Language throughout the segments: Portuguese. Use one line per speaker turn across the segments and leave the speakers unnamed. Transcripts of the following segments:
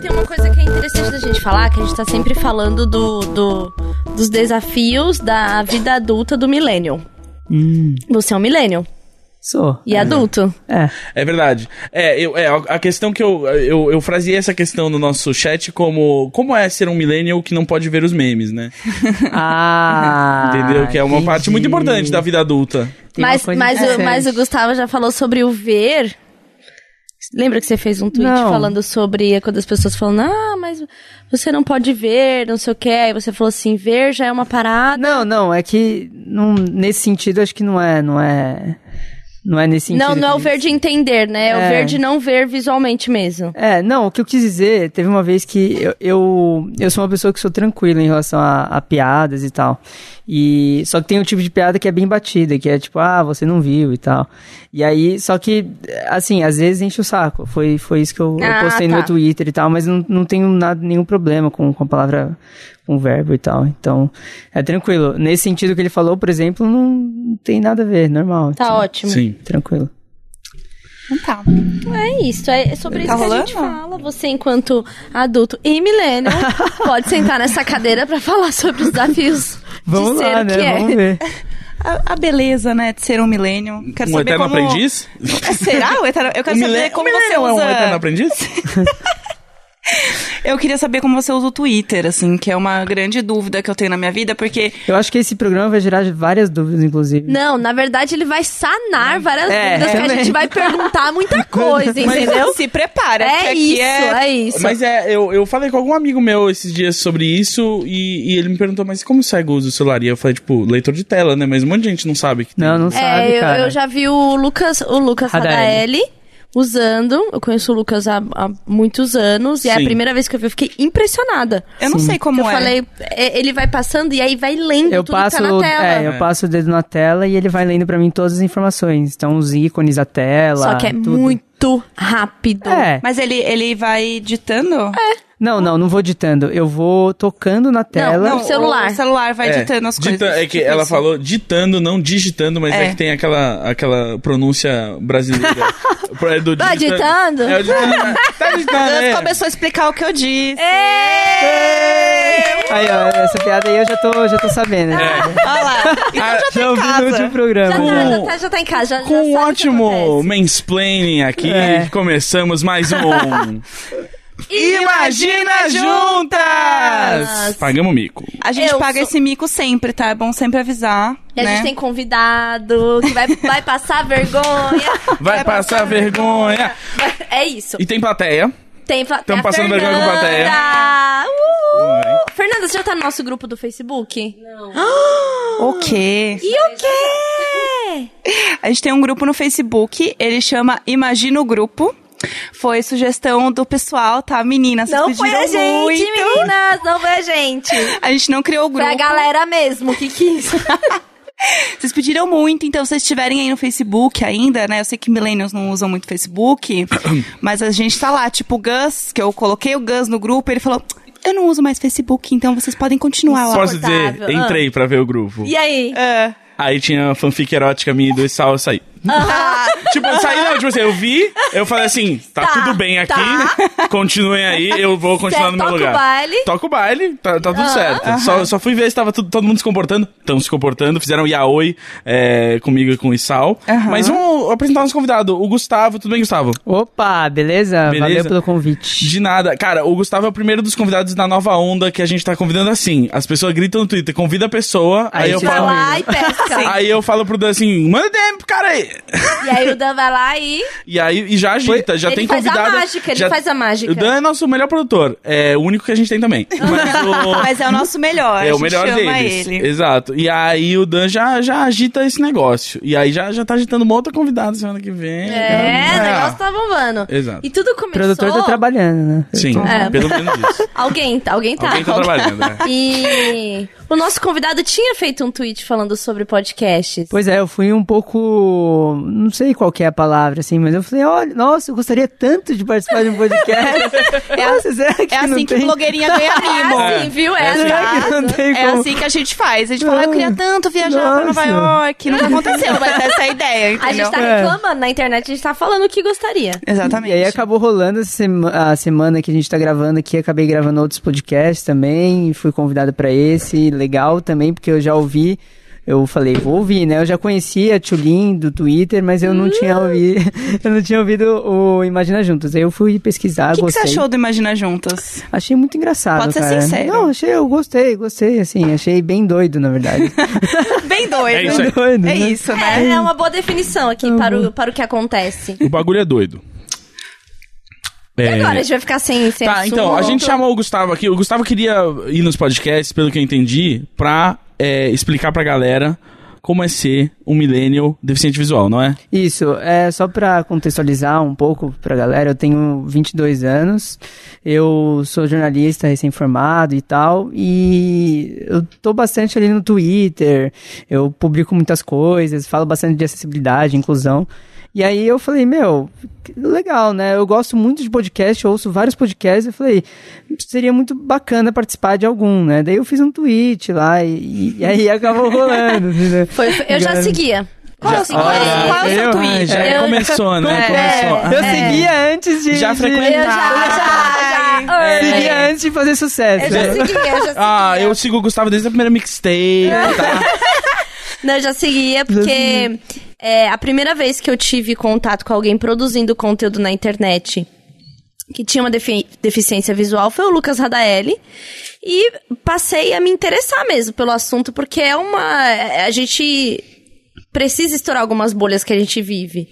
Tem uma coisa que é interessante da gente falar, que a gente tá sempre falando do, do- dos desafios da vida adulta do millennial.
Hum,
Você é um millennial
sou.
e adulto.
É.
É verdade. É, eu, é a a questão que eu, eu. Eu fraseei essa questão no nosso chat como. Como é ser um millennial que não pode ver os memes, né?
Ah.
Entendeu? Que é uma parte muito
entendi.
importante da vida adulta.
Tem uma
Mas,
coisa
mas, o,
interessante.
mas o Gustavo já falou sobre o ver. Lembra que você fez um tweet
Não.
falando sobre quando as pessoas falam, ah, mas você não pode ver, não sei o que. Aí você falou assim, ver já é uma parada.
Não, não, é que não, nesse sentido acho que não é, não é, não é nesse sentido.
não, não é o
que-
ver de entender, né? É, o
É.
ver de não ver visualmente mesmo.
É, não, o que eu quis dizer, teve uma vez que eu, eu, eu sou uma pessoa que sou tranquila em relação a, a piadas e tal. E só que tem um tipo de piada que é bem batida, que é tipo, ah, você não viu e tal. E aí, só que, assim, às vezes enche o saco. Foi, foi isso que eu, eu
Ah,
postei no
tá.
meu Twitter e tal, mas não, não tenho nada, nenhum problema com, com a palavra, com o verbo e tal. Então, é tranquilo. Nesse sentido que ele falou, por exemplo, não, não tem nada a ver, normal.
Tá
assim,
ótimo.
Sim.
Tranquilo.
Então tá.
É isso, é é sobre
Tá
isso que a gente
rolando?
fala. Você, enquanto adulto e milênio, pode sentar nessa cadeira pra falar sobre os desafios
Vamos
de ser
lá,
o
né?
que é.
Vamos ver.
A, a beleza, né, de ser um milênio. Quero
Um
saber
eterno
como... É,
aprendiz?
Será? O eterno... Eu quero
Um
saber
millen-
como
um
você
millennial
usa...
é um eterno aprendiz?
Eu queria saber como você usa o Twitter, assim, que é uma grande dúvida que eu tenho na minha vida, porque
Eu acho que esse programa vai gerar várias dúvidas, inclusive.
Não, na verdade ele vai sanar várias
É,
dúvidas que a
também.
gente vai perguntar muita coisa, entendeu?
se prepara, porque
É
aqui
isso,
é...
é, isso.
Mas é, eu, eu falei com algum amigo meu esses dias sobre isso e, e ele me perguntou, mas como cego usa o celular? E eu falei, tipo, leitor de tela, né? Mas um monte de gente não sabe que tem.
Não, não
É,
um sabe,
eu,
cara.
eu já vi o Lucas, o Lucas
Radaeli.
Radaeli usando. Eu conheço o Lucas há, há muitos anos e é a
Sim.
primeira vez que eu vi, eu fiquei impressionada.
Eu não sei como
eu
é.
falei, é, ele vai passando e aí vai lendo
Eu
tudo que tá na
passo,
tela.
é,
É.
eu passo o dedo na tela e ele vai lendo pra mim todas as informações. Então, os ícones da tela.
Só que é
tudo.
muito rápido.
É.
Mas ele, ele vai ditando?
É,
Não, não, não vou ditando. Eu vou tocando na tela.
não, o celular.
O celular vai
É,
ditando as
dita-
coisas.
É que
Tipo
ela
isso.
falou ditando, não digitando, mas é,
É.
que tem aquela, aquela pronúncia brasileira. É do
Tá
digita-
ditando?
É, o ditando. tá ditando,
Ah, Deus
é.
começou a explicar o que eu disse.
É,
Aí, ó, essa piada aí eu já tô, já tô sabendo.
É.
Olha lá. Então
Ah,
já tá
Já
em
ouvi no
casa.
último
Já,
programa.
tá,
É, Com-
já, tá, já tá em casa. Já, já
Com um
sabe o que
ótimo
acontece.
mansplaining aqui,
É.
começamos mais um...
Imagina Juntas!
Pagamos o mico.
A gente
Eu
paga
sou-
esse mico sempre, tá? É bom sempre avisar.
E a
né?
gente tem convidado que vai, vai passar vergonha.
Vai, passar, vergonha.
É isso.
E tem plateia.
Tem, fa- tem
Tamo
a
passando vergonha com a
Fernanda.
plateia.
Uhul. Fernanda, você já tá no nosso grupo do Facebook?
O quê?
E o quê?
A gente tem um grupo no Facebook, ele chama Imagina o Grupo. Foi sugestão do pessoal, tá? Meninas, vocês
Não
pediram
foi a gente,
muito.
meninas. Não foi a gente.
A gente não criou o
Foi
grupo.
a galera mesmo que quis.
Vocês pediram muito, então se vocês estiverem aí no Facebook ainda, né? Eu sei que millennials não usam muito Facebook, mas a gente tá lá, tipo o Gus, que eu coloquei o Gus no grupo, ele falou: "Eu não uso mais Facebook, então vocês podem continuar lá".
Posso dizer,
Insuportável.
entrei pra ver o grupo.
E aí?
É.
Aí tinha uma fanfic erótica minha e dois sal, eu saí. tipo, eu saí não, tipo assim, eu vi, eu falei assim, tá,
Tá,
tudo bem aqui, continuem aí, eu vou continuar
Cê
no meu
toca o
lugar.
baile.
Toca o baile, tá, tá tudo certo. Só, só fui ver se tava tudo- todo mundo se comportando, estão se comportando, fizeram yaoi é, comigo e com o Isal.
Aham.
Mas vamos apresentar nosso convidado, o Gustavo, tudo bem, Gustavo?
Opa, beleza? Valeu
Beleza.
pelo convite.
De nada. Cara, o Gustavo é o primeiro dos convidados da nova onda que a gente tá convidando assim. As pessoas gritam no Twitter, convida a pessoa, aí,
Aí
eu
fica
Vai
falo.
lá e pesca.
Aí eu falo pro Dan assim, manda DM pro cara aí.
E aí o Dan vai lá e...
E aí e já agita, já
Ele
tem
faz a
convidado.
mágica, ele
já-
faz a mágica.
O Dan é nosso melhor produtor. É o único que a gente tem também. Mas o-
Mas é o nosso melhor, a
é o
gente
melhor
chama
deles.
ele.
Exato. E aí o Dan já, já agita esse negócio. E aí já, já tá agitando uma outra convidada semana que vem.
É, o
Ah.
negócio tá bombando.
Exato.
E tudo
O
começou...
produtor tá trabalhando, né?
Sim,
É.
pelo menos isso.
Alguém, alguém tá.
Alguém tá trabalhando, né?
E O nosso convidado tinha feito um tweet falando sobre podcasts.
Pois é, eu fui um pouco. Não sei qual que é a palavra, assim, mas eu falei, olha, nossa, eu gostaria tanto de participar de um podcast.
É a-
Nossa, será que
É
não
assim que
tem?
blogueirinha ganha primo.
É assim, viu? É,
É assim.
Será que
assim.
não tem
É
como?
assim que a gente faz. A gente fala, eu queria tanto viajar pra
Nossa.
Nova York. Não aconteceu, mas essa é a ideia, entendeu?
A gente tá
É.
reclamando na internet, a gente tá falando o que gostaria.
Exatamente.
E aí acabou rolando essa sema- a semana que a gente tá gravando aqui, acabei gravando outros podcasts também, fui convidado pra esse, legal também, porque eu já ouvi, eu falei, vou ouvir, né? Eu já conhecia a Tulin do Twitter, mas eu não tinha
Hum.
ouvido, eu não tinha ouvido o Imagina Juntos. Aí eu fui pesquisar,
O que, que você
gostei.
achou do Imagina Juntas?
Achei muito engraçado,
Pode ser
cara.
sincero.
Não, achei, eu gostei, gostei, assim, achei bem doido, na verdade.
Bem doido.
É isso aí.
doido,
É
né?
isso,
É,
né?
é uma boa definição aqui
Uhum.
para o, para o que acontece.
O bagulho é doido.
E agora a gente vai ficar sem, sem
É. Tá, então, a
assunto?
gente chamou o Gustavo aqui. O Gustavo queria ir nos podcasts, pelo que eu entendi, pra é, explicar pra galera como é ser um millennial deficiente visual, não é?
Isso, é só pra contextualizar um pouco pra galera, eu tenho 22 anos, eu sou jornalista recém-formado e tal, e eu tô bastante ali no Twitter, eu publico muitas coisas, falo bastante de acessibilidade, inclusão. E aí eu falei, meu, que legal, né? Eu gosto muito de podcast, eu ouço vários podcasts, eu falei, seria muito bacana participar de algum, né? Daí eu fiz um tweet lá e, e aí acabou rolando. entendeu?
Foi- foi- eu já
Galera.
seguia.
Qual é
assim,
o
Olha,
qual é o seu
eu-
tweet?
Ah, Já
Eu-
começou, né?
É,
Começou.
Eu
É.
seguia antes de.
Já
de-
frequentava.
Eu já, já, já.
Eu
early.
seguia antes de fazer sucesso. Né?
Eu já seguia, eu já seguia.
Ah, eu sigo o Gustavo desde a primeira mixtape, tá?
Não, eu já seguia, porque é, a primeira vez que eu tive contato com alguém produzindo conteúdo na internet que tinha uma defi- deficiência visual foi o Lucas Radaelli. E passei a me interessar mesmo pelo assunto, porque é uma. A gente precisa estourar algumas bolhas que a gente vive.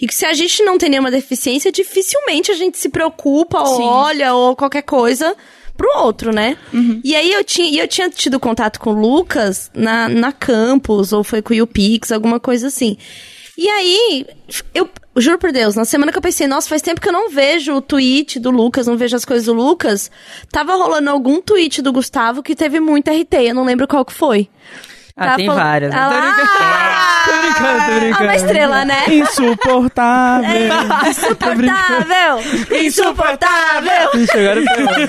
E que se a gente não tem nenhuma deficiência, dificilmente a gente se preocupa ou
Sim.
olha ou qualquer coisa pro outro, né? E aí eu tinha, e eu tinha tido contato com o Lucas na, na campus, ou foi com o YouPix, alguma coisa assim. E aí, eu juro por Deus, na semana que eu pensei, nossa, faz tempo que eu não vejo o tweet do Lucas, não vejo as coisas do Lucas, tava rolando algum tweet do Gustavo que teve muito RT, eu não lembro qual que foi.
Ah,
Tava
tem
falando-
várias. né?
Ah,
Tô
lá!
brincando, tô brincando.
Ah, uma estrela, né?
tá? Insuportável.
É insuportável! Insuportável!
brincando. Ixi, agora
Ah.
foi.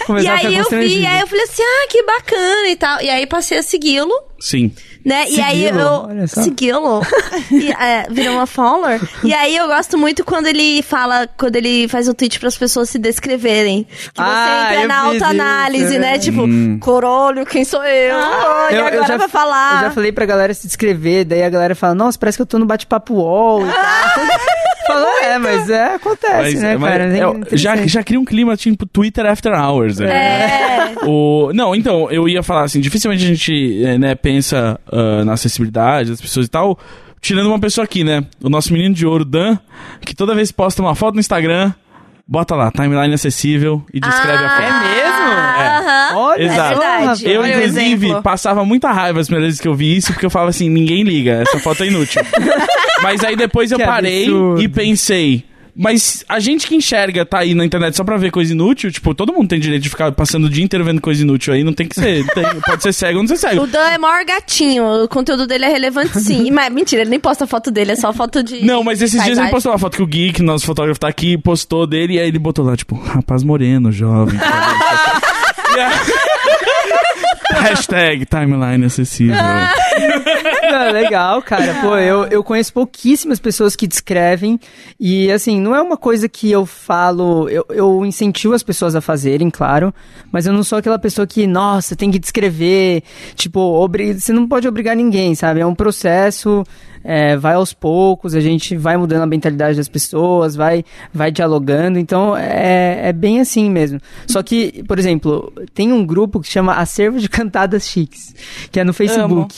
E
Começar a
aí
ficar
eu vi,
constrangido.
aí eu falei assim, ah, que bacana e tal. E aí passei a segui-lo,
Sim.
né? E aí
Segui-lo,
eu
olha só.
segui-lo. E, é, virou uma follower. E aí eu gosto muito quando ele fala, quando ele faz um tweet para as pessoas se descreverem. Que você
Ah,
entra
eu
na
fiz
autoanálise,
isso,
né?
é. Ah,
Tipo,
Uhum.
corolho, quem sou eu? Olha,
Eu- eu
agora
já-
vai falar.
Eu já falei pra galera se descrever, daí a galera fala, nossa, parece que eu tô no bate-papo UOL e tal. Fala, é, mas é, acontece,
Ah, Mas-
né,
mas
cara?
é,
É
já,
interessante.
já cria um clima tipo Twitter After Hours. Né?
É.
O, não, então, eu ia falar assim, dificilmente a gente eh, né, pensa ah, na acessibilidade das pessoas e tal, tirando uma pessoa aqui, né? O nosso menino de ouro, Dan, que toda vez posta uma foto no Instagram, bota lá, timeline acessível e descreve a foto.
É mesmo?
Ah, Aham.
Olha
Exato.
só,
É verdade.
rapaz.
Eu,
Olha o
inclusive,
exemplo.
passava muita raiva as primeiras vezes que eu vi isso, porque eu falava assim, ninguém liga, essa foto é inútil. mas aí depois eu
Que
parei
absurdo.
e pensei. Mas a gente que enxerga tá aí na internet só pra ver coisa inútil, tipo, todo mundo tem direito de ficar passando o dia inteiro vendo coisa inútil aí, não tem que ser. tem- pode ser cego ou não ser cego.
O Dan é maior gatinho, o conteúdo dele é relevante sim. Mas mentira, ele nem posta foto dele, é só foto de.
Não, mas esses dias ele
paisagem.
postou uma foto que o Geek, nosso fotógrafo, tá aqui, postou dele, e aí ele botou lá, tipo, rapaz moreno, jovem. E aí- Hashtag timeline acessível.
Não, legal, cara. Pô, eu, eu conheço pouquíssimas pessoas que descrevem. E, assim, não é uma coisa que eu falo. Eu, eu incentivo as pessoas a fazerem, claro. Mas eu não sou aquela pessoa que, nossa, tem que descrever. Tipo, obri- você não pode obrigar ninguém, sabe? É um processo. é, vai aos poucos, a gente vai mudando a mentalidade das pessoas, vai, vai dialogando, então é, é bem assim mesmo. Só que, por exemplo, tem um grupo que chama Acervo de Cantadas Chiques, que é no Facebook.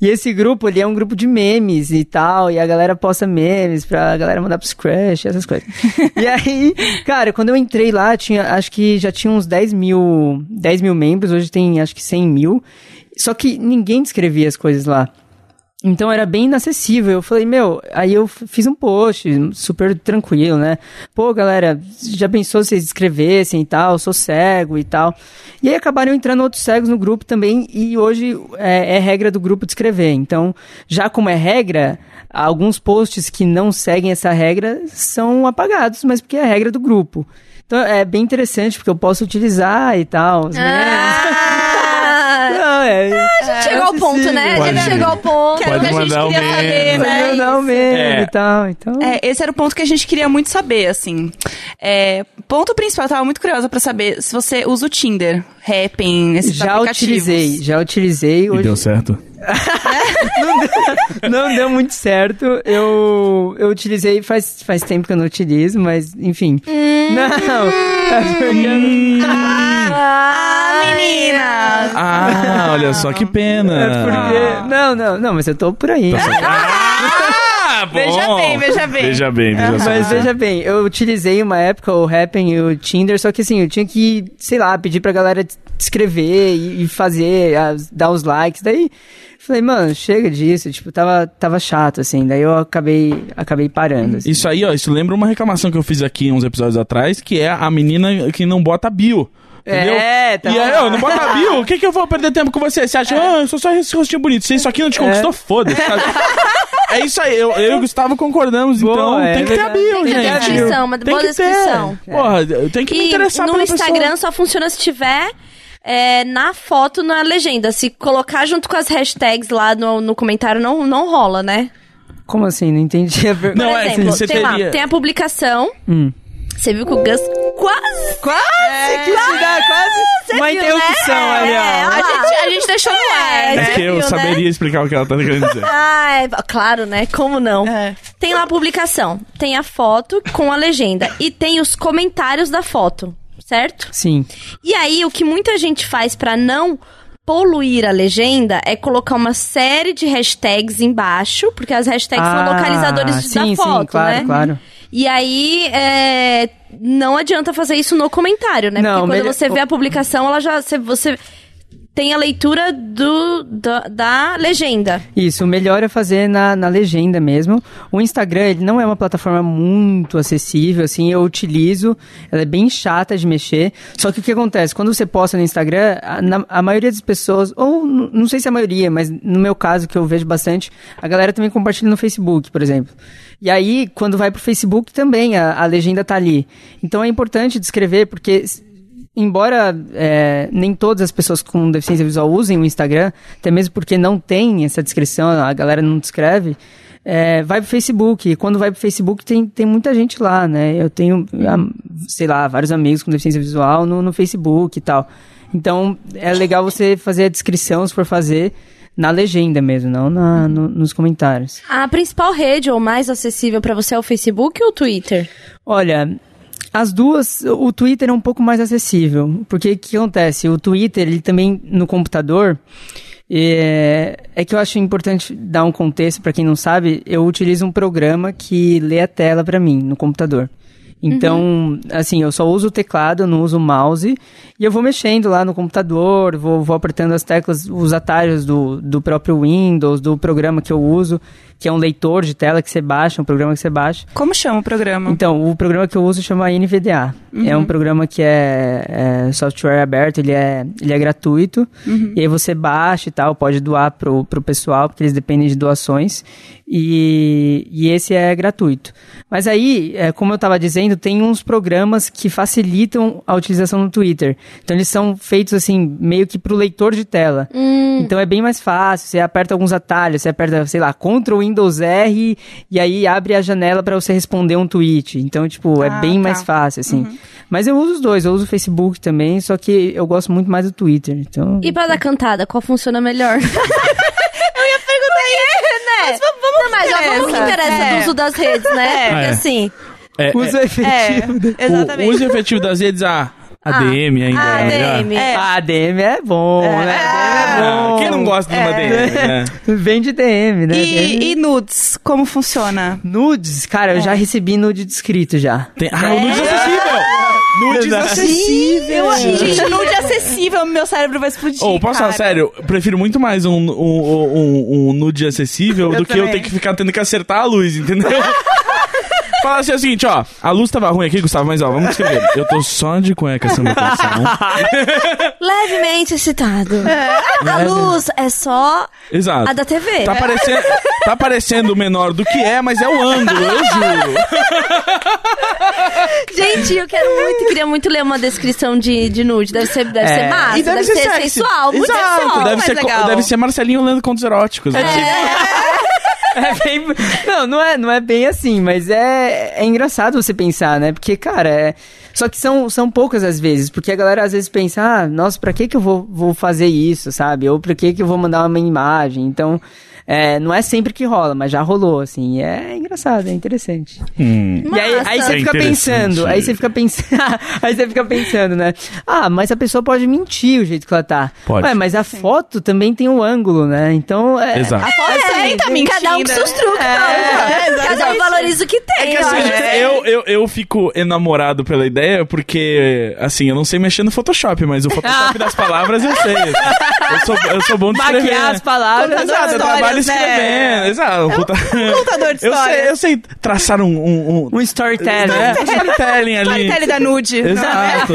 E esse grupo, ele é um grupo de memes e tal, e a galera posta memes pra galera mandar pros crush, essas coisas. e aí, cara, quando eu entrei lá, tinha, acho que já tinha uns 10 mil, 10 mil membros, hoje tem acho que 100 mil, só que ninguém descrevia as coisas lá. Então era bem inacessível. Eu falei, meu, aí eu f- fiz um post super tranquilo, né? Pô, galera, já pensou se vocês escrevessem e tal? Eu sou cego e tal. E aí acabaram entrando outros cegos no grupo também. E hoje é, é regra do grupo de escrever. Então, já como é regra, alguns posts que não seguem essa regra são apagados, mas porque é a regra do grupo. Então é bem interessante, porque eu posso utilizar e tal. né?
Ah,
Não, é,
a gente chegou ao ponto, né? A
Pode-
gente chegou ao ponto.
Pode
Era o que a gente
mandar um o
queria saber,
meme.
né?
Não, não mesmo
É.
e tal. Então,
É, esse era o ponto que a gente queria muito saber, assim. É, ponto principal, eu tava muito curiosa pra saber se você usa o Tinder, Happn, esses
já
aplicativos.
utilizei, já utilizei.
E
Hoje
deu certo.
não deu muito certo. Eu, eu utilizei faz, faz tempo que eu não utilizo, mas enfim. Não, é porque eu não-
Hum.
Ah,
Menina!
Ah, olha só, que
é
pena.
porque- não, não, não, mas eu tô por
Tá
aí.
Ah, bom.
Veja bem, veja bem.
Veja bem, veja só.
Ah, Mas veja bem, eu utilizei uma época o Happn e o Tinder, só que assim, eu tinha que, sei lá, pedir pra galera te escrever e, e fazer, as- dar os likes. Daí falei, mano, chega disso, tipo, tava, tava chato, assim. Daí eu acabei, acabei parando. assim.
Isso aí, ó, isso lembra uma reclamação que eu fiz aqui uns episódios atrás, que é a menina que não bota bio. Entendeu?
É, tá
E aí,
lá.
ó, não bota bio, o que, que eu vou perder tempo com você? Você acha,
É.
ah, eu sou só esse rostinho bonito, se isso aqui
É.
não te conquistou, foda-se. sabe? É isso aí, eu, eu e o Gustavo concordamos,
Boa,
então
é
tem que ter a
verdade.
Tem
bio,
que ter
gente.
a descrição, uma
tem
boa
que
descrição.
Ter. Porra, tem que me
E
interessar
no
pela
Instagram só funciona se tiver é, na foto, na legenda. Se colocar junto com as hashtags lá no, no comentário, não, não rola, né?
Como assim? Não entendi a pergunta.
Não,
Por
é,
exemplo,
você
tem
teria- Hum.
lá, tem a publicação. Você viu que o Gus quase...
Quase que se dá, quase uma
viu,
interrupção
né?
ali,
É, olha
ó.
A
lá.
gente, a gente deixou no ar,
É,
né?
pessoa. É que eu
Viu, né?
saberia explicar o que ela tá querendo dizer.
Ah, é- claro, né? Como não?
É.
Tem lá a publicação, tem a foto com a legenda e tem os comentários da foto, certo?
Sim.
E aí, o que muita gente faz pra não poluir a legenda é colocar uma série de hashtags embaixo, porque as hashtags
Ah,
são localizadores
sim, sim,
da foto,
claro,
né?
claro.
E aí, é, não adianta fazer isso no comentário, né?
Não,
porque quando
melhor-
você vê a publicação, ela já você, você tem a leitura do, da, da legenda.
Isso, o melhor é fazer na, na legenda mesmo. O Instagram, ele não é uma plataforma muito acessível, assim, eu utilizo, ela é bem chata de mexer. Só que o que acontece? Quando você posta no Instagram, a, na- a maioria das pessoas, ou n- não sei se a maioria, mas no meu caso, que eu vejo bastante, a galera também compartilha no Facebook, por exemplo. E aí, quando vai pro Facebook também, a, a legenda tá ali. Então é importante descrever, porque Embora é, nem todas as pessoas com deficiência visual usem o Instagram, até mesmo porque não tem essa descrição, a galera não descreve, é, vai pro Facebook. E quando vai pro Facebook, tem, tem muita gente lá, né? Eu tenho, ah, sei lá, vários amigos com deficiência visual no, no Facebook e tal. Então, é legal você fazer a descrição, se for fazer, na legenda mesmo, não na, no- nos comentários.
A principal rede ou mais acessível pra você é o Facebook ou o Twitter?
Olha, as duas, o Twitter é um pouco mais acessível, porque o que acontece? O Twitter, ele também no computador, é, é que eu acho importante dar um contexto para quem não sabe, eu utilizo um programa que lê a tela para mim no computador. Então, assim, eu só uso o teclado, eu não uso o mouse, e eu vou mexendo lá no computador, vou, vou apertando as teclas, os atalhos do, do próprio Windows, do programa que eu uso, que é um leitor de tela que você baixa, um programa que você baixa.
Como chama o programa?
Então, o programa que eu uso chama NVDA. É um programa que é, é software aberto, ele é, ele é gratuito. E aí você baixa e tal, pode doar pro, pro pessoal, porque eles dependem de doações. E, e esse é gratuito. Mas aí, é, como eu estava dizendo, tem uns programas que facilitam a utilização no Twitter. Então, eles são feitos assim, meio que pro leitor de tela. Então é bem mais fácil, você aperta alguns atalhos, você aperta, sei lá, Ctrl Windows R e aí abre a janela pra você responder um tweet. Então, tipo, é
Ah,
bem
tá.
mais fácil, assim. Mas eu uso os dois, eu uso o Facebook também, só que eu gosto muito mais do Twitter. Então.
E pra dar cantada, qual funciona melhor? Eu ia perguntar isso, né? Mas vamos não, mas ó, vamos que
interessa.
interessa
É.
do uso das redes, né? Porque
É.
assim,
É, é,
Uso efetivo.
É,
O
exatamente.
uso efetivo das redes, ah, a ADM ainda
a
é melhor.
DM.
É.
Ah, DM é bom, né? DM é
Ah,
bom.
quem não gosta de uma DM, né?
Vem de DM, né? DM.
E, e nudes, como funciona?
Nudes, cara, eu já recebi nude descrito já.
Tem... Ah, o nude é acessível! Nudes acessível.
Gente, nude é acessível, meu cérebro vai explodir.
Ou, posso falar,
cara.
sério, eu prefiro muito mais um, um, um, um nude acessível
Eu
do que eu
também.
ter que ficar tendo que acertar a luz, entendeu? Falar assim, é o seguinte, ó, a luz tava ruim aqui, Gustavo, mas ó, vamos escrever. Eu tô só de cueca essa meditação.
Levemente excitado. A luz é só
Exato.
a da TV.
Tá parecendo, tá parecendo menor do que é, mas é o ângulo, eu juro.
Gente, eu quero muito, queria muito ler uma descrição de, de nude. Deve ser, deve ser massa,
E
Ah, deve,
ser,
ser,
sexy.
sensual, muito
Exato,
sensual.
Deve
mais
ser, co-
legal.
deve ser Marcelinho lendo contos eróticos. né?
tipo-
É bem- Não, não é, não é bem assim, mas é, é engraçado você pensar, né? Porque, cara, é... só que são, são poucas as vezes, porque a galera às vezes pensa, ah, nossa, pra que que eu vou, vou fazer isso, sabe? Ou pra que que eu vou mandar uma imagem? Então, é, não é sempre que rola, mas já rolou, assim, e é engraçado, é interessante.
Hum.
E aí, aí
Massa.
você
É
fica
interessante.
pensando, aí você fica pensando, aí você fica pensando, né? Ah, mas a pessoa pode mentir o jeito que ela tá.
Pode.
Ué, mas a foto também tem um ângulo, né? Então, é,
Exato.
a
Olha, você nem tá mentindo.
Cada um com seus truques,
É.
Paulo. Cada um valoriza o que tem.
É que
eu
assim,
acho.
né?
eu, eu, eu fico enamorado pela ideia, porque, assim, eu não sei mexer no Photoshop, mas o Photoshop das palavras eu sei. Eu sou, eu sou bom de escrever.
maquiar as palavras.
Exato, eu
histórias,
trabalho
né?
escrevendo. Exato. Puta-
contador de
eu, sei,
histórias.
eu sei traçar um. um, um...
Um storytelling.
né? Um storytelling ali.
Storytelling é da nude.
Exato.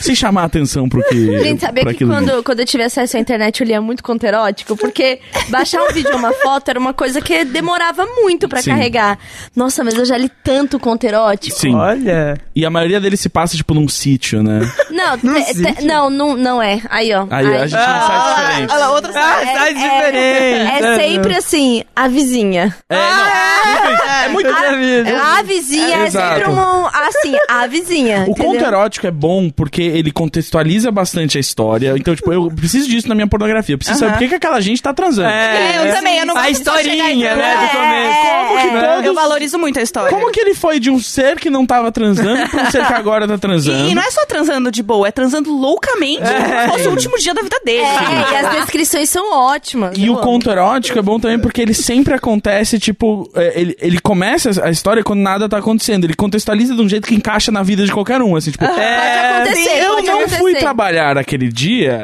Sem chamar atenção pro que.
Gente, sabia
pra
que
aquilo ali.
quando, quando eu tive acesso à internet eu lia muito conto erótico? Porque baixar um vídeo ou uma foto era uma coisa que demorava muito pra
Sim.
carregar. Nossa, mas eu já li tanto conto erótico.
Sim.
Olha.
E a maioria deles se passa, tipo, num sítio, né?
Não,
Não
te- te-
existe.
não, não, não é. Aí, ó.
Aí a gente não
Ah,
sai
Olha
Tá diferente. tá
lá, outra
Ah,
é,
sai diferente.
É sempre assim, a vizinha.
É, não. enfim,
Ah!
é muito
Eu já vi, né?
A vizinha é
Exato.
sempre um. Assim, a vizinha.
O conto
entendeu?
erótico é bom porque ele contextualiza bastante a história. Então, tipo, eu preciso disso na minha pornografia. Eu preciso saber por que que aquela gente tá transando.
É, eu também, eu não
A
gosto de só chegar
historinha,
e-
né, do
É,
começo.
Como que
todos-
Eu valorizo muito a história.
É. Como que ele foi de um ser que não tava transando pra um ser que agora tá transando?
E, e não é só transando de boa, é transando loucamente. Como se fosse o último dia da vida dele.
É, e as descrições são ótimas.
assim. E
eu
o
amo.
conto erótico é bom também porque ele sempre acontece, tipo, é, ele, ele começa a história quando nada tá acontecendo. Ele contextualiza de um jeito que encaixa na vida de qualquer um, assim, tipo,
Pode acontecer,
eu
pode
não
acontecer. Ah, é
fui trabalhar aquele dia.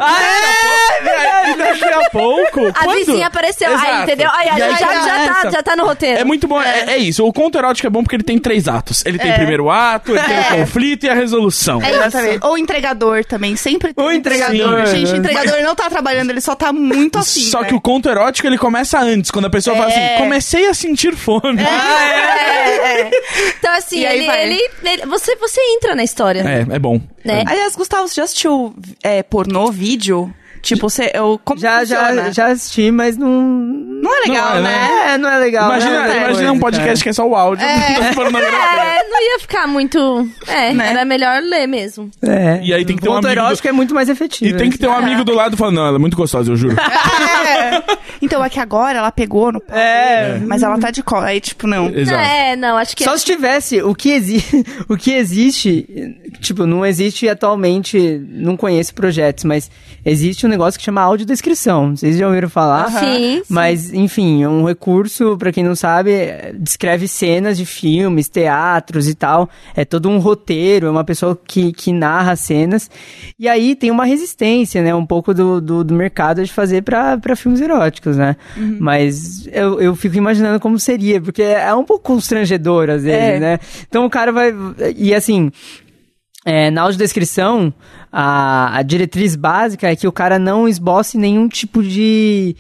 e daqui a pouco.
A vizinha apareceu, aí,
Exato.
entendeu? Aí,
E
aí,
aí
já,
já
já, tá, já tá no roteiro.
É muito bom, é. é isso. O conto erótico é bom porque ele tem três atos. Ele
É.
tem o primeiro ato, ele tem o conflito e a resolução.
É isso. Ou entregador também, sempre tem.
O entregador,
Sim. Gente,
né?
o entregador não tá trabalhando, ele só tá muito afim.
Só
né?
é.
que o conto erótico ele começa antes, quando a pessoa fala assim: comecei a sentir fome.
É. Então, assim,
E aí
ele,
vai.
ele- ele- você, você entra na história.
É, é bom.
Né?
Aliás, Gustavo, você já assistiu é, pornô, vídeo? Tipo, você. Eu, como
Já, já,
funciona?
já assisti, mas não.
Não é legal,
Não é,
né?
É, não é legal.
Imagina,
né?
imagina um podcast que é só o áudio. do pornografia.
É, não ia ficar muito. É,
Né?
era melhor ler mesmo.
É.
E aí tem que ter um
O ponto
amigo do-
erótico é muito mais
E
efetivo.
tem que ter um amigo do lado falando: não, ela é muito gostosa, eu juro.
Então é que agora ela pegou no pau
É.
dele, Mas ela tá de cola. Aí, tipo, não.
Não,
Exato.
é, não, acho que.
Só se tivesse o que, exi... o que existe, tipo, não existe atualmente, não conheço projetos, mas existe um negócio que chama audiodescrição. Vocês já ouviram falar?
Aham. Sim,
Mas, enfim, é um recurso, pra quem não sabe, é- descreve cenas de filmes, teatros e tal. É todo um roteiro, é uma pessoa que, que narra cenas. E aí tem uma resistência, né? Um pouco do, do, do mercado de fazer pra pra filmes eróticos, né?
Uhum.
Mas eu, eu fico imaginando como seria, porque é um pouco constrangedor, às vezes,
É.
né? Então o cara vai. E assim. É, na audiodescrição, a, a diretriz básica é que o cara não esboce nenhum tipo de,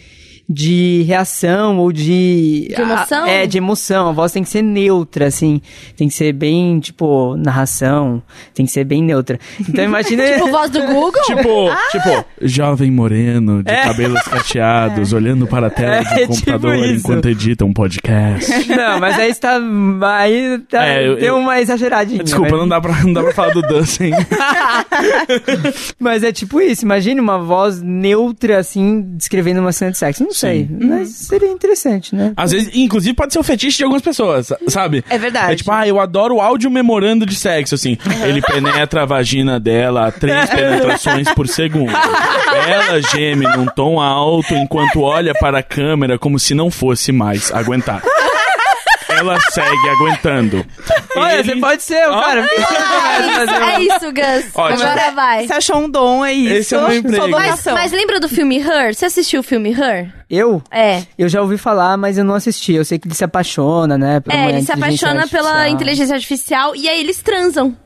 de reação ou de...
De emoção?
A, é, de emoção. A voz tem que ser neutra, assim. Tem que ser bem, tipo, narração. Tem que ser bem neutra. Então imagina...
Tipo, voz do Google?
Tipo,
Ah.
tipo, jovem moreno, de cabelos cacheados, olhando para a tela
É,
do
tipo
computador
isso. É.
enquanto edita um podcast.
Não, mas aí está... Aí tá,
É, eu-
deu
eu-
uma exageradinha. né?
Desculpa,
mas...
não dá pra, não dá pra falar do Dustin.
Mas é tipo isso, imagina uma voz neutra, assim, descrevendo uma cena de sexo. Não sei, mas seria interessante, né?
Às vezes, inclusive, pode ser o fetiche de algumas pessoas, sabe?
É verdade.
É tipo, ah, eu adoro o áudio memorando de sexo, assim. Ele penetra a vagina dela a três penetrações por segundo. Ela geme num tom alto enquanto olha para a câmera como se não fosse mais aguentar. Ela segue aguentando.
Olha,
Ele-
você pode ser, o
Ó.
cara. um.
É isso, é isso, Gus.
Ótimo.
Agora vai.
Você achou um dom, é isso.
Esse é o meu emprego.
Sua
Mas,
vocação.
mas lembra do filme Her? Você assistiu o filme Her?
Eu?
É.
Eu já ouvi falar, mas eu não assisti. Eu sei que ele se apaixona, né? por
É,
uma
ele se
inteligência
apaixona pela
artificial.
inteligência artificial e aí eles transam.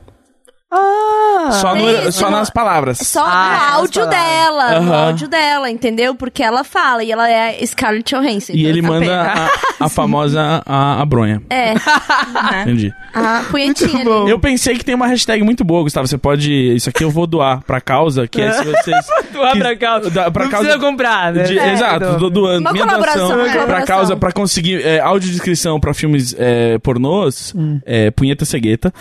Ah!
Só, no-
tem isso,
só
não-
nas palavras.
Só
Ah, essas
no áudio
palavras.
dela, no
Aham.
áudio dela, entendeu? Porque ela fala e ela é Scarlett Johansson.
E
então
ele
tá
manda
bem.
a, a famosa a, a bronha.
É,
Entendi.
Ah,
a punhetinha ali.
Eu pensei que tem uma hashtag muito boa, Gustavo. Você pode. Isso aqui eu vou doar pra causa, que é se vocês.
Tu abre a causa.
Da- pra
não
causa-
precisa comprar, né?
De-
É,
exato,
então.
do, doando.
Uma
minha
colaboração,
doação
uma
pra
colaboração.
causa, pra conseguir é, audiodescrição pra filmes é, pornôs,
Hum.
é, punheta cegueta.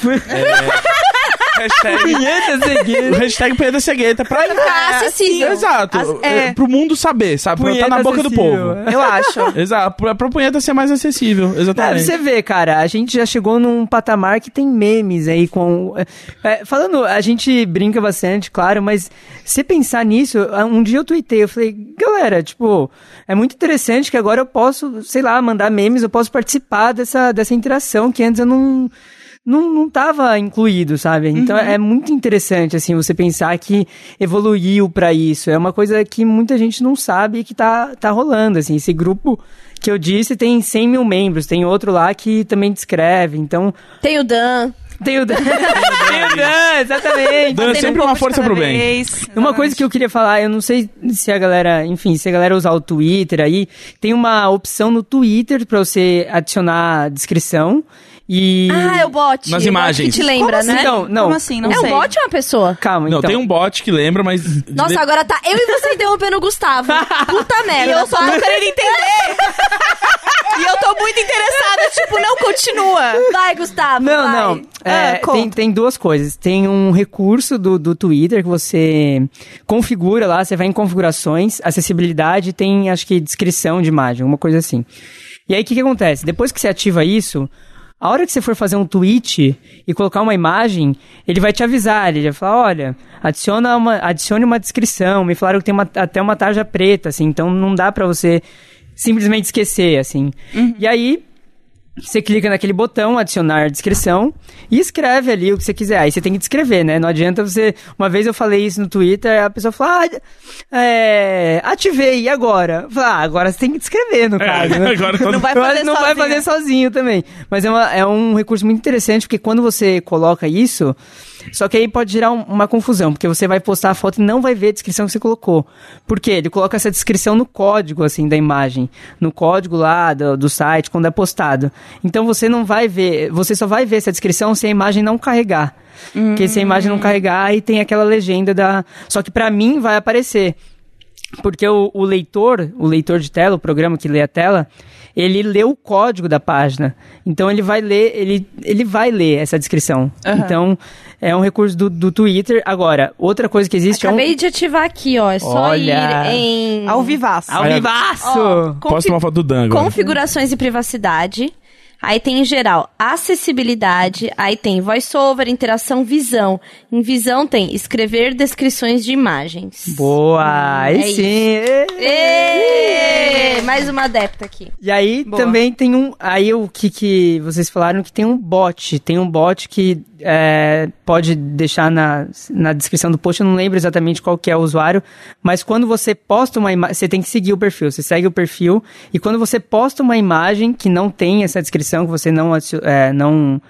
É, hashtag,
Vinheta seguinte.
hashtag punheta cegueta. Pra,
Tá acessível.
exato,
As-
é,
é.
pro mundo saber, sabe? Pra
Punheta
tá na boca do
acessível. é.
povo.
Eu acho.
Exato, pra, pra punheta ser mais acessível,
Cara,
exatamente.
você vê, cara, a gente já chegou num patamar que tem memes aí com. é, falando, a gente brinca bastante, claro, mas se pensar nisso, um dia eu tuitei, eu falei, galera, tipo, é muito interessante que agora eu posso, sei lá, mandar memes, eu posso participar dessa, dessa interação que antes eu não. Não, não tava incluído, sabe? Então
Uhum.
é muito interessante, assim, você pensar que evoluiu pra isso. É uma coisa que muita gente não sabe e que tá, tá rolando, assim. Esse grupo que eu disse tem 100 mil membros, tem outro lá que também descreve, então...
Tem o Dan.
Tem o Dan, tem o Dan exatamente!
Dan é
Tendo
sempre
um
uma
pouco de
força
cada
pro bem.
vez.
Uma coisa que eu queria falar, eu não sei se a galera, enfim, se a galera usar o Twitter aí, tem uma opção no Twitter pra você adicionar descrição e...
Ah, é o bot. o
Nas
bot
imagens.
Que te lembra,
Como
né?
assim?
Não, então? não.
Como assim? Não
é um
sei.
bot ou uma pessoa?
Calma,
Não,
então.
tem um bot que lembra, mas.
Nossa, agora tá eu e você interrompendo o Gustavo. Puta
E
merda.
eu só tô querendo entender. e eu tô muito interessada. Tipo, não continua.
Vai, Gustavo.
Não,
vai.
não.
Ah,
É,
conta.
tem, tem duas coisas. Tem um recurso do, do Twitter que você configura lá, você vai em configurações, acessibilidade, tem acho que descrição de imagem, uma coisa assim. E aí o que, que acontece? Depois que você ativa isso, a hora que você for fazer um tweet e colocar uma imagem, ele vai te avisar, ele vai falar, olha, adiciona uma, adicione uma descrição, me falaram que tem uma- até uma tarja preta, assim, então não dá pra você simplesmente esquecer, assim.
Uhum.
E aí, você clica naquele botão, adicionar descrição, e escreve ali o que você quiser. Aí você tem que descrever, né? Não adianta você. Uma vez eu falei isso no Twitter, a pessoa falou: ah, é, ativei, e agora? Eu falei, ah, agora você tem que descrever, no caso. né?
agora todo
Não vai
Mas
fazer
não vai
sozinha.
fazer sozinho também. Mas é, uma- é um recurso muito interessante, porque quando você coloca isso, só que aí pode gerar um- uma confusão, porque você vai postar a foto e não vai ver a descrição que você colocou. Por quê? Ele coloca essa descrição no código, assim, da imagem. No código lá do, do site, quando é postado. Então você não vai ver, você só vai ver essa descrição se a imagem não carregar. Porque se a imagem não carregar, aí tem aquela legenda da. Só que pra mim vai aparecer. Porque o, o leitor, o leitor de tela, o programa que lê a tela, ele lê o código da página. Então ele vai ler, ele, ele vai ler essa descrição. Então, é um recurso do, do Twitter. Agora, outra coisa que existe
Acabei
é um.
de ativar aqui, ó. É só
Olha.
ir
Hum.
em.
Ao vivaço.
Ao
Olha-
vivaço!
Ó, confi-
Posta uma foto do Dan agora.
Configurações e privacidade. Aí tem em geral acessibilidade, aí tem voiceover, interação, visão. Em visão tem escrever descrições de imagens.
Boa! Aí
é
sim!
Ê! Mais uma adepta aqui.
E aí
Boa.
também tem um. Aí o que, que vocês falaram que tem um bot. Tem um bot que é, pode deixar na, na descrição do post. Eu não lembro exatamente qual que é o usuário. Mas quando você posta uma imagem. Você tem que seguir o perfil. Você segue o perfil. E quando você posta uma imagem que não tem essa descrição, que você não. ati- É, não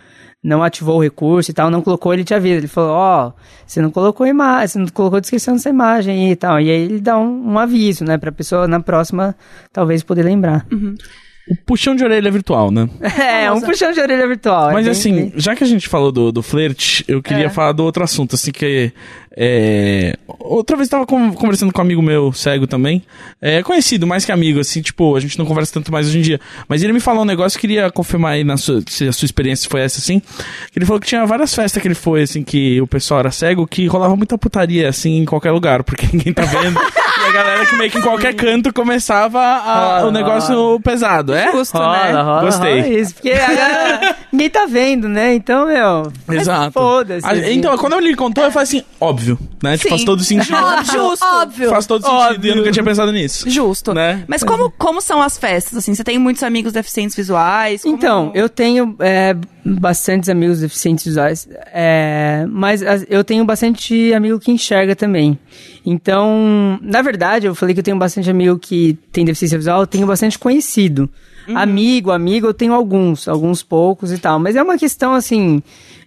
não ativou o recurso e tal, não colocou, ele te avisa. Ele falou, ó, você não colocou imagem, você não colocou descrição dessa imagem aí e tal. E aí ele dá um, um aviso, né, pra pessoa na próxima talvez poder lembrar.
O puxão de orelha virtual, né?
É, um puxão de orelha virtual. é
Mas
bem-
assim,
bem-
já que a gente falou do, do flerte, eu queria falar do outro assunto, assim, que é... Outra vez eu tava con- conversando com um amigo meu, cego também, é conhecido, mais que amigo, assim, tipo, a gente não conversa tanto mais hoje em dia, mas ele me falou um negócio, eu queria confirmar aí na sua, se a sua experiência foi essa, assim, que ele falou que tinha várias festas que ele foi, assim, que o pessoal era cego, que rolava muita putaria, assim, em qualquer lugar, porque ninguém tá vendo, e a galera que meio que em qualquer canto começava a-
Ah,
o negócio pesado, é?
Justo,
rola,
né?
rola,
Gostei.
rola isso, porque a galera, Ninguém tá vendo, né? Então, meu. mas
Exato.
Foda-se.
Ah,
assim.
Então, quando ele me contou, eu falei assim, óbvio, né? Tipo, faz todo sentido.
Justo.
Óbvio.
faz todo sentido. E eu
Óbvio.
nunca tinha pensado nisso.
Justo.
Né?
Mas como, como são as festas, assim? Você tem muitos amigos deficientes visuais? Como-
Então, eu tenho é, bastantes amigos deficientes visuais, é, mas as- eu tenho bastante amigo que enxerga também. Então, na verdade, eu falei que eu tenho bastante amigo que tem deficiência visual, eu tenho bastante conhecido.
Uhum.
Amigo, amigo, eu tenho alguns, alguns poucos e tal. Mas é uma questão assim,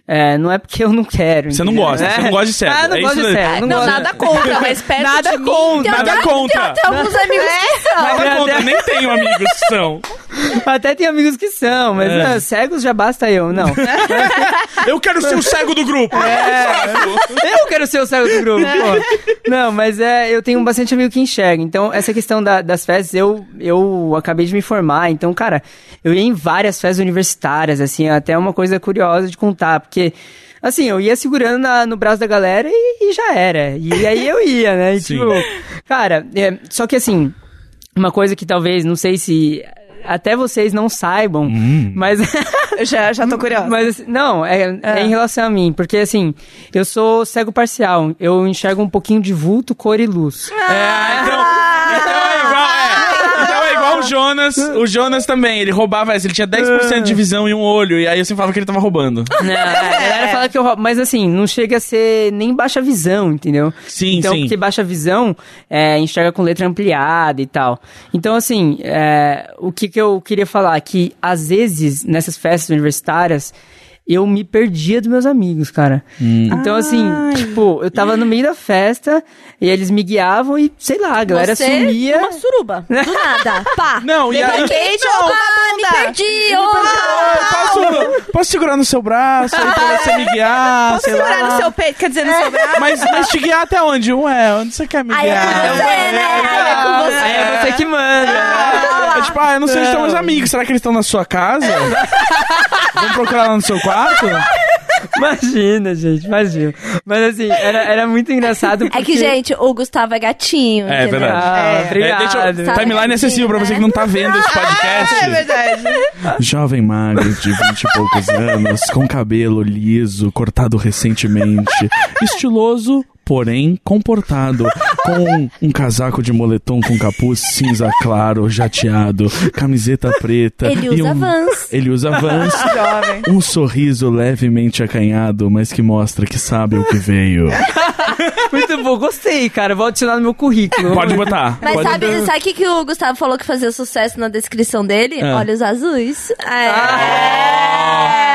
é, não é porque eu não quero.
Você não
entendeu?
gosta, você não gosta de cego,
Ah, não
é
gosto
isso
de
daí.
cego.
Não,
gosto.
nada contra, mas perto
Nada
de mim... um
contra.
Tem
Nada
até-
contra.
Tem até alguns amigos que são.
Nada contra, nem tenho amigos que são.
Até tem amigos que são, mas
É.
não, cegos já basta eu, não.
Eu quero ser o cego do grupo.
Eu quero ser o cego do grupo, pô. Não, mas é, eu tenho bastante amigo que enxerga. Então, essa questão da- das festas, eu, eu acabei de me formar. Então, cara, eu ia em várias festas universitárias, assim, até uma coisa curiosa de contar, porque. Assim, eu ia segurando na- no braço da galera e, e já era. E aí eu ia, né? E,
Sim.
tipo, cara, é, só que assim, uma coisa que talvez, não sei se até vocês não saibam, mas
Eu já, já tô curiosa.
Mas assim, não, é, é em relação a mim, porque assim, eu sou cego parcial, eu enxergo um pouquinho de vulto, cor e luz.
É, então, então é igual, é. Então é igual o Jonas. O Jonas também, ele roubava essa. Ele tinha 10% de visão e um olho. E aí eu sempre falava que ele tava roubando.
Não, Né? a galera fala que eu roubo, mas assim, não chega a ser nem baixa visão, entendeu?
Sim,
então,
sim.
porque baixa visão é, enxerga com letra ampliada e tal. Então, assim, é, o que, que eu queria falar? Que às vezes, nessas festas universitárias, eu me perdia dos meus amigos, cara. Então, assim, tipo, eu tava no meio da festa e eles me guiavam e, sei lá, a galera
Você,
sumia.
uma suruba. Do nada. Pá.
Não, e aí-
Levantei,
Não,
ah, me
bunda.
perdi. ô. É
Posso, posso segurar no seu braço aí pra você me guiar?
Posso
sei
segurar
lá.
no seu peito, quer dizer, no seu braço?
Mas, mas te guiar até onde? Ué, onde você quer me
Aí é com
guiar?
você, né? Aí é com você.
Aí é você que manda.
É tipo, ah, eu não sei onde estão meus amigos. Será que eles estão na sua casa? Vamos procurar lá no seu quarto?
Imagina, gente, imagina. Mas assim, era, era muito engraçado.
É
porque-
que, gente, o Gustavo é gatinho.
É,
entendeu?
verdade.
Ah,
É,
obrigado.
deixa eu-
Tá
timeline
bem,
é acessível pra você que não tá vendo
Ah,
esse podcast.
É verdade.
Jovem magro de 20 e poucos anos, com cabelo liso, cortado recentemente, estiloso, porém comportado, com um casaco de moletom com capuz cinza claro, jateado, camiseta preta.
Ele
e
usa
um-
Vans.
Ele usa Vans.
Jovem.
Um sorriso levemente acanhado, mas que mostra que sabe o que veio.
Muito bom, gostei, cara. Vou adicionar no meu currículo.
Pode botar.
Mas
pode
sabe, sabe o que, que o Gustavo falou que fazia sucesso na descrição dele?
Ah.
Olhos azuis. É.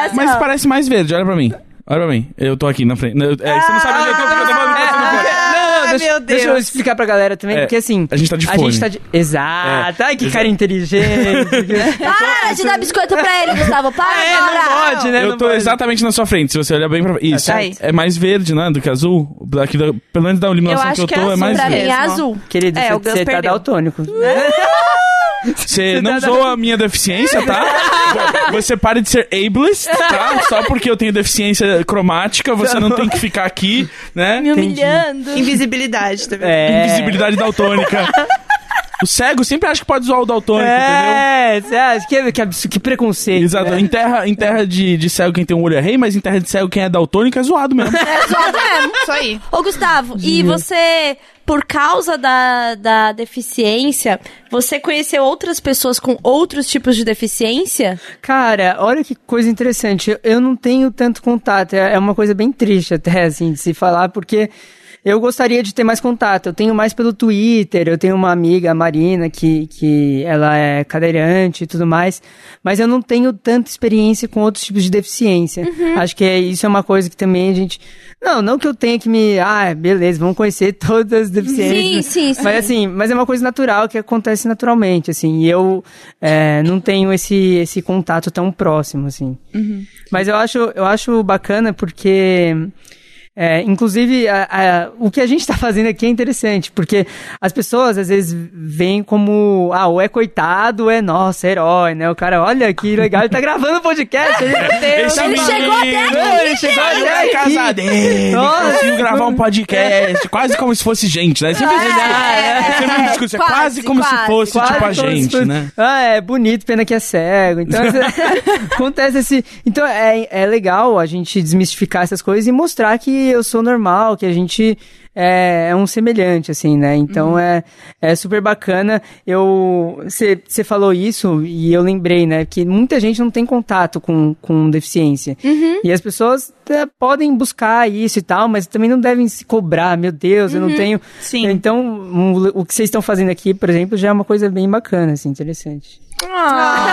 Essa,
Mas
ó.
parece mais verde, olha pra mim. Olha pra mim. Eu tô aqui na frente. Não, eu- é, você não sabe onde eu tô porque eu tô falando
É,
pra você no
porque-
fone.
não, não, deixa,
Ah, meu Deus.
deixa eu explicar pra galera também,
É,
porque assim.
a gente tá de
A
fone. É.
gente tá de. Exato. Ai, que cara inteligente.
É,
Para de dar biscoito pra ele, Gustavo. Para,
é, não
para.
pode, né?
Eu
não
tô
pode.
exatamente na sua frente, se você olhar bem pra Isso.
Tá aí.
É mais verde, né? Do que azul. Daqui da- Pelo menos da iluminação
Eu
que eu tô,
acho que é
é,
azul
mais
Pra
Isso
mim
verde.
é
mesmo.
azul.
Querido,
É,
você,
o Gus
você tá
perdeu.
daltônico.
É, Você
Você tá-
não zoa a minha deficiência, tá? Você para de ser ableist, tá? Só porque eu tenho deficiência cromática, você não tem que ficar aqui, né?
Me humilhando.
Invisibilidade também.
É.
Invisibilidade daltônica. O cego sempre acha que pode zoar o daltônico, entendeu?
É, você acha que, que, absurdo, que preconceito.
Exato. Em terra, em terra de, de cego quem tem um olho é rei, mas em terra de cego quem é daltônico é zoado mesmo.
É zoado mesmo.
Isso aí.
Ô, Gustavo, e você, por causa da, da deficiência, você conheceu outras pessoas com outros tipos de deficiência?
Cara, olha que coisa interessante. Eu- Eu não tenho tanto contato. É é uma coisa bem triste até, assim, de se falar, porque eu gostaria de ter mais contato. Eu tenho mais pelo Twitter. Eu tenho uma amiga, a Marina, que, que ela é cadeirante e tudo mais. Mas eu não tenho tanta experiência com outros tipos de deficiência. Acho que é, isso é uma coisa que também a gente. Não, não que eu tenha que me. Ah, beleza, vamos conhecer todas as deficiências.
sim, sim.
Mas assim, mas é uma coisa natural que acontece naturalmente, assim. E eu é, não tenho esse, esse contato tão próximo, assim. Mas eu acho, eu acho bacana porque É, inclusive, a- a- o que a gente está fazendo aqui é interessante, porque as pessoas às vezes veem como, ah, ou é coitado, ou é nosso herói, né? O cara, olha que legal, ele tá gravando podcast. Ele, meu Deus,
Esse
tá
Ele
menino-
chegou até aqui,
ele chegou
Ele
até
é
aqui.
casado, ele
Nossa.
conseguiu gravar um podcast, quase como se fosse gente, né? Sempre, é, sempre um discurso, é quase,
Quase,
como se
quase,
fosse,
Quase
tipo, a
como se
gente,
fosse-
né?
Ah, é bonito, pena que é cego. Então, esse- acontece esse. Então, é, é legal a gente desmistificar essas coisas e mostrar que eu sou normal, que a gente é, é um semelhante, assim, né?
Uhum.
Então, é, é super bacana. Eu. Você falou isso e eu lembrei, né? Que muita gente não tem contato com, com deficiência. E as pessoas é, podem buscar isso e tal, mas também não devem se cobrar. Meu Deus, eu não tenho.
Sim.
Então, um, o que vocês estão fazendo aqui, por exemplo, já é uma coisa bem bacana, assim, interessante.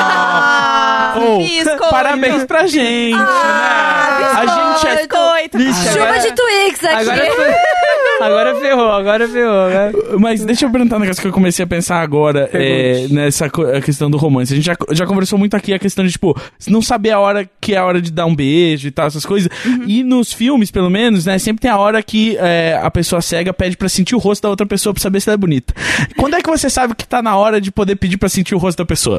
Ah,
Ou,
biscoito.
Oh, parabéns pra gente,
Ah,
né? A gente é
Biscoito. Ah,
Vixe,
Chuva
agora-
de Twix aqui.
Agora, foi- agora ferrou, agora ferrou. Agora...
Mas deixa eu perguntar um negócio que eu comecei a pensar agora é, nessa co- a questão do romance. A gente já, já conversou muito aqui a questão de, tipo, não saber a hora que é a hora de dar um beijo e tal, essas coisas. E nos filmes, pelo menos, né, sempre tem a hora que é, a pessoa cega pede pra sentir o rosto da outra pessoa pra saber se ela é bonita. Quando é que você sabe que tá na hora de poder pedir pra sentir o rosto da pessoa?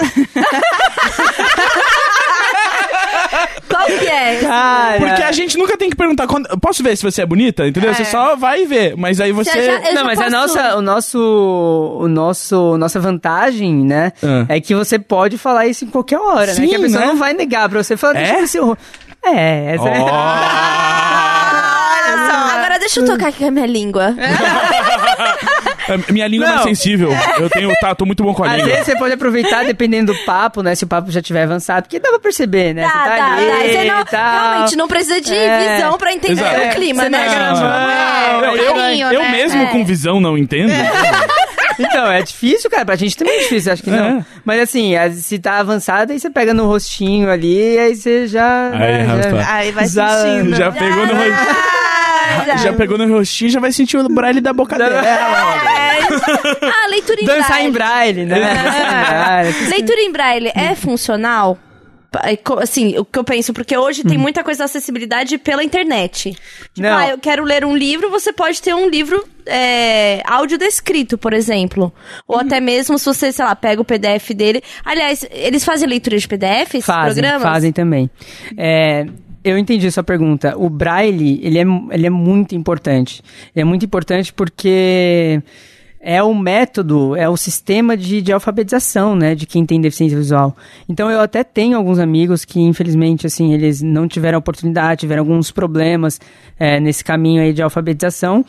Qual que é?
Cara,
Porque a gente nunca tem que perguntar. Quando, posso ver se você é bonita? Entendeu? Você só vai ver. Mas aí você.
Você já- eu
não, mas a
posso-
nossa, o nosso, o nosso, nossa vantagem, né,
Ah.
é que você pode falar isso em qualquer hora,
Sim,
né? Que a pessoa
né?
não vai negar pra você falar. Deixa
É?
eu ver seu... ro-". É, essa é.
Ah, olha só. Agora deixa eu tocar aqui com a minha língua.
É, Minha língua é mais
Não.
sensível. Eu tenho. Tá, tô muito bom com a
Às
língua.
vezes você pode aproveitar, dependendo do papo, né? Se o papo já tiver avançado, porque dá pra perceber, né?
Dá,
Você
dá, dá.
ali
Você não,
e tal.
realmente não precisa de
É.
visão pra entender
Exato.
o clima,
Você
né?
não é
gente?
gramão,
Não,
é
Ah, eu,
carinho,
eu
né?
mesmo
É.
com visão não entendo.
Então, é difícil, cara. Pra gente também é difícil, acho que não.
É.
Mas assim, as- se tá avançado, aí você pega no rostinho ali, aí você já.
Aí,
né, já-
rapaz.
Aí vai
Já-
sentindo.
Já pegou no rostinho.
Ah, já.
Já pegou no rostinho, já vai sentir o braille da boca dela.
Ah, leitura em
Dançar
braille.
em braille, né? Dançar em braille.
Leitura em braille é funcional? Pa- é co- Assim, o que eu penso, porque hoje tem muita coisa da acessibilidade pela internet. Tipo,
Não.
ah, eu quero ler um livro, você pode ter um livro é, áudio descrito, por exemplo. Ou até mesmo se você, sei lá, pega o PDF dele. Aliás, eles fazem leitura de PDF, esses
Fazem,
programas?
fazem também. É, eu entendi a sua pergunta. O braille, ele é, ele é muito importante. Ele é muito importante porque é o método, é o sistema de, de alfabetização, né, de quem tem deficiência visual. Então, eu até tenho alguns amigos que, infelizmente, assim, eles não tiveram oportunidade, tiveram alguns problemas é, nesse caminho aí de alfabetização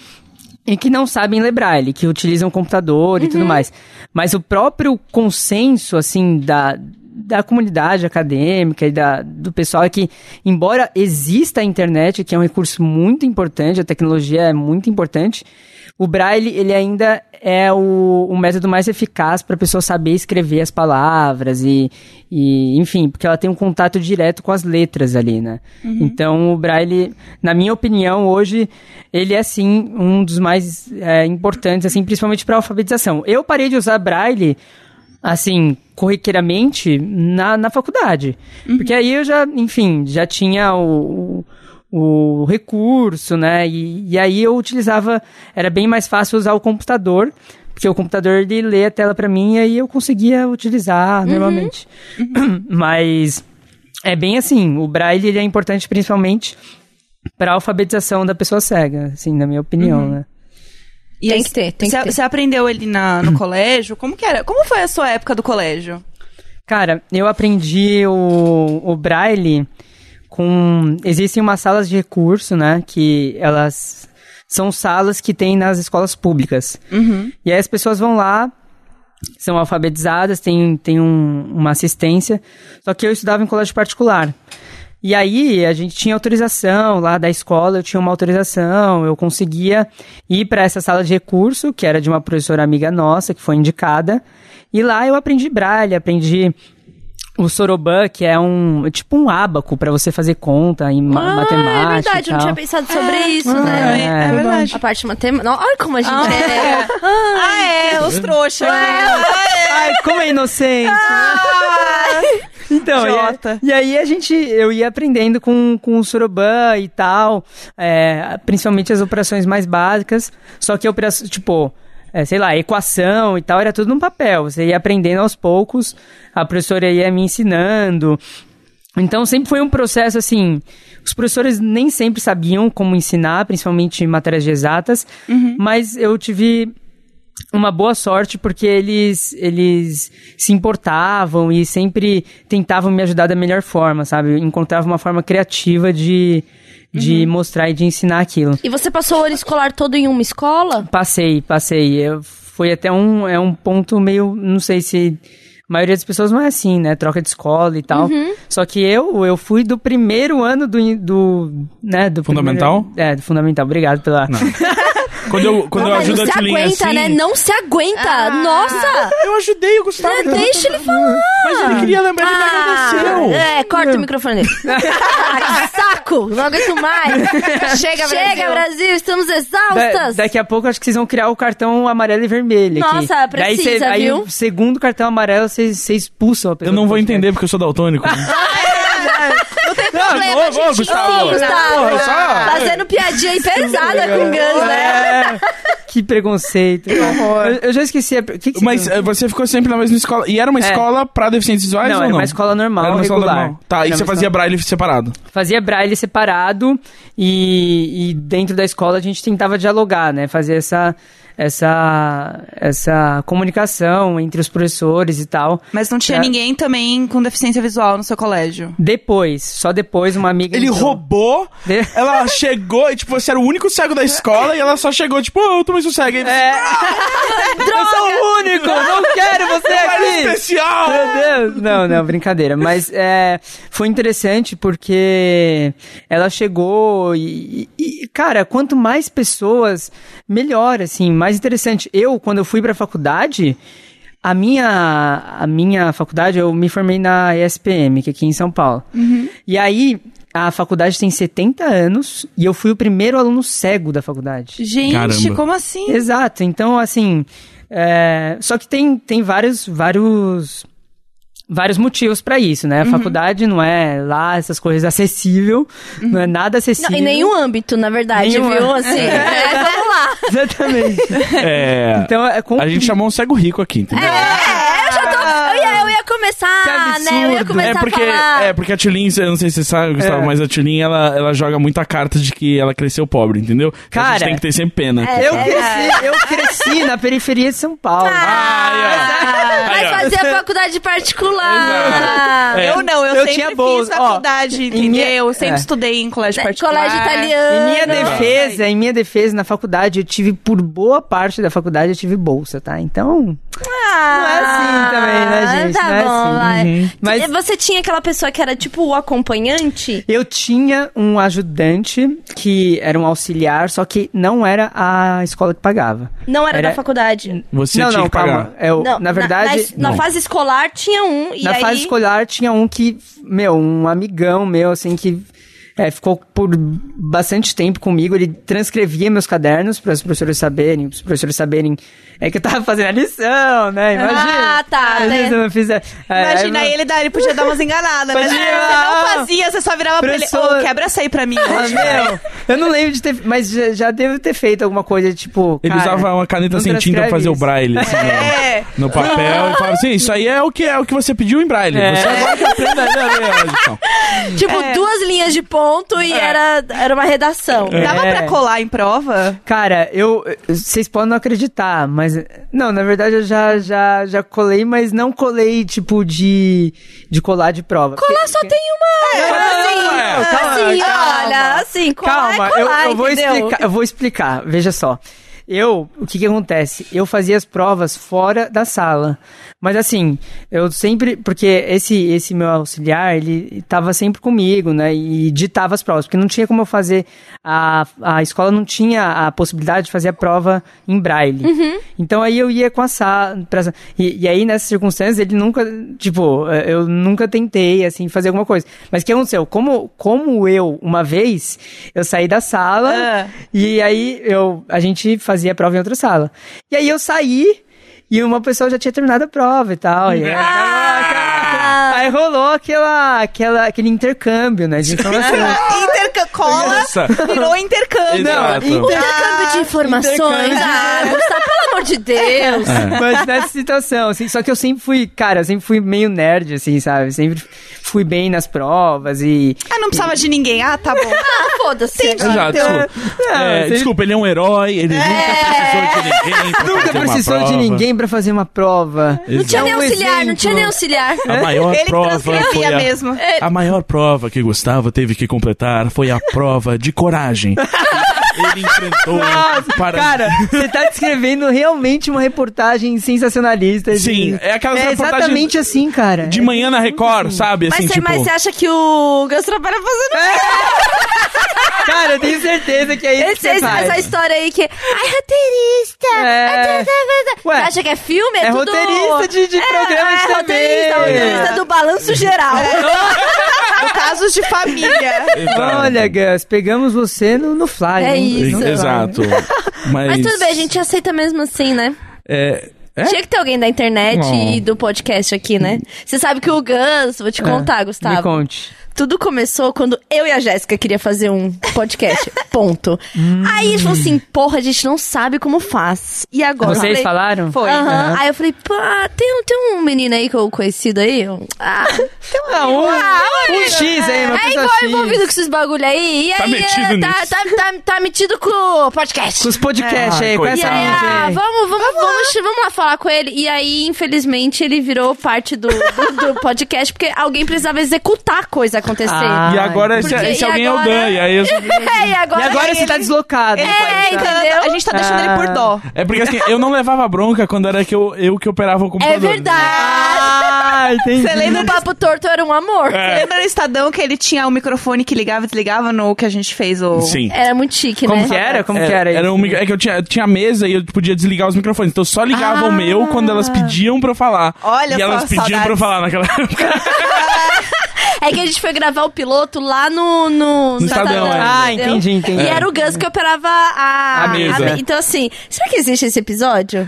e que não sabem ler braille, que utilizam computador e tudo mais. Mas o próprio consenso, assim, da, da comunidade acadêmica e da, do pessoal é que, embora exista a internet, que é um recurso muito importante, a tecnologia é muito importante, o braille, ele ainda é o, o método mais eficaz para a pessoa saber escrever as palavras e, e, enfim, porque ela tem um contato direto com as letras ali, né? Então, o braille, na minha opinião, hoje, ele é, sim, um dos mais é, importantes, assim, principalmente para alfabetização. Eu parei de usar braille assim, corriqueiramente na, na faculdade. Porque aí eu já, enfim, já tinha o, o, o recurso, né? E, e aí eu utilizava, era bem mais fácil usar o computador, porque o computador ele lê a tela pra mim e aí eu conseguia utilizar normalmente. Mas é bem assim, o braille ele é importante principalmente para alfabetização da pessoa cega, assim, na minha opinião, né?
E
Tem
aí,
que ter, tem que
você,
ter.
você aprendeu ele na- no colégio? Como que era? Como foi a sua época do colégio?
Cara, eu aprendi o, o braille com. Existem umas salas de recurso, né? Que elas são salas que tem nas escolas públicas. E aí as pessoas vão lá, são alfabetizadas, tem, tem um- uma assistência. Só que eu estudava em colégio particular. E aí a gente tinha autorização lá da escola, eu tinha uma autorização, eu conseguia ir para essa sala de recurso, que era de uma professora amiga nossa, que foi indicada. E lá eu aprendi braille, aprendi o soroban, que é um tipo um ábaco para você fazer conta em ma-
Ah,
matemática.
É
e
verdade, eu
tal.
não tinha pensado sobre isso,
Ah,
né?
é, é verdade.
A parte matemática. Olha como a gente
Ah,
é.
é. Ah, é, os trouxas. né?
Ai, como é inocente! Então, e-
Jota.
E, aí a gente, eu ia aprendendo com, com o Soroban e tal, é, principalmente as operações mais básicas, só que a operação, tipo, é, sei lá, equação e tal, era tudo no papel, você ia aprendendo aos poucos, a professora ia me ensinando, então sempre foi um processo assim. Os professores nem sempre sabiam como ensinar, principalmente em matérias de exatas, mas eu tive uma boa sorte porque eles eles se importavam e sempre tentavam me ajudar da melhor forma, sabe? Eu encontrava uma forma criativa de de mostrar e de ensinar aquilo.
E você passou o ano escolar todo em uma escola?
Passei, passei. Eu- foi até um, é um ponto meio. Não sei se. A maioria das pessoas não é assim, né? Troca de escola e tal. Só que eu, eu fui do primeiro ano do. in- do né, do
Fundamental?
primeiro- é, do fundamental. Obrigado pela.
Quando eu, quando eu
Não, mas
ajudo
não
a
se
Tilin
aguenta,
assim...
né? Não se aguenta! Nossa!
Eu ajudei o Gustavo.
Né, Deixa ele falar!
Mas ele queria lembrar, ele me agradeceu.
é, corta o microfone dele. Ah, que saco! Não aguento mais! Chega, Brasil! Chega, Brasil! Estamos
Da-
exaustas!
daqui a pouco acho que vocês vão criar o cartão amarelo e vermelho. aqui.
Nossa,
Daí
precisa,
cê- Aí
viu?
o segundo cartão amarelo, vocês vocês expulsam a pessoa.
Eu não
do
vou
podcast.
entender porque eu sou daltônico.
problema,
Não, ô, ô,
gente.
Gustavo.
Sim, Gustavo.
Porra, só-
Fazendo piadinha aí pesada com Guns, né?
É, que preconceito. Eu, eu já esqueci. A, que que você
Mas
perguntou?
eh, você ficou sempre na mesma escola. E era uma
É.
escola pra deficientes visuais
Não,
ou
era
não?
uma escola normal,
Era uma escola
regular.
normal. Tá,
Era
e
uma
você fazia
escola-
braille separado.
fazia braille separado e, e dentro da escola a gente tentava dialogar, né? Fazer essa, essa, essa comunicação entre os professores e tal.
Mas não tinha
Pra-
ninguém também com deficiência visual no seu colégio.
Depois, só depois, uma amiga.
Ele
entrou.
roubou,
De-
ela chegou, e tipo, você era o único cego da escola, e ela só chegou, tipo, "Ô, eu também sou cega. É,
Eu sou o único! Não quero você aqui!
é especial!
Meu Deus! Não, não, brincadeira. Mas é, foi interessante porque ela chegou e, e- e, cara, quanto mais pessoas, melhor, assim, mais interessante. Eu, quando eu fui pra faculdade, a minha, a minha faculdade, eu me formei na ESPM, que é aqui em São Paulo. E aí, a faculdade tem 70 anos e eu fui o primeiro aluno cego da faculdade.
Gente,
Caramba.
como assim?
Exato. Então, assim. é, Só que tem, tem vários, vários, vários motivos pra isso, né? A faculdade não é lá essas coisas acessível, não é nada acessível.
Não, em nenhum âmbito, na verdade,
Nenhum
viu?
âmbito.
Assim, é, vamos lá.
Exatamente.
É.
Então, é com...
A gente chamou um cego rico aqui, entendeu?
É, eu já tô. Eu ia, eu ia começar,
Que
né? Eu ia
absurdo.
começar
É porque,
a falar.
é porque a Tulin, eu não sei se você sabe, Gustavo,
É.
mas a Tulin, ela, ela joga muita carta de que ela cresceu pobre, entendeu? Então a gente
Cara,
tem que ter sempre pena.
é.
Eu cresci, eu cresci na periferia de São Paulo.
Ah,
Aí, ó.
mas fazia faculdade particular.
Exato. É.
Ah, Eu não, eu,
Eu
sempre
tinha
fiz
bolsa, ó,
faculdade,
em
entendeu?
minha-
Eu sempre
é.
estudei em colégio
Né,
particular.
Colégio
Em
italiano.
minha
Não.
defesa, em minha defesa na faculdade, eu tive por boa parte da faculdade eu tive bolsa, tá? Então, não é assim também, né, gente?
Tá
não é
bom,
assim.
vai.
Uhum. Mas
Você tinha aquela pessoa que era tipo o acompanhante?
Eu tinha um ajudante que era um auxiliar, só que não era a escola que pagava.
Não era,
Era-
da faculdade.
Você
não,
tinha
não,
que
calma.
pagar.
É o-
Não,
na verdade,
Na, na
não.
fase escolar tinha um. E
na
aí,
fase escolar tinha um que, meu, um amigão meu, assim, que é, ficou por bastante tempo comigo. Ele transcrevia meus cadernos para os professores saberem, para os professores saberem é que eu tava fazendo a lição, né? Imagina.
Ah, tá,
Imagina
né?
se eu não fizer. é,
Imagina
aí,
ele, dar, ele podia dar umas enganadas, mas
Podia,
você não
ah,
fazia, você só virava pra ele, ô,
professor.
quebra essa aí pra mim.
Ah, meu, eu não lembro de ter, mas já, já devo ter feito alguma coisa tipo.
Ele
cara,
usava uma caneta
não
sem tinta pra
transcreve
fazer o
isso.
braille assim,
É.
no, no papel e falava assim: Isso aí é o que, é o que você pediu em braille.
É.
Você agora que aprende a ler a edição.
Tipo, duas linhas de ponto e era, era uma redação.
Dava
É.
pra colar em prova?
Cara, eu. Vocês podem não acreditar, mas. Não, na verdade eu já, já, já colei, mas não colei, tipo, de. de colar de prova.
Colar Então, só tem uma.
É,
assim, assim,
calma, calma.
calma,
olha, assim, colar
Calma,
é colar,
eu, eu vou
entendeu?
explicar, eu vou explicar, veja só. Eu, o que que acontece? Eu fazia as provas fora da sala. Mas assim, eu sempre, porque esse esse meu auxiliar, ele tava sempre comigo, né, e ditava as provas, porque não tinha como eu fazer a a escola não tinha a possibilidade de fazer a prova em braille. Então aí eu ia com a sala, pra, e, e aí nessas circunstâncias ele nunca, tipo, eu nunca tentei assim fazer alguma coisa. Mas o que aconteceu? Como como eu uma vez eu saí da sala
Ah.
e aí eu a gente fazia a prova em outra sala. E aí eu saí e uma pessoa já tinha terminado a prova e tal. E aí,
Ah!
aí rolou aquela, aquela, aquele intercâmbio, né? De informações.
Intercola
Nossa.
virou intercâmbio.
Exato.
então, Intercâmbio de informações.
intercâmbio.
Ah, Gustavo, pelo amor de Deus.
Mas nessa situação, assim, só que eu sempre fui, cara, eu sempre fui meio nerd, assim, sabe? Sempre fui bem nas provas e.
Ah, não precisava de ninguém. Ah, tá bom.
Ah, foda-se.
Exato, desculpa.
Ah,
É,
você- É.
Desculpa, ele é um herói, ele nunca precisou de ninguém. pra
Nunca
fazer uma
precisou de
prova.
ninguém pra fazer uma prova.
Não tinha
Exato.
nem
É um
auxiliar, não
exemplo.
tinha nem auxiliar.
A maior
Ele
prova foi
transcrevia
a...
mesmo.
A maior prova que Gustavo teve que completar foi a prova de coragem. Ele enfrentou para
Cara, você tá descrevendo realmente uma reportagem sensacionalista. de-
Sim, é aquela
É
reportagem
exatamente assim, cara.
de manhã na Record, sabe?
Mas,
Assim,
você,
tipo,
mas você acha que o Gus trabalha fazendo
É. Cara, eu tenho certeza que é isso
Esse,
que você
esse,
faz.
essa história aí que. Ai, roteirista! tá,
É.
Você
Ué,
acha que é filme? É,
é
tudo...
roteirista de- de programa de
é,
TV.
roteirista, roteirista do balanço geral.
No casos de família.
exato.
Olha, Gus, pegamos você no, no fly.
É
hein?
isso.
No fly.
Exato. Mas,
Mas tudo bem, a gente aceita mesmo assim, né?
É, é?
Tinha que ter alguém da internet
Não.
e do podcast aqui, né? Você sabe que o Gus, vou te
É,
contar,
Me
Gustavo.
conte.
Tudo começou quando eu e a Jéssica queria fazer um podcast. ponto. Aí eles falaram assim: porra, a gente não sabe como faz. E agora? Eu
Vocês
falei, Ah,
falaram?
Foi.
Aham.
Aham.
Aí eu falei, pá, tem, um- tem um menino aí que eu conhecido aí? um- Ah,
Ah, um, um X aí, uma
é
assim. pessoa
igual
X.
envolvido com esses bagulho aí. E aí,
Tá metido
é, tá,
nisso.
tá, tá, tá metido com o podcast.
Com os podcasts
É.
aí,
Ah,
com
E
essa
aí,
mente
ah,
aí.
vamos, vamos, vamos, vamos lá. falar com ele. E aí, infelizmente, ele virou parte do, do, do podcast, porque alguém precisava executar a coisa acontecer.
Ah,
E agora esse,
Porque-
esse
e
alguém
agora-
é o Dan. E aí eu-
e agora,
E agora
ele-
você tá deslocado. então.
Ele
pode
tá
então.
estar.
brincando,
É, entendeu?
A gente tá deixando ele
Ah.
por dó.
É porque assim, eu não levava bronca quando era que eu, eu que operava o computador.
É verdade.
Ah, entendi.
Você lembra
O papo torto era um amor.
É.
Lembra no Estadão que ele tinha o microfone que ligava e desligava no que a gente fez o...
Sim.
Era muito chique,
Como
né?
que era? Como
É,
que era isso?
um micro- é que eu tinha, tinha mesa e eu podia desligar os microfones. Então eu só ligava
Ah.
o meu quando elas pediam pra eu falar.
Olha
E
só,
elas pediam pra eu
saudades.
falar naquela época.
É que a gente foi gravar o piloto lá no. No,
No Estadão, é.
Ah,
entendeu?
entendi, entendi.
E era o Gus que operava a.
A mesa.
me- Então, assim, será que existe esse episódio?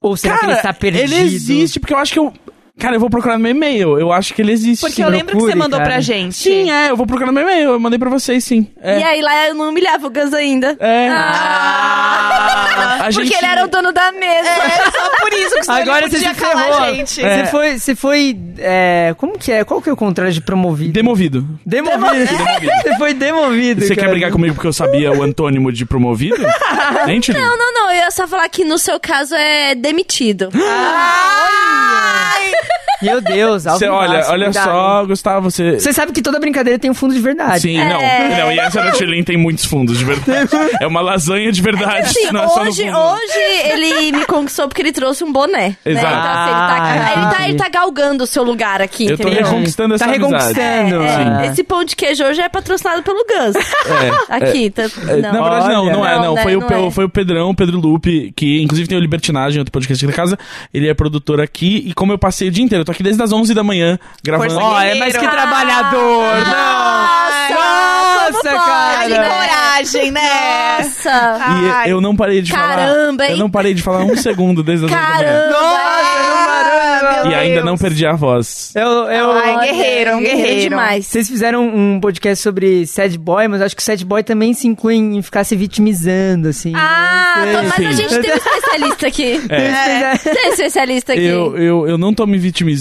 Ou será que ele está perdido?
ele existe, porque eu acho que eu. Cara, eu vou procurar no meu e-mail. Eu acho que ele existe.
Porque
sim.
eu lembro que
procure,
você mandou
cara.
pra gente.
Sim, é, eu vou procurar no meu e-mail. Eu mandei pra vocês, sim. É.
E aí lá eu não humilhava o Gus ainda.
É.
Ah!
A
Porque
gente-
ele era o dono da mesa.
É só por isso que senão
Agora
ele
você
podia
se
calar
ferrou.
a gente.
Você foi, você foi é, como que é? Qual que é o contrário de promovido?
Demovido.
Demovido. Você foi demovido,
Você
cara.
quer brigar comigo porque eu sabia o antônimo de promovido? Gente,
Não, não, não. Eu ia só falar que no seu caso é demitido.
Ah,
Meu Deus, alvo
Você olha,
máximo,
olha
cuidado,
só,
hein?
Gustavo, você.
Você sabe que toda brincadeira tem um fundo de verdade.
Sim, não.
É.
Não, e essa da Tilin tem muitos fundos, de verdade. É uma lasanha de verdade.
Assim,
não é só no
hoje,
fundo.
hoje ele me conquistou porque ele trouxe um boné. né?
Exato.
Então, assim, ele tá,
Ah,
ele, tá,
entendi.
ele tá galgando o seu lugar aqui,
Eu tô
entendeu? É,
reconquistando essa
Tá
É,
reconquistando.
amizade.
ah.
Esse pão de queijo hoje é patrocinado pelo Gus.
É,
Aqui, tá.
É,
Não.
Na verdade, não,
Olha.
não é, não.
Não, né,
foi, o,
não
Pe-
é.
foi o Pedrão, o Pedro Lupe, que inclusive tem o Libertinagem, outro podcast aqui da casa. Ele é produtor aqui, e como eu passei o dia inteiro, eu tô aqui desde as 11 da manhã gravando.
Força,
Ó,
Olha,
guerreiro.
mas é que trabalhador,
Nossa,
não.
como
Nossa,
pode?
Ai, que
cara.
coragem, né?
Nossa!
E eu não parei de falar.
Caramba, hein?
Eu não parei de falar um segundo desde as 11 da manhã.
Caramba!
Nossa, não parou, não.
meu
E ainda
Deus.
não perdi a voz.
Eu, eu,
Ai, guerreiro, um guerreiro.
demais.
Vocês fizeram um podcast sobre sad boy, mas acho que o sad boy também se inclui em ficar se vitimizando, assim.
Ah,
né?
tô- mas a
Enfim.
gente tem um especialista aqui.
é.
Tem um especialista aqui.
Eu, eu, eu não tô me vitimizando.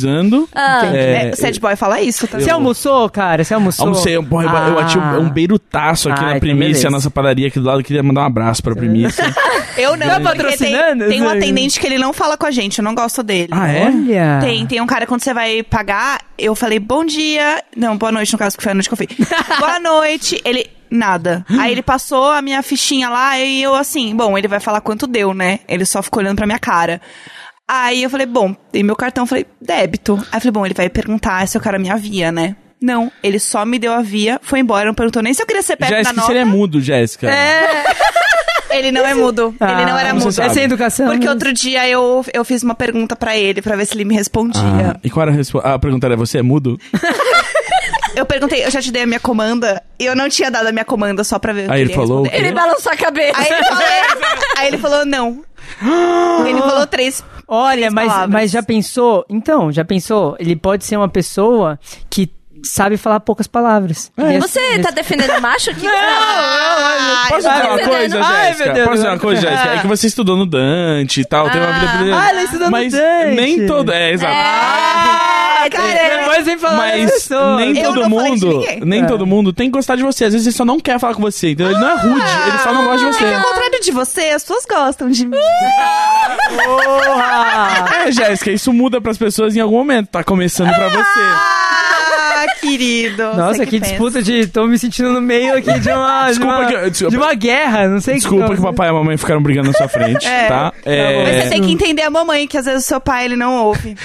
Ah.
É,
É, o Sad Boy fala isso também.
Você almoçou, cara? Você almoçou?
Almocei, eu, porra, eu-
Ah.
eu bati um, um beirutaço aqui
Ah,
na
então
Primícia,
beleza. É.
a nossa padaria aqui do lado. Queria mandar um abraço pra Primícia.
Eu não,
Tá
porque tem,
patrocinando?
tem um atendente que ele não fala com a gente, eu não gosto dele.
ah, é?
Olha.
Tem, tem um cara, quando você vai pagar, eu falei, bom dia. Não, boa noite, no caso, que foi a noite que eu fui. boa noite. Ele, nada. Aí ele passou a minha fichinha lá e eu assim, bom, ele vai falar quanto deu, né? Ele só ficou olhando pra minha cara. Aí eu falei, bom, dei meu cartão, falei, débito. Aí eu falei, bom, ele vai perguntar se eu quero a minha via, né? Não, ele só me deu a via, foi embora, não perguntou nem se eu queria ser perto da
Jéssica,
nota.
você é mudo, Jéssica.
É.
Ele não é mudo. ele não era
como você
mudo.
sabe?
É sem educação.
Porque
né?
outro dia eu, eu fiz uma pergunta pra ele, pra ver se ele me respondia.
Ah, e qual era a resposta? Ah, a pergunta era, você é mudo?
Eu perguntei, eu já te dei a minha comanda, e eu não tinha dado a minha comanda só pra ver. o que
Aí ele falou,
responder.
Ele balançou a cabeça.
Aí ele falou, aí ele falou não. Ele falou três
Olha,
Três
mas,
palavras.
mas já pensou? Então, já pensou? Ele pode ser uma pessoa que sabe falar poucas palavras. Ele é-
Você
ele-
tá defendendo macho aqui? Ah,
Posso
eu tô
dizer uma
entendendo.
coisa,
Ai,
Jéssica?
meu Deus.
Posso dizer uma coisa, Jéssica? É que você estudou no Dante e tal, tem uma vida
Ah.
brilhante.
Ah, ela estudou no
Mas
Dante.
nem todo... É, exato. Ah,
É,
Cara, depois vem falar da
Mas
pessoa.
nem
Eu
todo
não falei de
mundo,
ninguém.
nem
É.
todo mundo tem que gostar de você. Às vezes ele só não quer falar com você, entendeu? Ele não é rude, ele só não gosta de você.
Ao contrário de você, as pessoas gostam de mim.
Porra!
É, Jéssica, isso muda pras pessoas em algum momento. Tá começando pra você.
Ah, querido.
Nossa,
sei
que,
pensa.
disputa de. Tô me sentindo no meio aqui de uma.
Desculpa
de uma,
que eu- desculpa.
de uma guerra, não sei
Desculpa que o papai e a mamãe ficaram brigando na sua frente,
É.
tá?
Mas você
É,
tem que entender a mamãe, que às vezes o seu pai ele não ouve.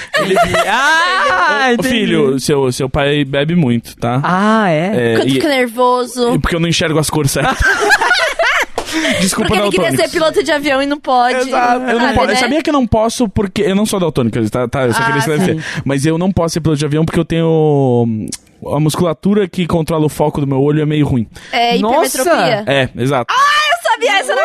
Ah,
ô,
entendi.
filho, seu, seu pai bebe muito, tá?
Ah, é?
É,
Quando
e-
fica nervoso.
e porque eu não enxergo as cores certas. Desculpa,
Porque ele queria
daltônicos.
ser piloto de avião e não pode.
Exato.
Ah,
Eu, não
sabe,
posso, eu
né?
sabia que eu não posso porque. Eu não sou daltônico, tá? tá eu só
Ah,
queria esclarecer. Mas eu não posso ser piloto de avião porque eu tenho. hum, A musculatura que controla o foco do meu olho é meio ruim.
É
Nossa!
hipermetropia.
É, exato.
Ah,
Eu sabia, essa não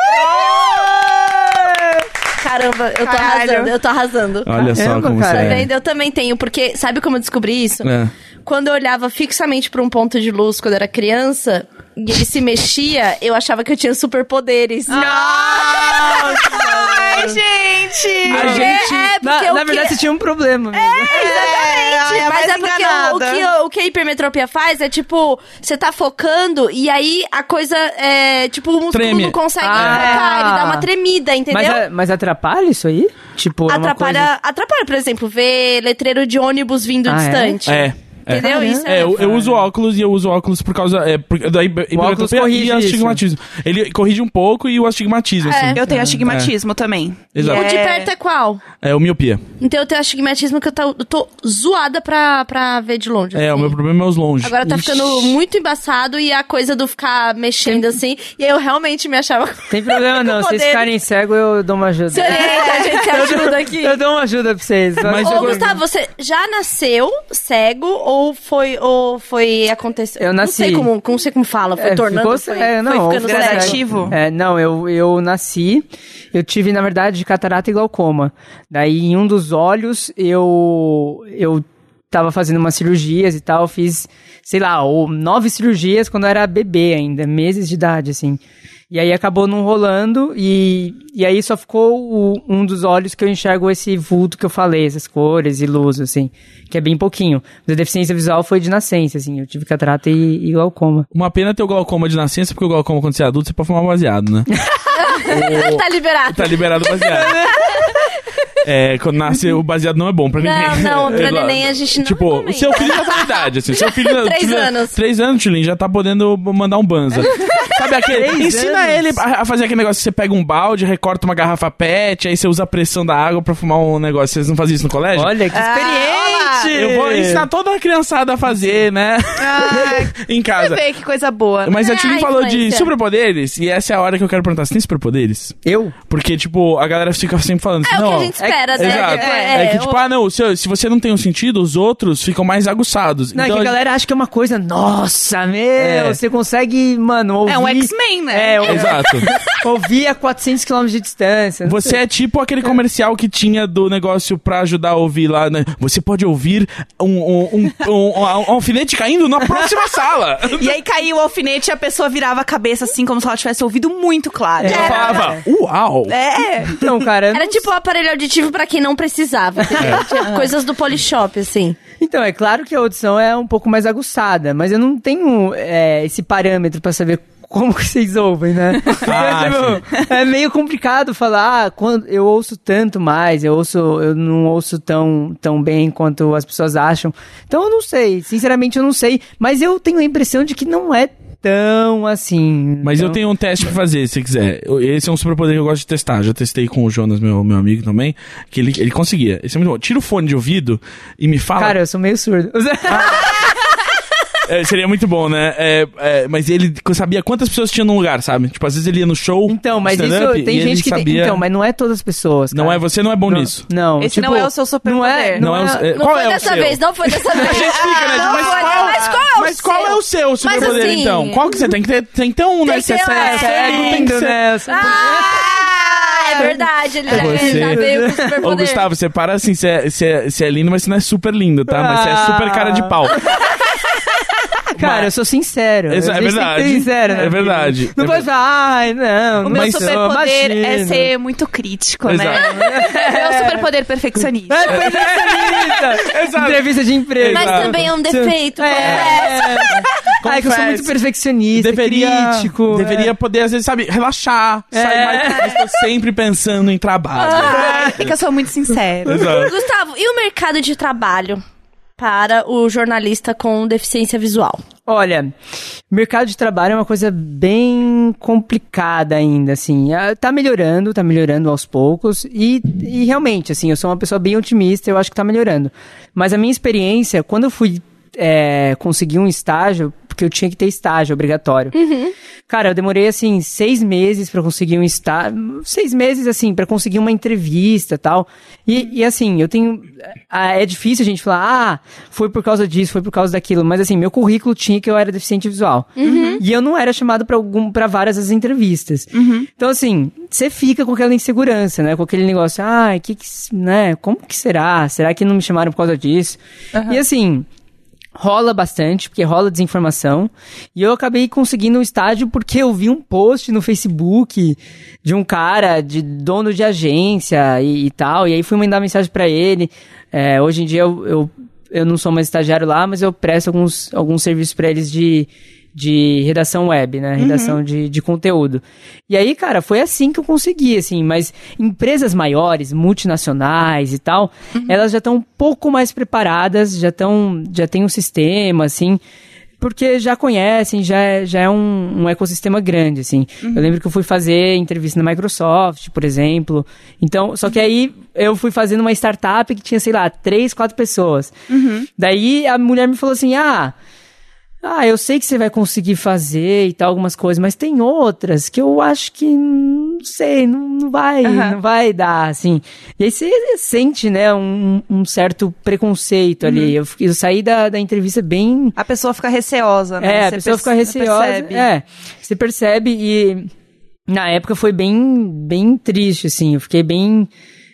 Caramba, eu tô
Caralho.
arrasando, eu tô arrasando.
Olha só
Caramba,
como
cara.
Tá
você é.
vendo? Eu também tenho, porque sabe como eu descobri isso?
É.
Quando eu olhava fixamente pra um ponto de luz quando eu era criança e ele se mexia, eu achava que eu tinha superpoderes.
Ah, Ai, gente!
A
Porque-
gente-
é porque
na,
eu É,
na verdade,
que-
você tinha um problema. mesmo.
Exatamente! É,
Mas é porque o- o que,
eu...
o que a hipermetropia faz é tipo, você tá focando e aí a coisa é. Tipo, o músculo
Treme.
não consegue
Ah.
focar, ele dá uma tremida, entendeu?
Mas, a- mas atrapalha isso aí? Tipo, é uma
atrapalha, atrapalha, por exemplo, ver letreiro de ônibus vindo
Ah, é?
distante.
É. é.
Entendeu? Isso
É,
é.
eu, eu uso óculos e eu uso óculos por causa. É, por, da hiper-
óculos
hipermetropia
corrige
e
isso. É.
astigmatismo. Ele corrige um pouco e o astigmatismo, assim.
tenho astigmatismo também.
Exato.
O de perto é qual?
É o miopia.
Então eu tenho astigmatismo que eu tô, eu tô zoada pra, pra ver de longe.
É, o
assim.
meu problema é os longe.
Agora tá
Ixi.
ficando muito embaçado e a coisa do ficar mexendo assim. E aí eu realmente me achava.
Tem problema não. Se vocês
Poderes.
ficarem cegos, eu dou uma ajuda.
Se orienta, a gente se ajuda aqui.
Eu dou uma ajuda pra vocês.
Mas
Ô,
eu-
Gustavo, você já nasceu cego ou foi ou foi aconteceu?
Eu nasci.
Não sei como, não sei como fala, foi
É,
tornando,
ficou
foi,
cego,
foi
não,
ficando
ficou
cego.
gradativo.
É, não, eu, eu nasci, eu tive, na verdade, catarata e glaucoma. Daí, em um dos olhos, eu, eu tava fazendo umas cirurgias e tal, fiz, sei lá, ou nove cirurgias quando eu era bebê ainda, meses de idade, assim. E aí acabou não rolando e, e aí só ficou o- um dos olhos que eu enxergo esse vulto que eu falei, essas cores e luz, assim, que é bem pouquinho. Mas a deficiência visual foi de nascença, assim, eu tive catarata e- e glaucoma.
Uma pena ter o glaucoma de nascença, porque o glaucoma, quando você é adulto, você pode fumar baseado, né?
tá liberado.
Tá liberado o baseado. É, quando nasce, o baseado não é bom pra
Não,
ninguém.
não, pra
É,
neném a gente não
Tipo,
recomenda.
o seu filho já tá na idade, assim. Seu filho.
Três
Tilin-
anos.
Três anos, Tilin, já tá podendo mandar um banza. Sabe aquele? Ensina ele a a fazer aquele negócio: que você pega um balde, recorta uma garrafa PET, aí você usa a pressão da água pra fumar um negócio. Vocês não faziam isso no colégio?
Olha que
Ah,
experiente!
Eu vou ensinar toda a criançada a fazer, né? em
é
casa.
Vê que coisa boa. né?
Mas a
Ah,
Tilly falou de
influência.
superpoderes, e essa é a hora que eu quero perguntar: você tem superpoderes?
Eu?
Porque, tipo, a galera fica sempre falando assim,
É o
não.
que a gente espera, né?
Exato. É, que, tipo, ah, não, se, se você não tem um sentido, os outros ficam mais aguçados.
Não,
então,
é que a
gente-
galera acha que é uma coisa, nossa, meu,
É.
você consegue, mano, ouvir...
É um X-Men, né?
É, ou-
Exato.
ouvir a 400 km de distância. não
Você é tipo aquele comercial que tinha do negócio pra ajudar a ouvir lá, né? Você pode ouvir um, um, um, um- um alfinete caindo na próxima sala.
E aí caiu o alfinete e a pessoa virava a cabeça assim, como se ela tivesse ouvido muito claro.
Eu falava, uau!
É.
sei. Então, cara... eu não
Era tipo um aparelho auditivo pra quem não
É.
precisava. entendeu?
Ah.
Tinha coisas do Polishop, assim.
Então, é claro que a audição é um pouco mais aguçada, mas eu não tenho é, esse parâmetro pra saber como que vocês ouvem, né?
Ah,
Então, tipo, é meio complicado falar, ah, quando eu ouço tanto mais, eu ouço, eu não ouço tão, tão bem quanto as pessoas acham. Então eu não sei, sinceramente eu não sei, mas eu tenho a impressão de que não é tão assim.
Mas eu
Então,
tenho um teste pra fazer, se quiser. Eu- Esse é um superpoder que eu gosto de testar. Já testei com o Jonas, meu, meu amigo também, que ele, ele conseguia. Esse é muito bom. Tira o fone de ouvido e me fala.
Cara, eu sou meio surdo.
Ah. É, seria muito bom, né? É, é, mas ele sabia quantas pessoas tinha num lugar, sabe? Tipo, às vezes ele ia no show.
Então, mas
stand-up,
isso tem
e ele
gente que
sabia...
tem, Então, mas não é todas as pessoas.
Não
cara.
é, você não é bom
Não,
nisso.
Não,
Esse não
tipo,
é o seu superpoder.
Não, é, o- é,
Não
qual
foi
é o
dessa
seu?
vez, não foi dessa vez.
A gente fica, né?
Não
mas,
foi,
qual,
mas qual
Ah,
é o
mas qual
seu?
é o seu superpoder,
assim-
então? Qual que você tem que ter? Tem que ter um, né?
que
Se
ter
é
um, é.
cego, tem que
lindo,
ser...
né? Essa-
Ah, é verdade, ele já,
Você-
ele já veio com
Ô,
superpoder.
Gustavo, você para assim, você é, você é- você é lindo, mas você não é super lindo, tá? Mas você é super cara de pau.
Ah. Cara, eu sou sincero.
Isso
A gente
é
tem que ser
verdade.
sincero, né?
É verdade.
Não
É
pode falar, ai, não.
O meu
mas sou
superpoder é
machino."
ser muito crítico,
Exato.
né? meu superpoder perfeccionista.
É, perfeccionista!
Exato.
Entrevista de emprego.
Mas
Exato.
também é um defeito.
É. Ai, que eu sou
Confesso.
muito perfeccionista,
Deveria,
crítico.
deveria poder, às vezes, sabe, relaxar, sair
É. Ah.
mais, mas tô sempre pensando em trabalho.
É que eu sou muito sincero.
Exato.
é? Gustavo, e o mercado de trabalho para o jornalista com deficiência visual?
Olha, mercado de trabalho é uma coisa bem complicada ainda, assim. Ah, Tá melhorando, tá melhorando aos poucos. E, e realmente, assim, eu sou uma pessoa bem otimista, eu acho que tá melhorando. Mas a minha experiência, quando eu fui é, conseguir um estágio, porque eu tinha que ter estágio obrigatório. Cara, eu demorei, assim, seis meses pra conseguir um estágio. Seis meses, assim, pra conseguir uma entrevista e tal. E, e, assim, eu tenho. ah, É difícil a gente falar, ah, foi por causa disso, foi por causa daquilo. Mas, assim, meu currículo tinha que eu era deficiente visual. E eu não era chamado pra algum para várias as entrevistas. Então, assim, você fica com aquela insegurança, né? Com aquele negócio, ah, que, que s- né? Como que será? Será que não me chamaram por causa disso? E, assim rola bastante, porque rola desinformação. E eu acabei conseguindo um estágio porque eu vi um post no Facebook de um cara, de dono de agência e, e tal. E aí fui mandar mensagem pra ele. É, hoje em dia eu, eu, eu não sou mais estagiário lá, mas eu presto alguns, alguns serviços pra eles de. De redação web, né? Redação de, de conteúdo. E aí, cara, foi assim que eu consegui, assim. Mas empresas maiores, multinacionais e tal, elas já estão um pouco mais preparadas, já estão, já tem um sistema, assim, porque já conhecem, já é, já é um, um ecossistema grande, assim. Eu lembro que eu fui fazer entrevista na Microsoft, por exemplo. Então, só que aí eu fui fazendo uma startup que tinha, sei lá, três, quatro pessoas. Daí a mulher me falou assim, ah... Ah, eu sei que você vai conseguir fazer e tal, algumas coisas, mas tem outras que eu acho que, hum, não sei, não, não vai,
Aham.
não vai dar, assim. E aí você sente, né, um, um certo preconceito ali. Eu, fiquei- eu saí da, da entrevista bem...
A pessoa fica receosa, né?
É, a
Você
pessoa fica
perce-
receosa.
percebe.
É, você percebe e na época foi bem, bem triste, assim. Eu fiquei bem,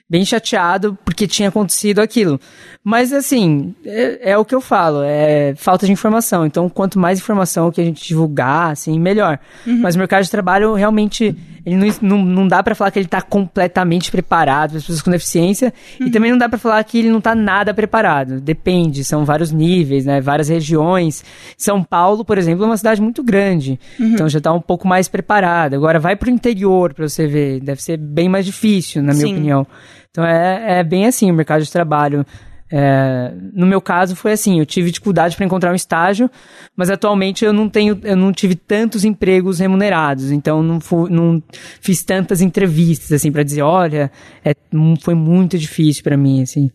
bem chateado porque tinha acontecido aquilo. Mas, assim, é, é o que eu falo, é falta de informação. Então, quanto mais informação que a gente divulgar, assim, melhor.
Uhum.
Mas o mercado de trabalho realmente... Ele não, não, não dá pra falar que ele tá completamente preparado para as pessoas com deficiência.
Uhum.
E também não dá pra falar que ele não tá nada preparado. Depende, são vários níveis, né? Várias regiões. São Paulo, por exemplo, é uma cidade muito grande. Então já tá um pouco mais preparada. Agora vai pro interior pra você ver. Deve ser bem mais difícil, na minha
Sim.
opinião. Então é, é bem assim o mercado de trabalho. É, no meu caso foi assim, eu tive dificuldade para encontrar um estágio, mas atualmente eu não tenho, eu não tive tantos empregos remunerados, então não, fu- não fiz tantas entrevistas assim para dizer, olha, é, mu- foi muito difícil para mim assim.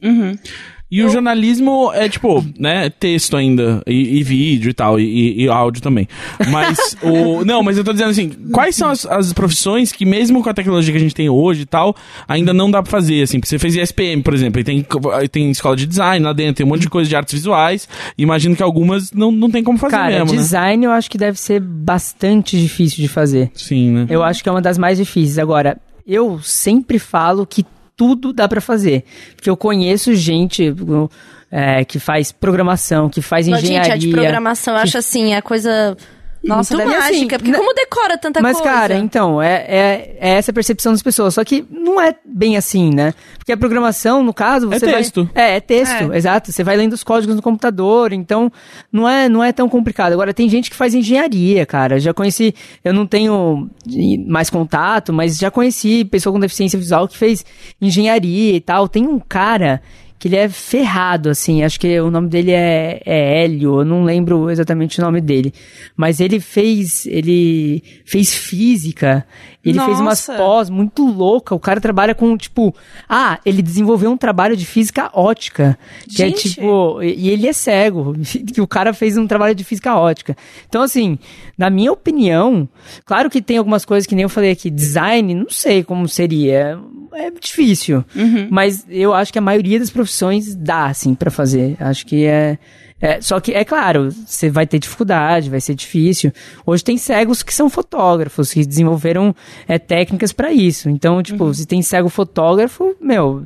E o jornalismo é tipo, né, texto ainda, e, e vídeo e tal, e, e áudio também. Mas o. Não, mas eu tô dizendo assim, quais são as, as profissões que, mesmo com a tecnologia que a gente tem hoje e tal, ainda não dá pra fazer, assim? Porque você fez ESPM, por exemplo, e tem, co- aí tem escola de design lá dentro, tem um monte de coisa de artes visuais. e Imagino que algumas não, não tem como fazer
Cara,
mesmo, né?
design eu acho que deve ser bastante difícil de fazer.
Sim, né?
Eu acho que é uma das mais difíceis. Agora, eu sempre falo que tudo dá pra fazer. Porque eu conheço gente é, que faz programação, que faz
Não,
engenharia.
Gente, a de programação, eu acho assim, a coisa
Nossa,
muito
deve-
mágica.
assim,
porque
né?
como decora tanta
Mas,
coisa?
cara, então, é, é, é essa percepção das pessoas. Só que não é bem assim, né? Porque a programação, no caso,
É
você vai-
texto.
É, é texto, exato. Você vai lendo os códigos no computador, então não é, não é tão complicado. Agora, tem gente que faz engenharia, cara. Já conheci, eu não tenho de- mais contato, mas já conheci pessoa com deficiência visual que fez engenharia e tal. Tem um cara que ele é ferrado, assim, acho que o nome dele é, é Hélio, eu não lembro exatamente o nome dele, mas ele fez, ele fez física, ele fez umas
Nossa.
pós pós muito louca. O cara trabalha com, tipo, ah, ele desenvolveu um trabalho de física ótica. Que é
Gente.
tipo. E e ele é cego. Que o cara fez um trabalho de física ótica. Então, assim, na minha opinião, claro que tem algumas coisas que nem eu falei aqui. Design, não sei como seria. É difícil. Mas eu acho que a maioria das profissões dá, assim, pra fazer. Acho que é. É, só que, é claro, você vai ter dificuldade, vai ser difícil. Hoje tem cegos que são fotógrafos, que desenvolveram é, técnicas para isso. Então, tipo, se tem cego fotógrafo, meu,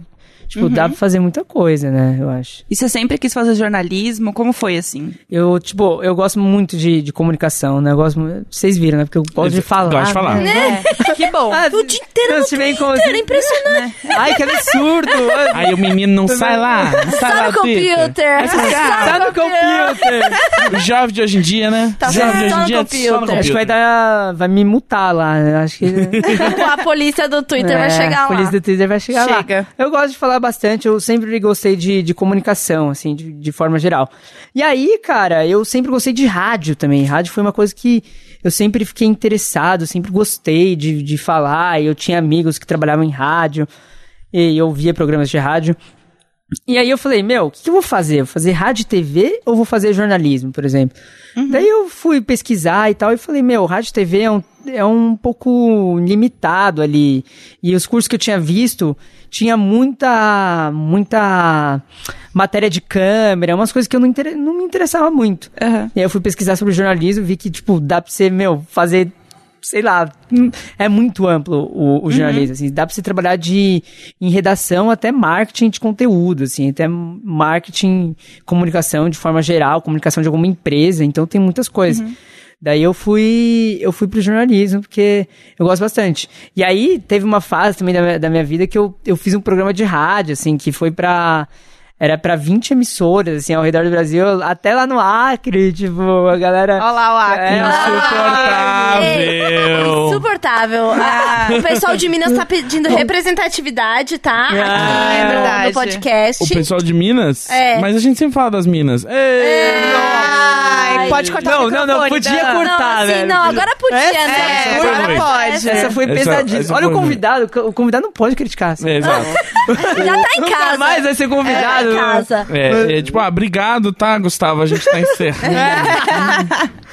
tipo, dá pra fazer muita coisa, né? Eu acho.
E você sempre quis fazer jornalismo? Como foi assim?
Eu, tipo, eu gosto muito de, de comunicação, né? Eu gosto, mu- vocês viram, né? Porque eu gosto de
Eu
falar.
gosto de falar.
É.
Né?
Que bom.
Ah,
O dia inteiro
eu
no
te vejo
Twitter, é impressionante.
Ai, que absurdo!
Aí o menino não sai lá. Não sai lá
Sabe
do Twitter.
computer.
Tá no
é? computer. O jovem de hoje em dia, né?
Tá certo,
jovem de hoje
tá
em
no
dia só no
computer.
Acho que vai
computer.
dar. Vai me mutar lá. né? Acho que.
A polícia do Twitter
É,
vai chegar
A polícia
lá.
do Twitter vai chegar lá.
Chega.
Eu gosto de falar bastante, eu sempre gostei de, de comunicação, assim, de, de forma geral. E aí, cara, eu sempre gostei de rádio também. Rádio foi uma coisa que eu sempre fiquei interessado, eu sempre gostei de, de falar. e Eu tinha amigos que trabalhavam em rádio e eu via programas de rádio. E aí eu falei, meu, o que, que eu vou fazer? Vou fazer rádio e TV ou vou fazer jornalismo, por exemplo? Daí eu fui pesquisar e tal, e falei, meu, rádio e TV é um, é um pouco limitado ali. E os cursos que eu tinha visto, tinha muita, muita matéria de câmera, umas coisas que eu não, inter- não me interessava muito.
Aham.
E aí eu fui pesquisar sobre jornalismo, vi que, tipo, dá pra você, meu, fazer. Sei lá, hum, é muito amplo o, o jornalismo, assim, dá pra você trabalhar de, em redação até marketing de conteúdo, assim, até marketing, comunicação de forma geral, comunicação de alguma empresa, então tem muitas coisas. Daí eu fui, eu fui pro jornalismo, porque eu gosto bastante. E aí teve uma fase também da minha, da minha vida que eu, eu fiz um programa de rádio, assim, que foi pra. Era pra 20 emissoras, assim, ao redor do Brasil, até lá no Acre, tipo, a galera.
Olha lá o Acre.
É,
Ah, é
Insuportável.
Insuportável. Ah, o pessoal de Minas tá pedindo representatividade, tá? Aqui
Ah,
é
no,
verdade.
no
O
podcast.
pessoal de Minas?
É.
Mas a gente sempre fala das Minas. Ei,
Ai, pode cortar
Não,
o
não,
microfone.
não, podia
Dan.
cortar.
Não, assim,
velho.
não, agora podia, né?
Essa-
É,
Essa foi
agora
ruim.
pode.
Essa foi
Essa-
pesadíssima.
essa
Olha
foi um
o
ruim.
convidado, o convidado não pode criticar. Assim.
É, exato.
Já tá em casa.
Nunca mais vai ser convidado.
É, em
né?
casa.
É, é, tipo, ah, obrigado, tá, Gustavo? A gente tá encerrando.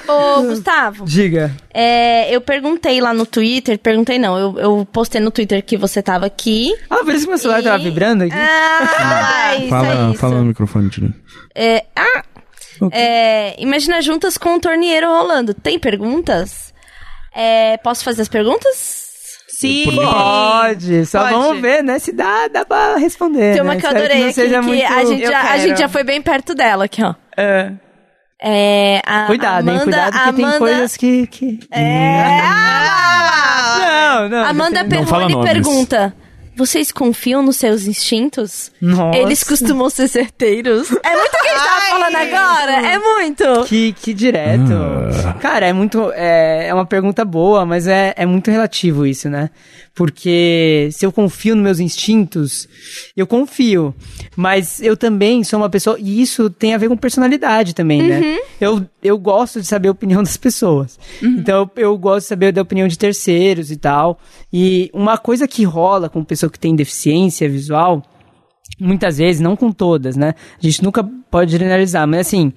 Ô, Gustavo,
Diga.
é, eu perguntei lá no Twitter, perguntei não, eu, eu postei no Twitter que você tava aqui.
Ah, por isso que meu celular tava
E-
vibrando aqui.
Ah, isso, é
fala,
isso.
fala no microfone, Tino.
É, ah, é, imagina juntas com o torneiro rolando. Tem perguntas? É, posso fazer as perguntas?
Sim.
Pode, só
Pode.
vamos ver, né? Se dá, dá pra responder.
Tem uma
né?
que eu
Espero
adorei
não
aqui,
seja
que
muito-
a, gente
Eu
já, a
quero.
gente já foi bem perto dela aqui, ó.
É.
É, a
Cuidado,
Amanda,
hein? Cuidado que
Amanda, É.
tem coisas que. que...
Ah,
Não, não.
Amanda
Não fala
Perrone
nomes.
pergunta... Vocês confiam nos seus instintos?
Nossa.
Eles costumam ser certeiros. É muito o que a gente tava falando agora. É muito.
Que, que direto. Cara, é muito. É, é uma pergunta boa, mas é, é muito relativo isso, né? Porque se eu confio nos meus instintos, eu confio. Mas eu também sou uma pessoa. E isso tem a ver com personalidade também, né? Eu, eu gosto de saber a opinião das pessoas. Então eu, eu gosto de saber da opinião de terceiros e tal. E uma coisa que rola com pessoa que tem deficiência visual muitas vezes, não com todas, né? A gente nunca pode generalizar, mas assim,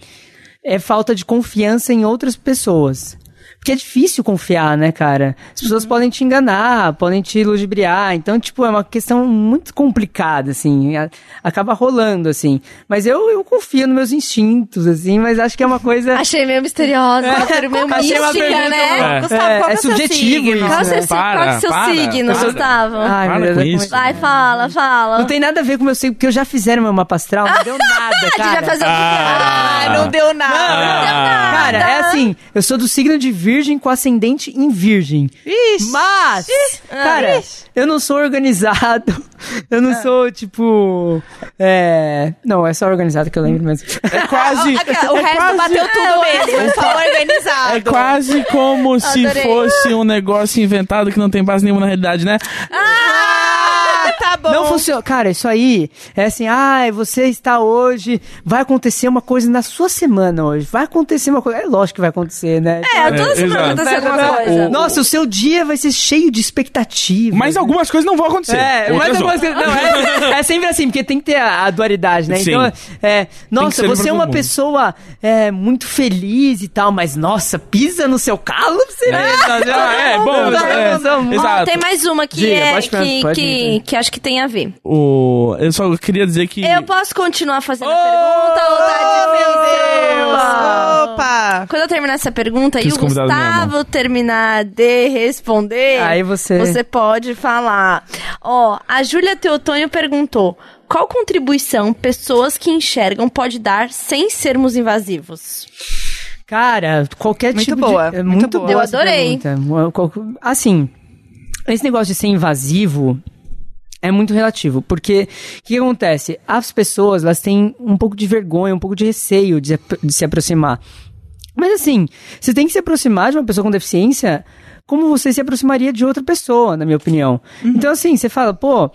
é falta de confiança em outras pessoas. Porque é difícil confiar, né, cara? As pessoas
Uhum.
podem te enganar, podem te ludibriar. Então, tipo, é uma questão muito complicada, assim. a- Acaba rolando, assim. Mas eu, eu confio nos meus instintos, assim. Mas acho que é uma coisa.
Achei meio misteriosa, meio
É, Achei uma
mística,
pergunta
né?
boa.
É.
Gustavo, qual que
é,
é o seu
subjetivo
signo?
isso.
Qual é o seu,
né?
qual é o seu
Para,
signo,
para.
Gustavo?
Ai,
Para
meu Deus,
com
eu
isso.
comecei-
Vai, fala, fala.
Ah, Não tem nada a ver com o meu signo, porque eu já fizeram meu mapa astral, não deu nada,
Ah, A gente
cara.
vai fazer
Ah,
né?
não deu nada.
Ah.
Cara, é assim, eu sou do signo de virgem com ascendente em virgem.
Ixi.
Mas, cara, eu não sou organizado. Eu não sou, tipo. É. Não, é só organizado que eu lembro, mas.
É quase.
Aquela- O
é
resto
quase-
bateu tudo
É,
mesmo. Só organizado.
É quase como se
Adorei.
fosse um negócio inventado que não tem base nenhuma na realidade, né?
Ah, tá bom.
Não funciona. Cara, isso aí é assim, ai, você está hoje, vai acontecer uma coisa na sua semana hoje. Vai acontecer uma coisa. É lógico que vai acontecer, né?
É, toda
É,
semana
exato.
acontece alguma coisa.
O-
Nossa, o seu dia vai ser cheio de expectativa.
Mas algumas coisas não vão acontecer.
É,
Outras
mas eu
vão.
gosto- não, é, é sempre assim, porque tem que ter a, a dualidade, né?
Sim.
Então, é, nossa,
ser
você
pra
é
todo
uma
mundo.
pessoa é, muito feliz e tal, mas nossa, pisa no seu calo, você vê. Não, não,
É, bom,
não, não,
é,
não, não.
Ó,
exato.
tem mais uma que,
Diga,
é, que,
pode pra- pode
que,
ir,
que acho que tem a ver.
O... Eu só queria dizer que.
Eu posso continuar fazendo a pergunta ou tá difícil?
é
lá.
Quando eu terminar essa pergunta
Que
e
os
o
convidados me
Gustavo terminar de responder,
Aí você-
pode falar. Ó, a Júlia Teotônio perguntou: qual contribuição pessoas que enxergam pode dar sem sermos invasivos?
Cara, qualquer
Muito
tipo
boa,
de... é
muito boa.
Eu
essa
adorei.
pergunta. Qual- Assim, esse negócio de ser invasivo é muito relativo, porque o que acontece? As pessoas, elas têm um pouco de vergonha, um pouco de receio de, se apro- de se aproximar. Mas assim, você tem que se aproximar de uma pessoa com deficiência como você se aproximaria de outra pessoa, na minha opinião. Então assim, você fala, pô...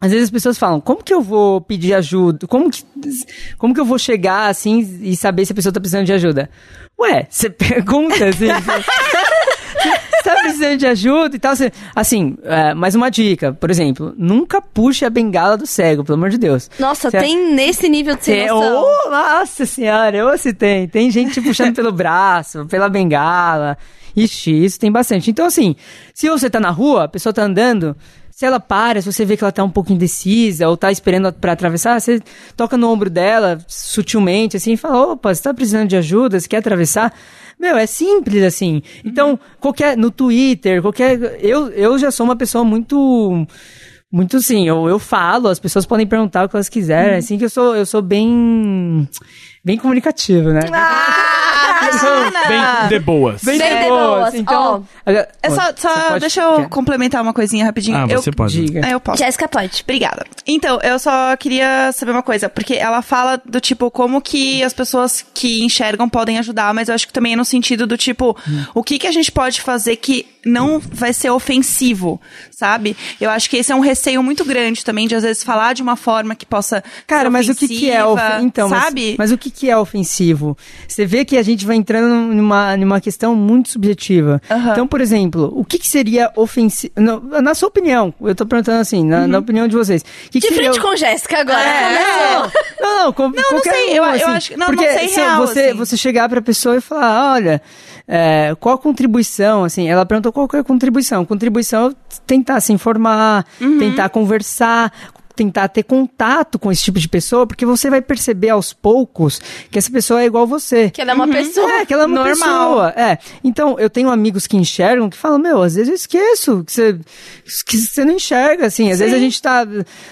Às vezes as pessoas falam, como que eu vou pedir ajuda? Como que, como que eu vou chegar assim e saber se a pessoa tá precisando de ajuda? Ué, você pergunta assim. Você tá precisando de ajuda e tal? Você, assim, é, mais uma dica, por exemplo, nunca puxe a bengala do cego, pelo amor de Deus.
Nossa,
Cê-
tem nesse nível de
Cê-
ser noção.
Ô, nossa senhora, ou se tem. Tem gente puxando pelo braço, pela bengala. Ixi, isso tem bastante. Então, assim, se você tá na rua, a pessoa tá andando, se ela para, se você vê que ela tá um pouco indecisa ou tá esperando pra atravessar, você toca no ombro dela sutilmente, assim, e fala: opa, você tá precisando de ajuda, você quer atravessar? Meu, é simples assim. Então, qualquer. No Twitter, qualquer. Eu, eu já sou uma pessoa muito. Muito sim, eu, eu falo, as pessoas podem perguntar o que elas quiserem, assim que eu sou, eu sou bem bem comunicativo, né?
Ah,
Bem de boas.
Bem de boas,
Então, agora-
É só,
Você
só
pode-
deixa eu
quer?
complementar uma coisinha rapidinho.
Ah,
eu,
você pode.
Diga.
É, eu posso.
Jéssica pode.
Obrigada. Então, eu só queria saber uma coisa, porque ela fala do tipo, como que as pessoas que enxergam podem ajudar, mas eu acho que também é no sentido do tipo,
Hum.
o que que a gente pode fazer que não vai ser ofensivo, sabe? Eu acho que esse é um receio muito grande também, de às vezes falar de uma forma que possa. ser
Cara, mas o que, que é of...
ofensiva,
então, mas-
sabe?
Mas, o que, que é ofensivo? Você vê que a gente vai entrando numa, numa questão muito subjetiva.
Aham.
Então, por exemplo, o que, que seria ofensivo? Na sua opinião, eu tô perguntando assim,
Uhum.
na, na opinião de vocês. O Que
De
que
frente
seria...
com Jéssica agora.
É.
Começou.
Não, não, com, não,
sei, eu- eu acho que- não, não
Porque
sei
se
real,
você,
assim.
você chegar pra pessoa e falar, olha, é, qual a contribuição, assim, ela perguntou qual que é a contribuição. Contribuição é tentar se informar,
Uhum.
tentar conversar, tentar ter contato com esse tipo de pessoa, porque você vai perceber aos poucos que essa pessoa é igual você.
Que ela é uma pessoa.
É, que ela é uma
Normal.
pessoa. É. Então, eu tenho amigos que enxergam que falam, meu, às vezes eu esqueço que você, que você não enxerga, assim. Às vezes a gente tá,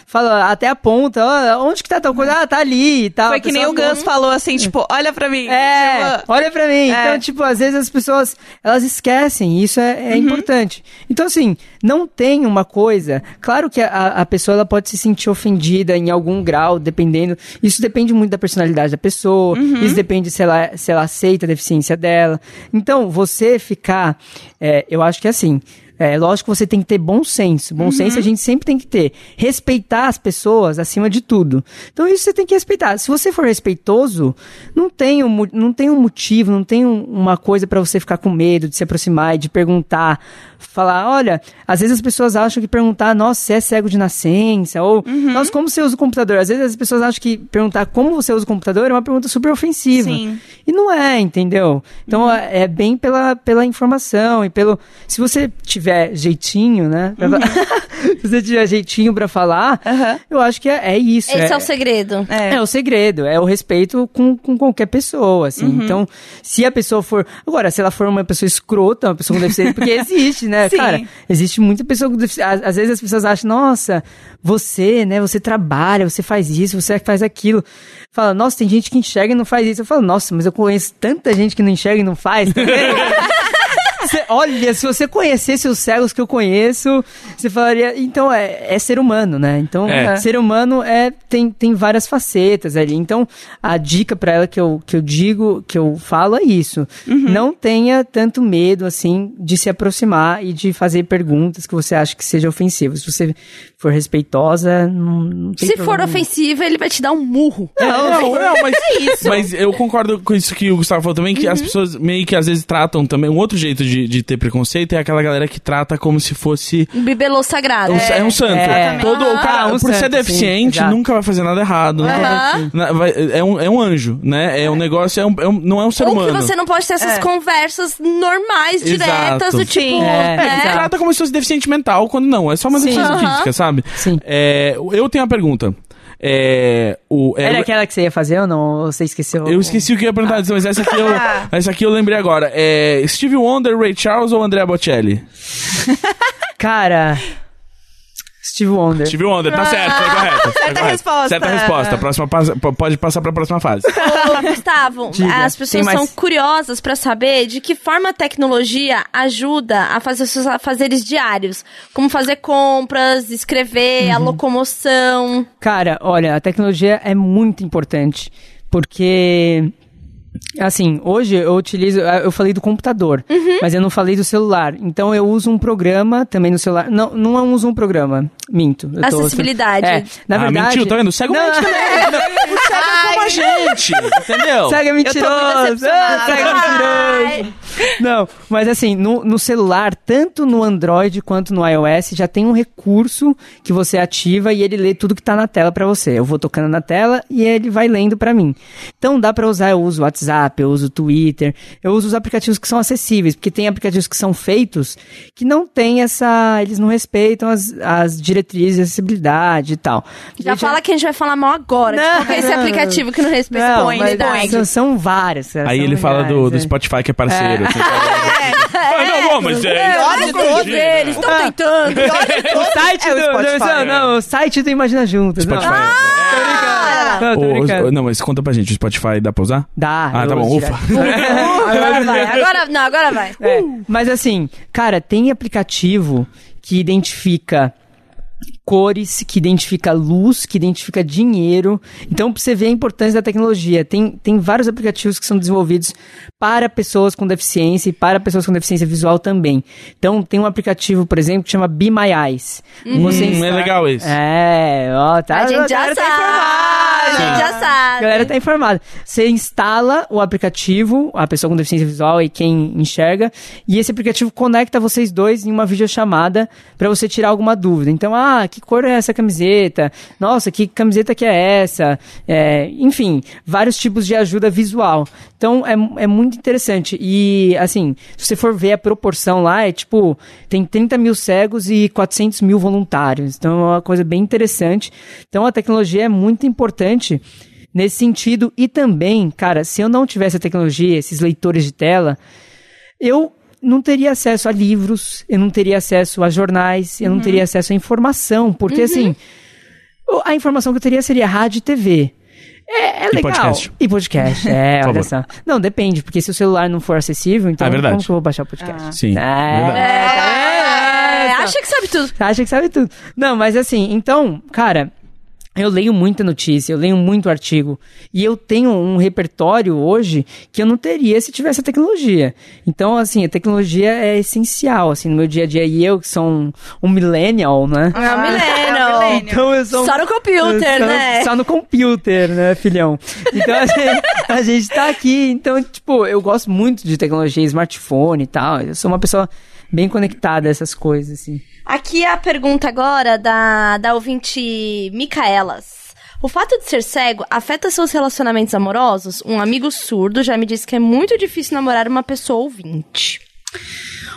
fala até a ponta, ó, onde que tá tal coisa? Ah, tá ali e tal.
É. Foi que nem
pessoa Hum.
o Gus falou assim, tipo, olha pra mim.
é,
Tipo,
olha pra mim.
É.
Então, tipo, às vezes as pessoas, elas esquecem, e isso é, é importante. Então, assim, não tem uma coisa... Claro que a, a pessoa, ela pode se sentir ofendida em algum grau, dependendo... Isso depende muito da personalidade da pessoa, isso depende se ela, se ela aceita a deficiência dela. Então, você ficar... é, eu acho que é assim... É lógico que você tem que ter bom senso. Bom senso a gente sempre tem que ter. Respeitar as pessoas acima de tudo. Então isso você tem que respeitar. Se você for respeitoso, não tem um, mo- não tem um motivo, não tem um- uma coisa pra você ficar com medo de se aproximar e de perguntar. Falar, olha, às vezes as pessoas acham que perguntar, nossa, você é cego de nascença? Ou, nossa, como você usa o computador? Às vezes as pessoas acham que perguntar como você usa o computador é uma pergunta super ofensiva.
Sim.
E não é, entendeu? Então é é bem pela, pela informação e pelo. Se você tiver jeitinho, né? pra falar- se você tiver jeitinho pra falar,
Aham.
eu acho que é, é isso.
Esse é o segredo.
é.
É. o segredo, é o respeito com, com qualquer pessoa, assim. Então, se a pessoa for. Agora, se ela for uma pessoa escrota, uma pessoa com deficiência, porque existe, né?
Sim.
Cara, existe muita pessoa com deficiência. Às, às vezes as pessoas acham, nossa, você, né? Você trabalha, você faz isso, você é faz aquilo. Fala, nossa, tem gente que enxerga e não faz isso. Eu falo, nossa, mas eu conheço tanta gente que não enxerga e não faz. Cê- olha, se você conhecesse os cegos que eu conheço, você falaria. Então, é, é ser humano, né? Então,
É.
ser humano é, tem, tem várias facetas ali. Então, a dica pra ela que eu, que eu digo, que eu falo é isso.
Uhum.
Não tenha tanto medo, assim, de se aproximar e de fazer perguntas que você acha que seja ofensivo. Se você for respeitosa, não, não tem
Se
problema
for
nenhum.
ofensiva, ele vai te dar um murro.
É, Não, não, mas, mas eu concordo com isso que o Gustavo falou também, que as pessoas meio que às vezes tratam também. Um outro jeito de, de ter preconceito é aquela galera que trata como se fosse.
Um bibelô sagrado.
um- É, um santo.
é.
Todo, o cara,
Ah, um
por ser
santo, sim,
deficiente,
exato.
nunca vai fazer nada errado. nunca
Aham.
vai- na- vai- é, um, é um anjo, né? É um negócio, é um, é um- não é um ser
Ou
humano.
que você não pode ter essas
É.
conversas normais, diretas,
Exato.
do tipo.
Sim.
É,
É, que
né?
trata como se fosse deficiente mental, quando não, é só uma
Sim.
deficiência
Aham.
física, sabe?
Sim.
É, eu tenho uma pergunta. É, o, é,
Era
o-
aquela que você ia fazer ou não? Ou você esqueceu?
eu esqueci o que eu ia perguntar antes, mas essa aqui eu, essa aqui eu lembrei agora. É, Steve Wonder, Ray Charles ou Andrea Bocelli?
Cara. Steve Wonder.
Steve Wonder, tá certo, tá correto. tá correto.
resposta.
Certa resposta. Próxima, passa- p- pode passar pra próxima fase.
Ô, Gustavo,
Diga,
as
tem
pessoas
mais?
são curiosas pra saber de que forma a tecnologia ajuda a fazer seus afazeres diários, como fazer compras, escrever,
Uhum.
a locomoção.
Cara, olha, a tecnologia é muito importante, porque assim, hoje eu utilizo, ah, eu falei do computador,
Uhum.
mas eu não falei do celular. Então eu uso um programa também no celular. Não, não uso um programa, minto. eu tô-
Acessibilidade.
É, na
ah,
verdade,
mentiu, tá vendo? Cego
Não.
mente também. O cego é como a gente, entendeu?
Cega mentiroso.
decepcionada.
Ah, cega mentiroso.
Ai,
Não, mas assim, no, no celular, tanto no Android quanto no iOS, já tem um recurso que você ativa e ele lê tudo que tá na tela pra você. Eu vou tocando na tela e ele vai lendo pra mim. Então dá pra usar, eu uso WhatsApp, eu uso Twitter, eu uso os aplicativos que são acessíveis, porque tem aplicativos que são feitos que não tem essa. Eles não respeitam as, as diretrizes de acessibilidade e tal.
já
Ele
fala que a gente vai falar mal agora.
Não,
tipo, esse
não.
aplicativo que né? não respeita É.
Não,
põe,
mas
idade.
São, são vários. cara,
Aí
são
ele fala
legais,
do, do
é.
Spotify que é parceiro. assim, Ah, não, bom, mas é,
É,
isso
olha
não
o todos
corrige, né?
eles,
Ah.
estão tentando. então
O site
É o
do.
Spotify.
não, não, o site do Imagina Juntas. não.
Spotify.
Ah!
Não, tô
Ô,
brincando.
ô, não, mas conta pra gente, o Spotify dá pra usar?
Dá.
Ah,
eu
tá bom,
uso
ufa.
direto.
Agora vai, agora não, agora vai.
É, Mas assim, cara, tem aplicativo que identifica cores, que identifica luz, que identifica dinheiro. Então, pra você ver a importância da tecnologia. Tem, tem vários aplicativos que são desenvolvidos para pessoas com deficiência e para pessoas com deficiência visual também. Então, tem um aplicativo, por exemplo, que chama Be My Eyes.
Uhum.
Você
Hum, é
instala-
legal esse.
É, ó, tá.
a gente já
galera tá
sabe. a
informada.
gente já
A
sabe.
galera tá informada. Você instala o aplicativo, a pessoa com deficiência visual e quem enxerga, e esse aplicativo conecta vocês dois em uma videochamada pra você tirar alguma dúvida. Então, ah, que cor é essa camiseta? Nossa, que camiseta que é essa? É, enfim, vários tipos de ajuda visual. Então, é, mu- é muito interessante. E, assim, se você for ver a proporção lá, é tipo, tem 30 mil cegos e 400 mil voluntários. Então, é uma coisa bem interessante. Então, a tecnologia é muito importante nesse sentido. E também, cara, se eu não tivesse a tecnologia, esses leitores de tela, eu não teria acesso a livros, eu não teria acesso a jornais,
Uhum.
eu não teria acesso a informação, porque assim, o- a informação que eu teria seria rádio e TV. É, é
E
legal.
podcast.
E podcast, é,
Por
olha
favor.
só. Não, depende, porque se o celular não for acessível, então
Ah, é verdade. Ah.
como que eu vou baixar o podcast?
Sim.
É.
verdade.
É,
tá.
acha que sabe tudo.
Você acha que sabe tudo. Não, mas assim, então, cara, eu leio muita notícia, eu leio muito artigo. E eu tenho um repertório hoje que eu não teria se tivesse a tecnologia. Então, assim, a tecnologia é essencial, assim, no meu dia a dia. E eu, que sou um, um millennial, né?
É o
É o
milênio.
milênio.
Então eu sou um
Só no computer,
só,
né?
Só no computer, né, filhão? Então a gente, a gente tá aqui. Então, tipo, eu gosto muito de tecnologia, smartphone e tal. Eu sou uma pessoa bem conectada a essas coisas, assim.
Aqui a pergunta agora da, da ouvinte Micaelas. O fato de ser cego afeta seus relacionamentos amorosos? Um amigo surdo já me disse que é muito difícil namorar uma pessoa ouvinte.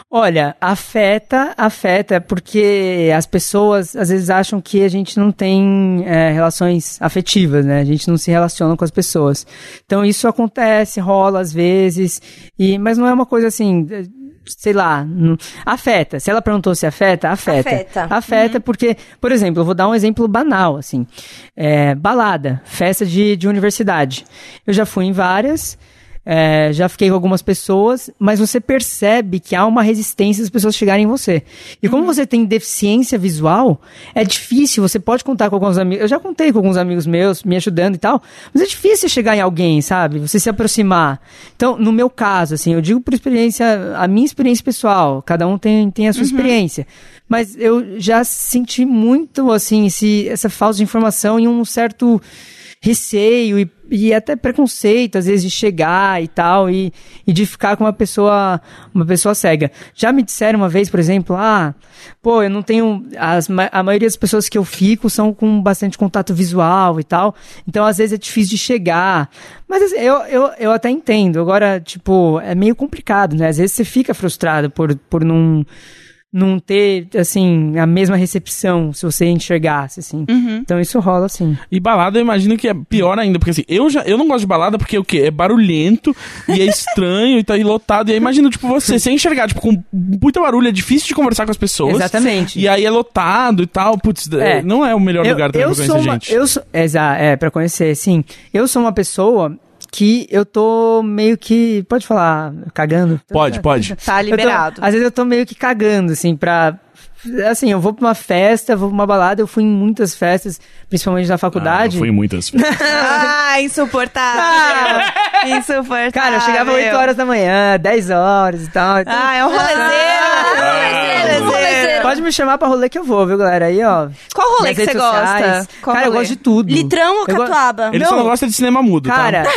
Olha, afeta, afeta, porque as pessoas às vezes acham que a gente não tem é, relações afetivas, né? A gente não se relaciona com as pessoas. Então isso acontece, rola às vezes, e, mas não é uma coisa assim, eh, sei lá, não- afeta. Se ela perguntou se afeta, afeta.
Afeta.
Afeta porque, por exemplo, eu vou dar um exemplo banal, assim. É, balada, festa de, de universidade. Eu já fui em várias, é, já fiquei com algumas pessoas, mas você percebe que há uma resistência das pessoas chegarem em você. E como você tem deficiência visual, é difícil, você pode contar com alguns amigos. Eu já contei com alguns amigos meus, me ajudando e tal, mas é difícil chegar em alguém, sabe? Você se aproximar. Então, no meu caso, assim, eu digo por experiência, a minha experiência pessoal, cada um tem, tem a sua experiência. Mas eu já senti muito, assim, esse, essa falta de informação e um certo receio e, e até preconceito, às vezes, de chegar e tal, e, e de ficar com uma pessoa, uma pessoa cega. Já me disseram uma vez, por exemplo, ah, pô, eu não tenho. As, ma- a maioria das pessoas que eu fico são com bastante contato visual e tal, então às vezes é difícil de chegar. Mas assim, eu, eu, eu até entendo. Agora, tipo, é meio complicado, né? Às vezes você fica frustrado por, por não não ter, assim, a mesma recepção se você enxergasse, assim. Então isso rola, assim.
E balada eu imagino que é pior ainda, porque assim, eu já eu não gosto de balada porque o quê? É barulhento e é estranho e tá aí lotado. E aí imagina, tipo, você sem enxergar, tipo, com muito barulho, é difícil de conversar com as pessoas.
Exatamente.
E aí é lotado e tal. Putz,
É.
não é o melhor lugar também pra
sou
conhecer
uma,
gente.
Eu sou, exa, é, pra conhecer, sim. Eu sou uma pessoa que eu tô meio que. Pode falar, cagando?
Pode, pode.
Tá
Eu tô-
liberado.
às vezes eu tô meio que cagando, assim, pra. Assim, eu vou pra uma festa, vou pra uma balada, eu fui em muitas festas, principalmente na faculdade.
Ah, eu fui em muitas.
é,
Ah, insuportável. insuportável.
Cara, eu chegava 8 horas da manhã, 10 horas e tal. então-
Ah, é um
Ah,
rolezeiro.
rolezeiro, rolezeiro.
Pode me chamar pra rolê que eu vou, viu, galera? Aí, ó.
Qual rolê
minhas
que você
redes sociais.
gosta? Qual
cara, eu
rolê?
gosto de tudo.
Litrão ou
Eu go-
catuaba?
Ele só não gosta de cinema mudo,
Cara.
tá?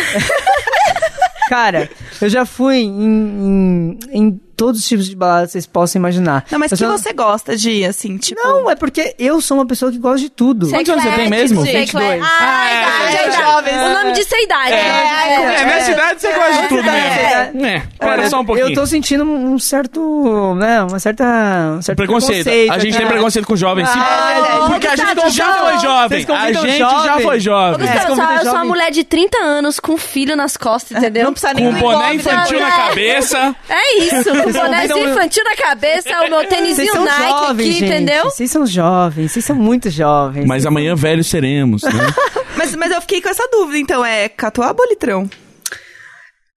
cara, eu já fui em, em, em todos os tipos de balada que vocês possam imaginar.
Não, mas
Eu
que
só-
você gosta de, assim, tipo...
Não, é porque eu sou uma pessoa que gosta de tudo.
Sei
Quantos anos você tem
eclético,
mesmo?
sei
22.
eclético. Ah,
Ah,
idade,
é
idade.
jovem.
O nome disso é idade. né?
é,
É, nessa idade você gosta de tudo
é.
mesmo. É, para só um pouquinho.
Eu tô sentindo um certo, né, uma certa, um certo né?
Preconceito. A gente tem
aqui.
preconceito com
Ah,
jovens. sim.
verdade.
porque a
Vocês
gente
convidam
já foi
tá, vocês
jovem. A
convidam
gente
jovem.
já foi
Ô,
é jovem.
Gustavo, eu sou-
convida
eu sou uma
jovem.
mulher de 30 anos com um filho nas costas, entendeu?
Não precisa nem
Com
do
um boné
engove,
infantil
não,
na
né?
cabeça.
É isso, com
Vocês
bonézinho
convidam-
infantil na cabeça, o meu
Vocês
tênisinho
são
Nike
jovens,
aqui,
gente.
entendeu?
Vocês são jovens, vocês são muito jovens.
Mas é um amanhã velhos seremos, né?
Mas, mas eu fiquei com essa dúvida, então. É catuaba ou litrão?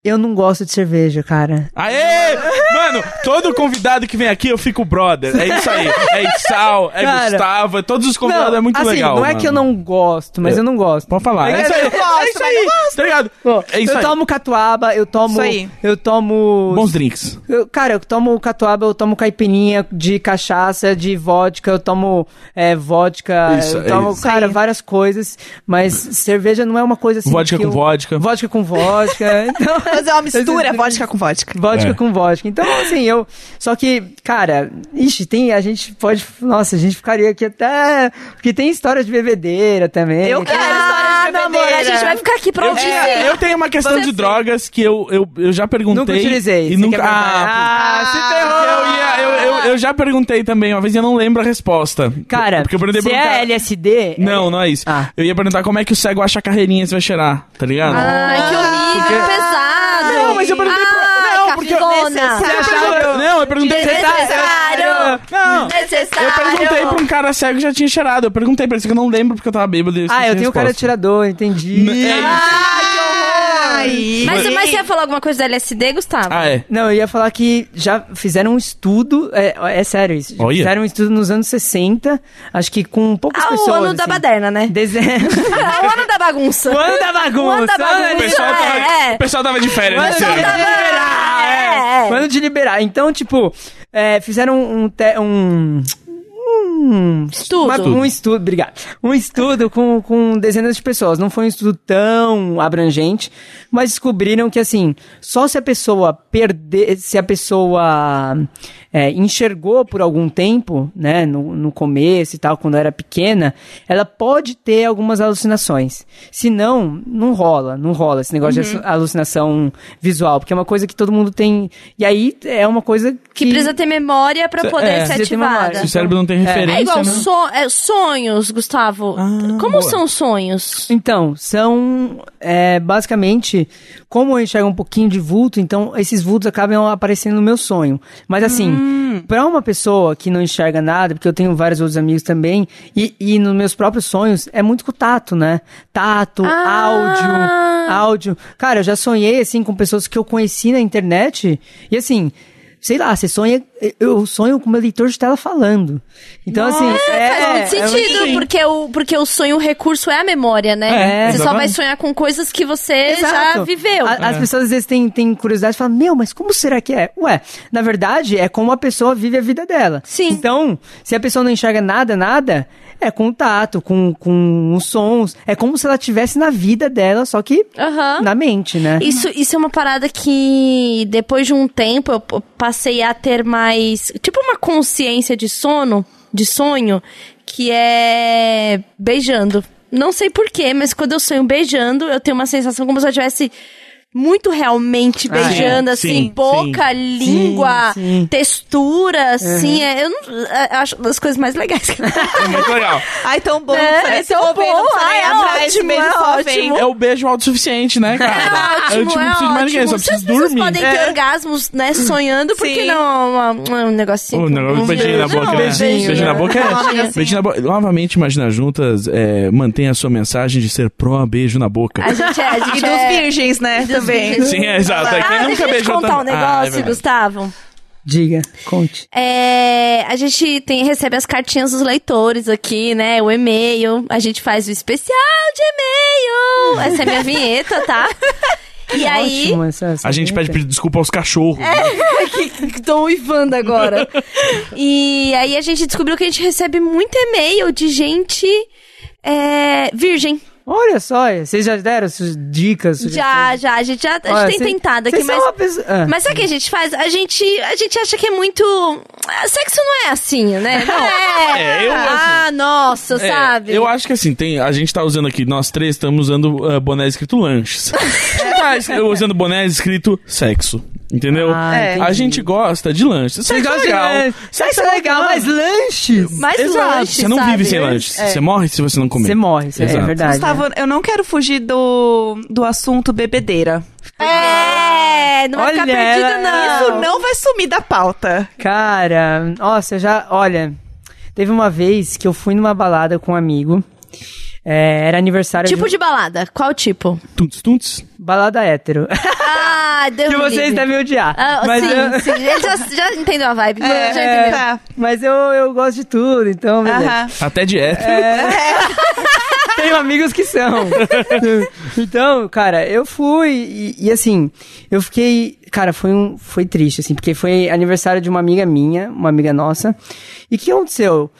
Eu não gosto de cerveja, cara.
Aê! Mano, todo convidado que vem aqui eu fico brother. É isso aí. É Ixal, é
Cara,
Gustavo, é todos os convidados.
não,
é muito
assim,
legal.
Não é
mano.
que eu não gosto, mas
É.
eu não gosto.
Pode falar. É isso aí.
eu gosto,
É isso
mas
aí.
eu
Tá ligado?
Pô,
É isso
eu
aí.
tomo catuaba, eu tomo.
Isso aí.
Eu tomo.
Bons drinks.
Eu- cara, eu tomo catuaba, eu tomo caipirinha de cachaça, de vodka, eu tomo é, vodka,
Isso,
eu
é
tomo,
isso.
cara, várias coisas, mas cerveja não é uma coisa assim.
Vodka
que
com
eu-
vodka.
Vodka com vodka. Então,
Fazer uma mistura, vodka com vodka.
Vodka
É.
com vodka. Então, assim, eu. Só que, cara, ixi, tem. A gente pode. Nossa, a gente ficaria aqui até. Porque tem história de bebedeira também.
Eu
Tem-
quero história de
Ah, meu amor, a
bebedeira.
gente vai ficar aqui pra
Eu,
ouvir.
tinha- eu tenho uma questão
Você
de
sim.
drogas que eu, eu, eu já perguntei.
É. Nunca utilizei.
E
Você
nunca.
quer
Ah,
perguntar?
Eu, ia- eu, eu, eu já perguntei também uma vez e eu não lembro a resposta.
Cara,
porque eu perguntei
se
pra um cara-
é LSD.
Não, não é isso.
Ah.
Eu ia perguntar como é que o cego acha a carreirinha se vai cheirar, tá ligado?
Ai, que horrível, que pesado. Ah,
Não, mas eu perguntei pra-
Ai,
não, porque eu-
cafona.
é Necessário.
Eu- Não, eu perguntei.
Necessário.
Não!
Necessário.
Eu perguntei pra um cara cego que já tinha cheirado. Eu perguntei pra ele, só que eu não lembro porque eu tava bêbado. e
Ah,
esqueci
eu
a
tenho cara de
resposta.
tirador, entendi. Ah!
É isso.
Ah.
Ai.
Mas, mas você ia falar alguma coisa da LSD, Gustavo?
Ah, é.
Não, eu ia falar que já fizeram um estudo, é, é sério isso, já
Olha.
fizeram um estudo nos anos 60, acho que com poucas
Ah,
pessoas.
o ano da
assim.
baderna, né?
Dezembro.
Ah, o ano da bagunça.
O ano da bagunça,
O ano da
o ano
bagunça.
O pessoal, tá tava,
é, é.
o pessoal tava de férias.
Mano
né?
de liberar,
É,
é.
é.
Mano de liberar. Então, tipo, é, fizeram um, te- um, um,
Estudo.
uma- um estudo, obrigado. Um estudo com, com dezenas de pessoas. Não foi um estudo tão abrangente, mas descobriram que, assim, só se a pessoa perder, se a pessoa é, enxergou por algum tempo, né, no, no começo e tal, quando era pequena, ela pode ter algumas alucinações. Se não, não rola, não rola esse negócio
Uhum.
de alucinação visual, porque é uma coisa que todo mundo tem. E aí é uma coisa que.
Que precisa ter memória pra poder
É,
ser
precisa ter memória.
ativada.
O cérebro não tem referência.
É igual
né?
so- é, sonhos, Gustavo.
Ah,
Como
boa.
são sonhos?
Então, são é, basicamente, como eu enxergo um pouquinho de vulto, então esses vultos acabam aparecendo no meu sonho. Mas assim,
Hum.
pra uma pessoa que não enxerga nada, porque eu tenho vários outros amigos também, e, e nos meus próprios sonhos, é muito com tato, né? Tato,
Ah.
áudio, áudio. Cara, eu já sonhei assim com pessoas que eu conheci na internet, e assim... Sei lá, você sonha. Eu sonho com o meu leitor de tela falando. Então, assim. É,
Faz muito
é
sentido,
assim.
porque, o, porque o sonho, o recurso é a memória, né?
É,
você só
exatamente.
vai sonhar com coisas que você já
Exato.
viveu.
A-
É.
As pessoas às vezes têm, têm curiosidade e falam, meu, mas como será que é? Ué, na verdade é como a pessoa vive a vida dela.
Sim.
Então, se a pessoa não enxerga nada, nada, é contato, com, com os sons. É como se ela tivesse na vida dela, só que
Aham.
na mente, né?
Isso, isso é uma parada que depois de um tempo eu p- passei a ter mais. Tipo uma consciência de sono, de sonho, que é beijando. Não sei porquê, mas quando eu sonho beijando, eu tenho uma sensação como se eu estivesse muito realmente
Ah, é.
beijando, assim,
Sim,
boca, língua,
sim. Uhum.
textura, assim, é, eu não, é, acho uma das coisas mais legais que
É muito legal.
Ai, tão bom.
É,
não
Né?
precisa nem se
tão
mover, não precisa
bom.
nem
Ah,
ir
é
atrás de
ótimo,
beijo,
é
só
ótimo.
vem.
É o beijo autossuficiente, né, cara?
É ótimo,
eu, tipo, não preciso de mais ninguém, só
ótimo. Se as
preciso
pessoas
dormir. É.
podem ter orgasmos, né, sonhando, por que
Sim.
não uma- uma- um negocinho?
Um negócio, um beijinho na boca,
Não,
né?
beijinho,
Beijinho na
né?
boca
Olha,
é.
assim.
Beijinho na boca. Novamente, Imagina Juntas é, mantém a sua mensagem de ser pró-beijo na boca.
A gente é, a gente
E
é-
dos virgens, né? Também.
Sim, é exato. É, quem
Ah,
nunca
deixa eu te
beijou
contar um
tanto- Ah, é
negócio,
verdade.
Gustavo.
Diga, conte.
É, a gente tem, recebe as cartinhas dos leitores aqui, né? O e-mail. A gente faz o especial de e-mail. Essa é a minha vinheta, tá? E aí,
Ótimo, essa- essa
a gente pede
vinheta.
pre- desculpa aos cachorros.
Tô uivando agora. e aí a gente descobriu que a gente recebe muito e-mail de gente é, virgem.
Olha só, vocês já deram suas dicas?
Já, já. A gente já a gente
Olha,
tem
cê-
tentado aqui,
vocês são
mas.
uma pessoa- ah.
Mas sabe o que a gente faz? A gente, a gente acha que é muito. ah, Sexo não é assim, né? Não é.
É, eu, assim-
ah, nossa,
É,
sabe?
Eu acho que assim, tem, a gente tá usando aqui, nós três estamos usando ah, boné escrito lanches. A gente tá es- usando boné escrito sexo. Entendeu?
Ah,
É.
A
entendi.
gente gosta de lanches. Sexo é
Negócio
legal.
é- Sexo é legal, mas lanches.
Mas
Exato.
lanche,
Você não
sabe?
vive sem lanches.
É.
Você morre se você não comer.
Você morre, cê- é
Exato.
verdade.
Gustavo, eu não quero fugir do, do assunto bebedeira.
É, não vai ficar
Olha,
perdida,
ela-
não.
Isso não vai sumir da pauta.
Cara, nossa, eu já. Olha, teve uma vez que eu fui numa balada com um amigo. é, era aniversário
Tipo
de um
de balada. Qual tipo?
Tuntes, tuntes.
balada hétero.
Ah, Deus
que
me
vocês
livre.
devem odiar.
Ah,
mas
sim,
eu,
sim. Ele já, já entendeu a vibe.
É,
já entendeu.
Tá.
mas eu, eu gosto de tudo, então. beleza.
Aham.
Até dieta.
Tenho amigos que são. então, cara, eu fui e, e, assim, eu fiquei, cara, foi um foi triste assim, porque foi aniversário de uma amiga minha, uma amiga nossa. E o que aconteceu?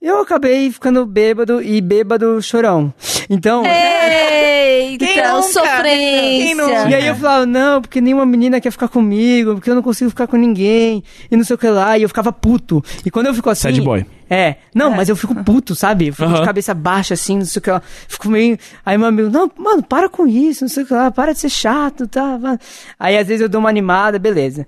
Eu acabei ficando bêbado e bêbado chorão. Então,
É. Eita,
Quem nunca? Quem nunca?
e
sofrência.
aí eu falava, não, porque nenhuma menina quer ficar comigo, porque eu não consigo ficar com ninguém, e não sei o que lá, e eu ficava puto. E quando eu fico assim.
Sad boy.
É. Não, mas eu fico puto, sabe? Eu fico
Aham.
de cabeça baixa, assim, não sei o que lá. Fico meio. Aí meu amigo, não, mano, para com isso, não sei o que lá, para de ser chato, tá? vai." Aí às vezes eu dou uma animada, beleza.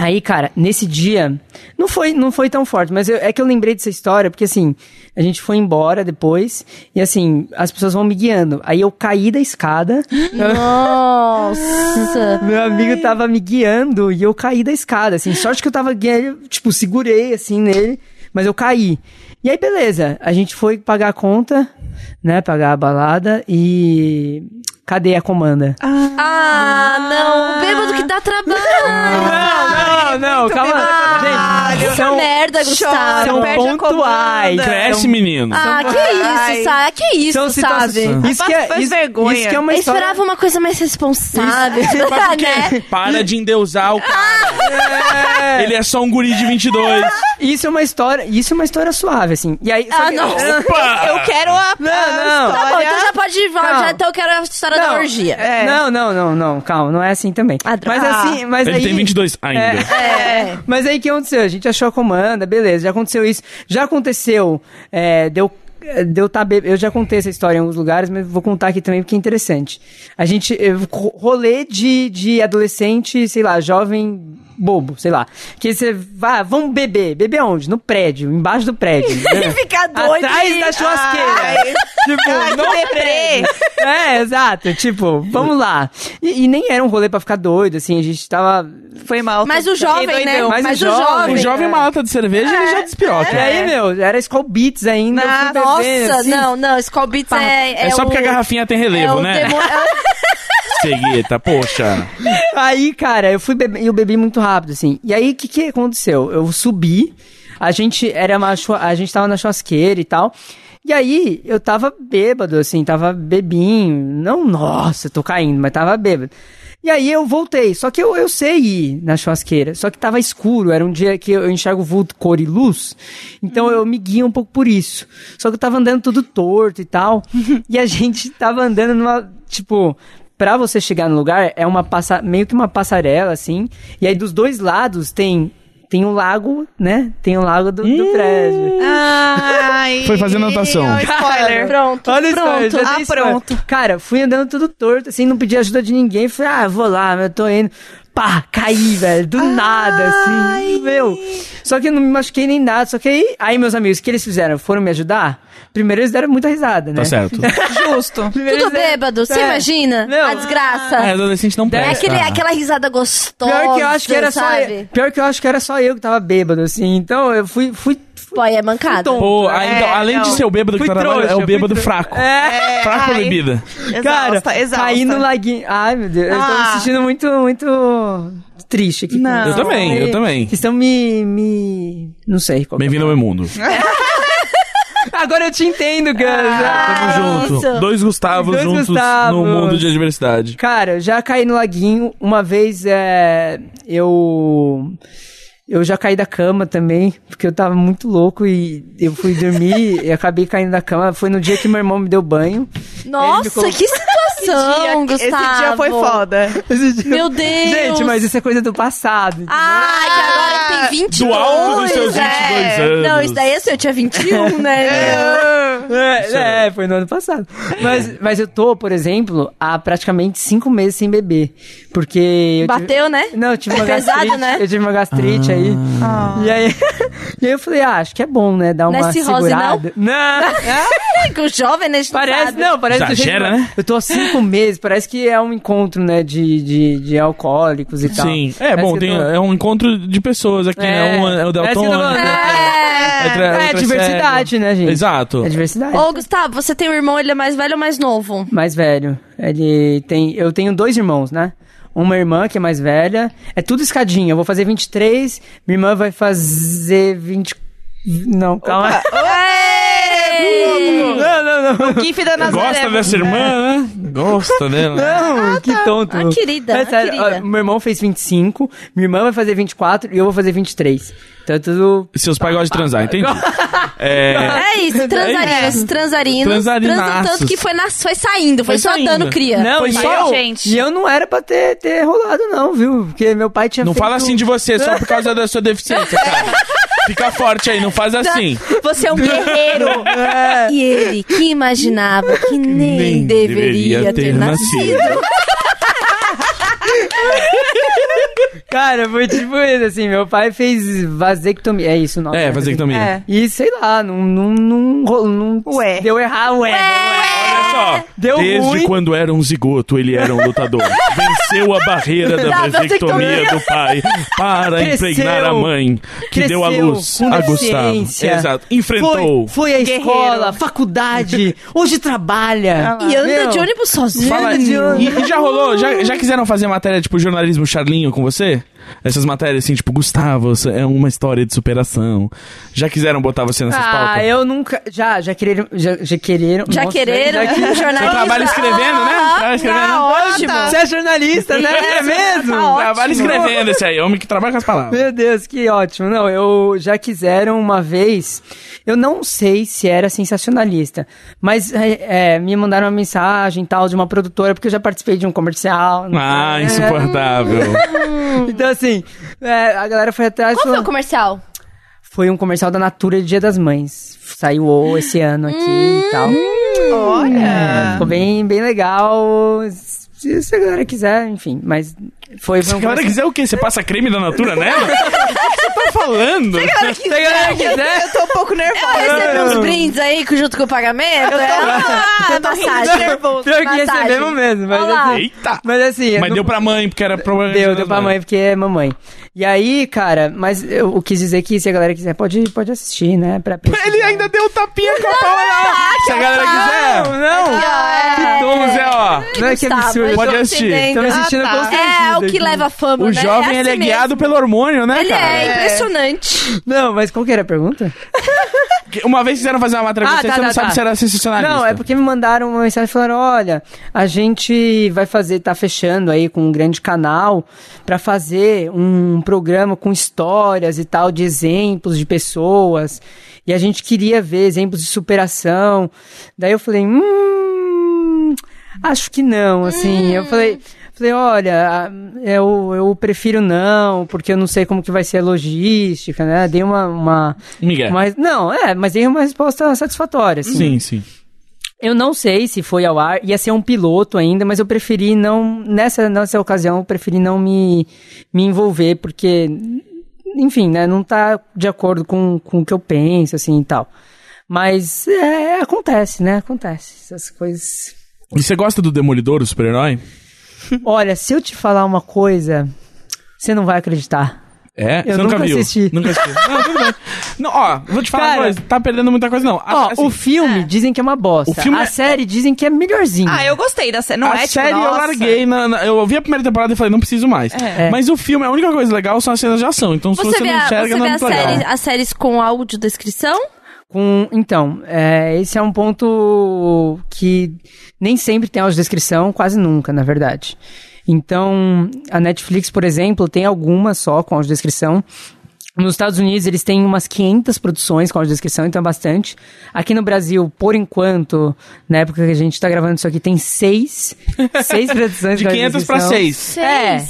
Aí, cara, nesse dia, não foi, não foi tão forte, mas eu- é que eu lembrei dessa história, porque assim, a gente foi embora depois, e assim, as pessoas vão me guiando. Aí eu caí da escada,
Nossa.
meu amigo tava me guiando e eu caí da escada, assim. Sorte que eu tava guiando, tipo, segurei, assim, nele, mas eu caí. E aí, beleza. A gente foi pagar a conta, né? Pagar a balada e... Cadê a comanda?
Ah, não. Bêbado que dá trabalho.
não, não, calma. Gente,
Essa
são,
merda,
são
Gustavo.
perde a
pontuais. né?
comanda.
Cresce, menino.
Ah, que
Ai.
isso, sabe? Que
São
isso,
situações...
sabe?
Isso que, é,
Faz
isso,
vergonha.
isso que é uma
Eu
história...
esperava uma coisa mais responsável,
Mas por quê?
né?
Para de endeusar o cara. Ele é só um guri de 22.
Isso é uma história... Isso é uma história suave, assim. E aí... só
Ah,
que-
não.
Opa!
Eu quero a,
não.
a
Tá bom, então já
história.
pode ir. Já, então eu quero a história da orgia.
É.
Não, não, não, não, calma, não é assim também.
Ah, droga.
mas assim, mas
Ele
aí.
tem 22 ainda.
É.
Mas aí o que aconteceu? A gente achou a comanda, beleza, já aconteceu isso. Já aconteceu, é, deu. Deu tá be... Eu já contei essa história em alguns lugares, mas vou contar aqui também porque é interessante. A gente. eh, ro- Rolê de, de adolescente, sei lá, jovem bobo, sei lá. Que você vai, vamos beber. Beber onde? No prédio, embaixo do prédio. né?
Fica É doido. Ah, é.
Atrás da churrasqueira.
Ai.
tipo,
Ai, que
no
deprê.
prédio. É, exato. Tipo, vamos lá. E, e nem era um rolê pra ficar doido, assim, a gente tava.
Foi mal.
Mas o
Fiquei
jovem, né?
doidão.
Mas
Mas,
o
o
jovem-
jovem.
O jovem é uma É. lata de cerveja, ele já despiroca.
E aí, meu, era Skull Beats ainda. eu fui bebendo,
Nossa,
assim.
não, não. Skull Beats é,
É, só
o-
porque a garrafinha tem
é
relevo,
o
né?
demônio- é o-
Cegueta, poxa.
Aí, cara, eu fui beber, eu bebi muito rápido, assim. E aí, o que que aconteceu? Eu subi, a gente era uma chua- a gente tava na churrasqueira e tal. E aí, eu tava bêbado, assim, tava bebinho. Não, nossa, tô caindo, mas tava bêbado. E aí eu voltei, só que eu, eu sei ir na churrasqueira, só que tava escuro, era um dia que eu enxergo vulto, cor e luz, então eu me guia um pouco por isso. Só que eu tava andando tudo torto e tal, e a gente tava andando numa, tipo, Pra você chegar no lugar, é uma passa... meio que uma passarela, assim. E aí dos dois lados tem tem um lago, né? Tem um lago do, do prédio.
Ai,
Foi fazer natação.
olha o Spoiler.
Pronto,
Olha isso né? aí,
pronto.
já
Ah,
tem spoiler.
pronto.
Cara, fui andando tudo torto, assim, não pedi ajuda de ninguém. Falei, ah, vou lá, eu tô indo. Pá, caí, velho, do nada, assim, meu. Só que eu não me machuquei nem nada. Só que aí, aí meus amigos, o que eles fizeram? Foram me ajudar? Primeiro eles deram muita risada, né?
Tá certo.
Justo.
Primeiro
Tudo
eles deram-
bêbado, você
É.
imagina?
Não.
A
Ah,
desgraça.
adolescente não
É
presta.
aquele, aquela risada gostosa,
Pior que eu acho que era só eu,
sabe?
pior que eu acho que era só eu que tava bêbado assim. Então eu fui fui, fui
Pô, aí é mancada.
Fui
Pô, aí, então,
É,
além de
não.
ser o bêbado que
Fui
tá na trabalho,
trouxa,
é o
fui
bêbado
trouxa.
fraco.
É,
Fraco pra
ai.
bebida.
cara,
Exausta, exausta.
caí no laguinho. Ai, meu Deus, eu tô
Ah.
me sentindo muito muito triste aqui.
Não.
Eu também, eu também.
Vocês estão me me não sei qual. que é.
Bem-vindo ao meu mundo.
Agora eu te entendo, Gus.
Tamo
Ah,
junto.
isso.
Dois Gustavos
Dois
juntos
Gustavos.
no mundo de adversidade.
Cara, eu já caí no laguinho. Uma vez é, eu. Eu já caí da cama também, porque eu tava muito louco e eu fui dormir e acabei caindo da cama. Foi no dia que meu irmão me deu banho.
Nossa,
Ele ficou-
que situação,
Dia-
Gustavo.
Esse dia foi foda.
Esse dia-
Meu Deus.
Gente, mas isso é coisa do passado.
Ah, que agora ele tem 22.
Do alto dos seus 22
é.
anos.
Não, isso daí é seu, eu tinha 21, né?
entendeu? É, é, foi no ano passado. Mas, mas eu tô, por exemplo, há praticamente cinco meses sem beber. Porque. eu tive-
Bateu, né?
Não, eu tive uma
Pesado,
gastrite.
né? Ah.
Eu tive uma gastrite aí. E aí, e aí eu falei, ah, acho que é bom, né? Dar uma
Não é cirrose,
segurada. Não,
Que o jovem, né? a gente não
parece,
sabe.
não, parece que
Exagera,
eu
né?
Eu tô há cinco meses, parece que é um encontro, né, de, de, de alcoólicos e tal.
Sim. É,
Parece
bom,
que
tem-
eu tô-
é um encontro de pessoas aqui, né? Um é o
parece que
Delton.
eu tô-
outro
É.
outra-
É,
outra
diversidade,
cego.
né, gente?
Exato.
É diversidade.
Ô, Gustavo, você tem um irmão, ele é mais velho ou mais novo?
Mais velho. Ele tem. Eu tenho dois irmãos, né? Uma irmã que é mais velha. É tudo escadinha. Eu vou fazer 23, minha irmã vai fazer 20. Não, calma. É,
Ei!
Não, não, não.
Gif da Nazaré. É.
Gosta dessa irmã, né? Gosta né? dela.
Não, que tonto.
Ah, querida,
É
ah,
sério,
querida.
ó, meu irmão fez 25, minha irmã vai fazer 24 e eu vou fazer 23. Então é tudo.
Seus pais gostam de transar, entendi. É.
É isso, transarinos, transarinos.
Transarinaços.
Transam tanto que foi, nas, foi saindo, foi,
Foi
só
saindo.
dando cria.
Não,
Foi
e
só
eu,
eu, gente.
E eu não era pra ter, ter rolado, não, viu? Porque meu pai tinha
Não
feito-
fala assim de você só por causa da sua deficiência, cara. Fica forte aí, não faz assim.
Você é um guerreiro. E ele que imaginava que nem, deveria ter nascido.
Cara, foi tipo isso, assim, meu pai fez vasectomia. É isso, não.
É, fazer que também.
É.
E sei lá, não. não, não, ro- não
Ué.
Deu errar, ué.
Olha só.
Deu
Desde
ruim.
quando era um zigoto, ele era um lutador. Venceu a barreira da
Da
vasectomia
vasectomia.
do pai para
Cresceu.
impregnar a mãe que deu à
Cresceu
luz
com
a Gustavo.
deficiência.
Exato.
Foi,
Enfrentou.
foi a
Guerreiro.
escola, faculdade, hoje trabalha.
E anda
Meu,
de ônibus sozinho.
Fala,
Meu Deus.
e, e já rolou? Já, já quiseram fazer matéria tipo jornalismo Charlinho com você? Essas matérias assim, tipo, Gustavo, isso é uma história de superação. Já quiseram botar você nessas
Ah,
pautas?
eu nunca. Já, já quereram. Já, já quereram.
Já
Nossa,
quereram,
já que-
um jornalista.
Você trabalha escrevendo, né?
Ah,
Trabalha escrevendo.
tá ótimo.
Você é jornalista, né? É mesmo?
tá ótimo.
Trabalha Ah, escrevendo esse aí, homem que trabalha com as palavras.
Meu Deus, que ótimo. Não, eu já quiseram uma vez. Eu não sei se era sensacionalista, mas é, é, me mandaram uma mensagem tal de uma produtora, porque eu já participei de um comercial. não
Ah,
sei.
insuportável.
Então, assim, é, a galera foi atrás.
Qual foi
falou-
o comercial?
Foi um comercial da Natura de Dia das Mães. Saiu o esse ano aqui e tal.
Hum.
É.
Olha.
Ficou bem, bem legal. Se, se a galera quiser, enfim. Mas foi,
Se
foi
a
um
galera
comercial-
quiser o quê? Você passa creme da Natura nela? O que você tá falando?
Se a galera quiser.
Eu tô um pouco
Eu
nervosa.
recebi uns brindes aí que junto com o pagamento. Eu
eu
ah,
tô rindo de
massagem.
nervoso.
Pior que
Massagem.
recebemos mesmo. Mas
Olha lá.
assim,
Eita!
mas assim,
Mas
não-
deu pra mãe, né, porque era problema.
Deu, deu pra mãe, porque é mamãe. E aí, cara, mas eu, eu quis dizer que se a galera quiser, pode, pode assistir, né? Pra
Ele ainda deu um tapinha com a palavra. Se a galera quiser.
Não, não!
Ah,
Que dom, Zé, ó.
Não é que
Gustavo,
absurdo.
eu
Pode
tô
assistir.
entendendo.
Tô me sentindo
Ah, tá.
constrangido
É, o que
aqui.
leva a fama,
O
né?
jovem,
assim
ele é
mesmo.
guiado pelo hormônio, né,
Ele
cara?
é impressionante.
Não, mas qual que era a pergunta?
Que Uma vez quiseram fazer uma matéria com
Ah,
você,
tá,
você não
tá,
sabe
tá.
se era sensacionalista.
Não, é porque me mandaram uma mensagem e falaram: olha, a gente vai fazer, tá fechando aí com um grande canal pra fazer um programa com histórias e tal, de exemplos de pessoas. E a gente queria ver exemplos de superação. Daí eu falei: hum, acho que não, assim. Eu falei. Falei, olha, eu, eu prefiro não, porque eu não sei como que vai ser a logística, né? Dei uma... uma
Miguel.
mas, não, é, mas dei uma resposta satisfatória, assim.
Sim, sim.
Eu não sei se foi ao ar, ia ser um piloto ainda, mas eu preferi não, nessa, nessa ocasião, eu preferi não me, me envolver, porque, enfim, né, não tá de acordo com, com o que eu penso, assim, e tal. Mas, é, acontece, né, acontece, essas coisas...
E você gosta do Demolidor, o super-herói?
Olha, se eu te falar uma coisa, você não vai acreditar.
É?
Eu
você
nunca
viu?
assisti.
Nunca assisti. não, tudo bem. Não, ó, vou te falar
Cara-
uma coisa, tá perdendo muita coisa, não. A-
Ó,
assim,
o filme dizem que é uma bosta.
O filme
a
é-
série dizem que é melhorzinho.
Ah, eu gostei da série. Não
a
é, tipo,
série eu
nossa.
larguei, na, na- eu vi a primeira temporada e falei, não preciso mais.
É.
Mas o filme, a única coisa legal são as cenas de ação, então se
Você
você
vê,
não
a,
enxerga,
você
não
vê
é
a
muito legal.
série- as séries com audiodescrição?
Com, então, é, esse é um ponto que nem sempre tem audiodescrição, quase nunca, na verdade. Então, a Netflix, por exemplo, tem algumas só com audiodescrição. Nos Estados Unidos, eles têm umas 500 produções com audiodescrição, então é bastante. Aqui no Brasil, por enquanto, na época que a gente tá gravando isso aqui, tem seis. Seis produções
De
com
500 pra
audiodescrição.
6.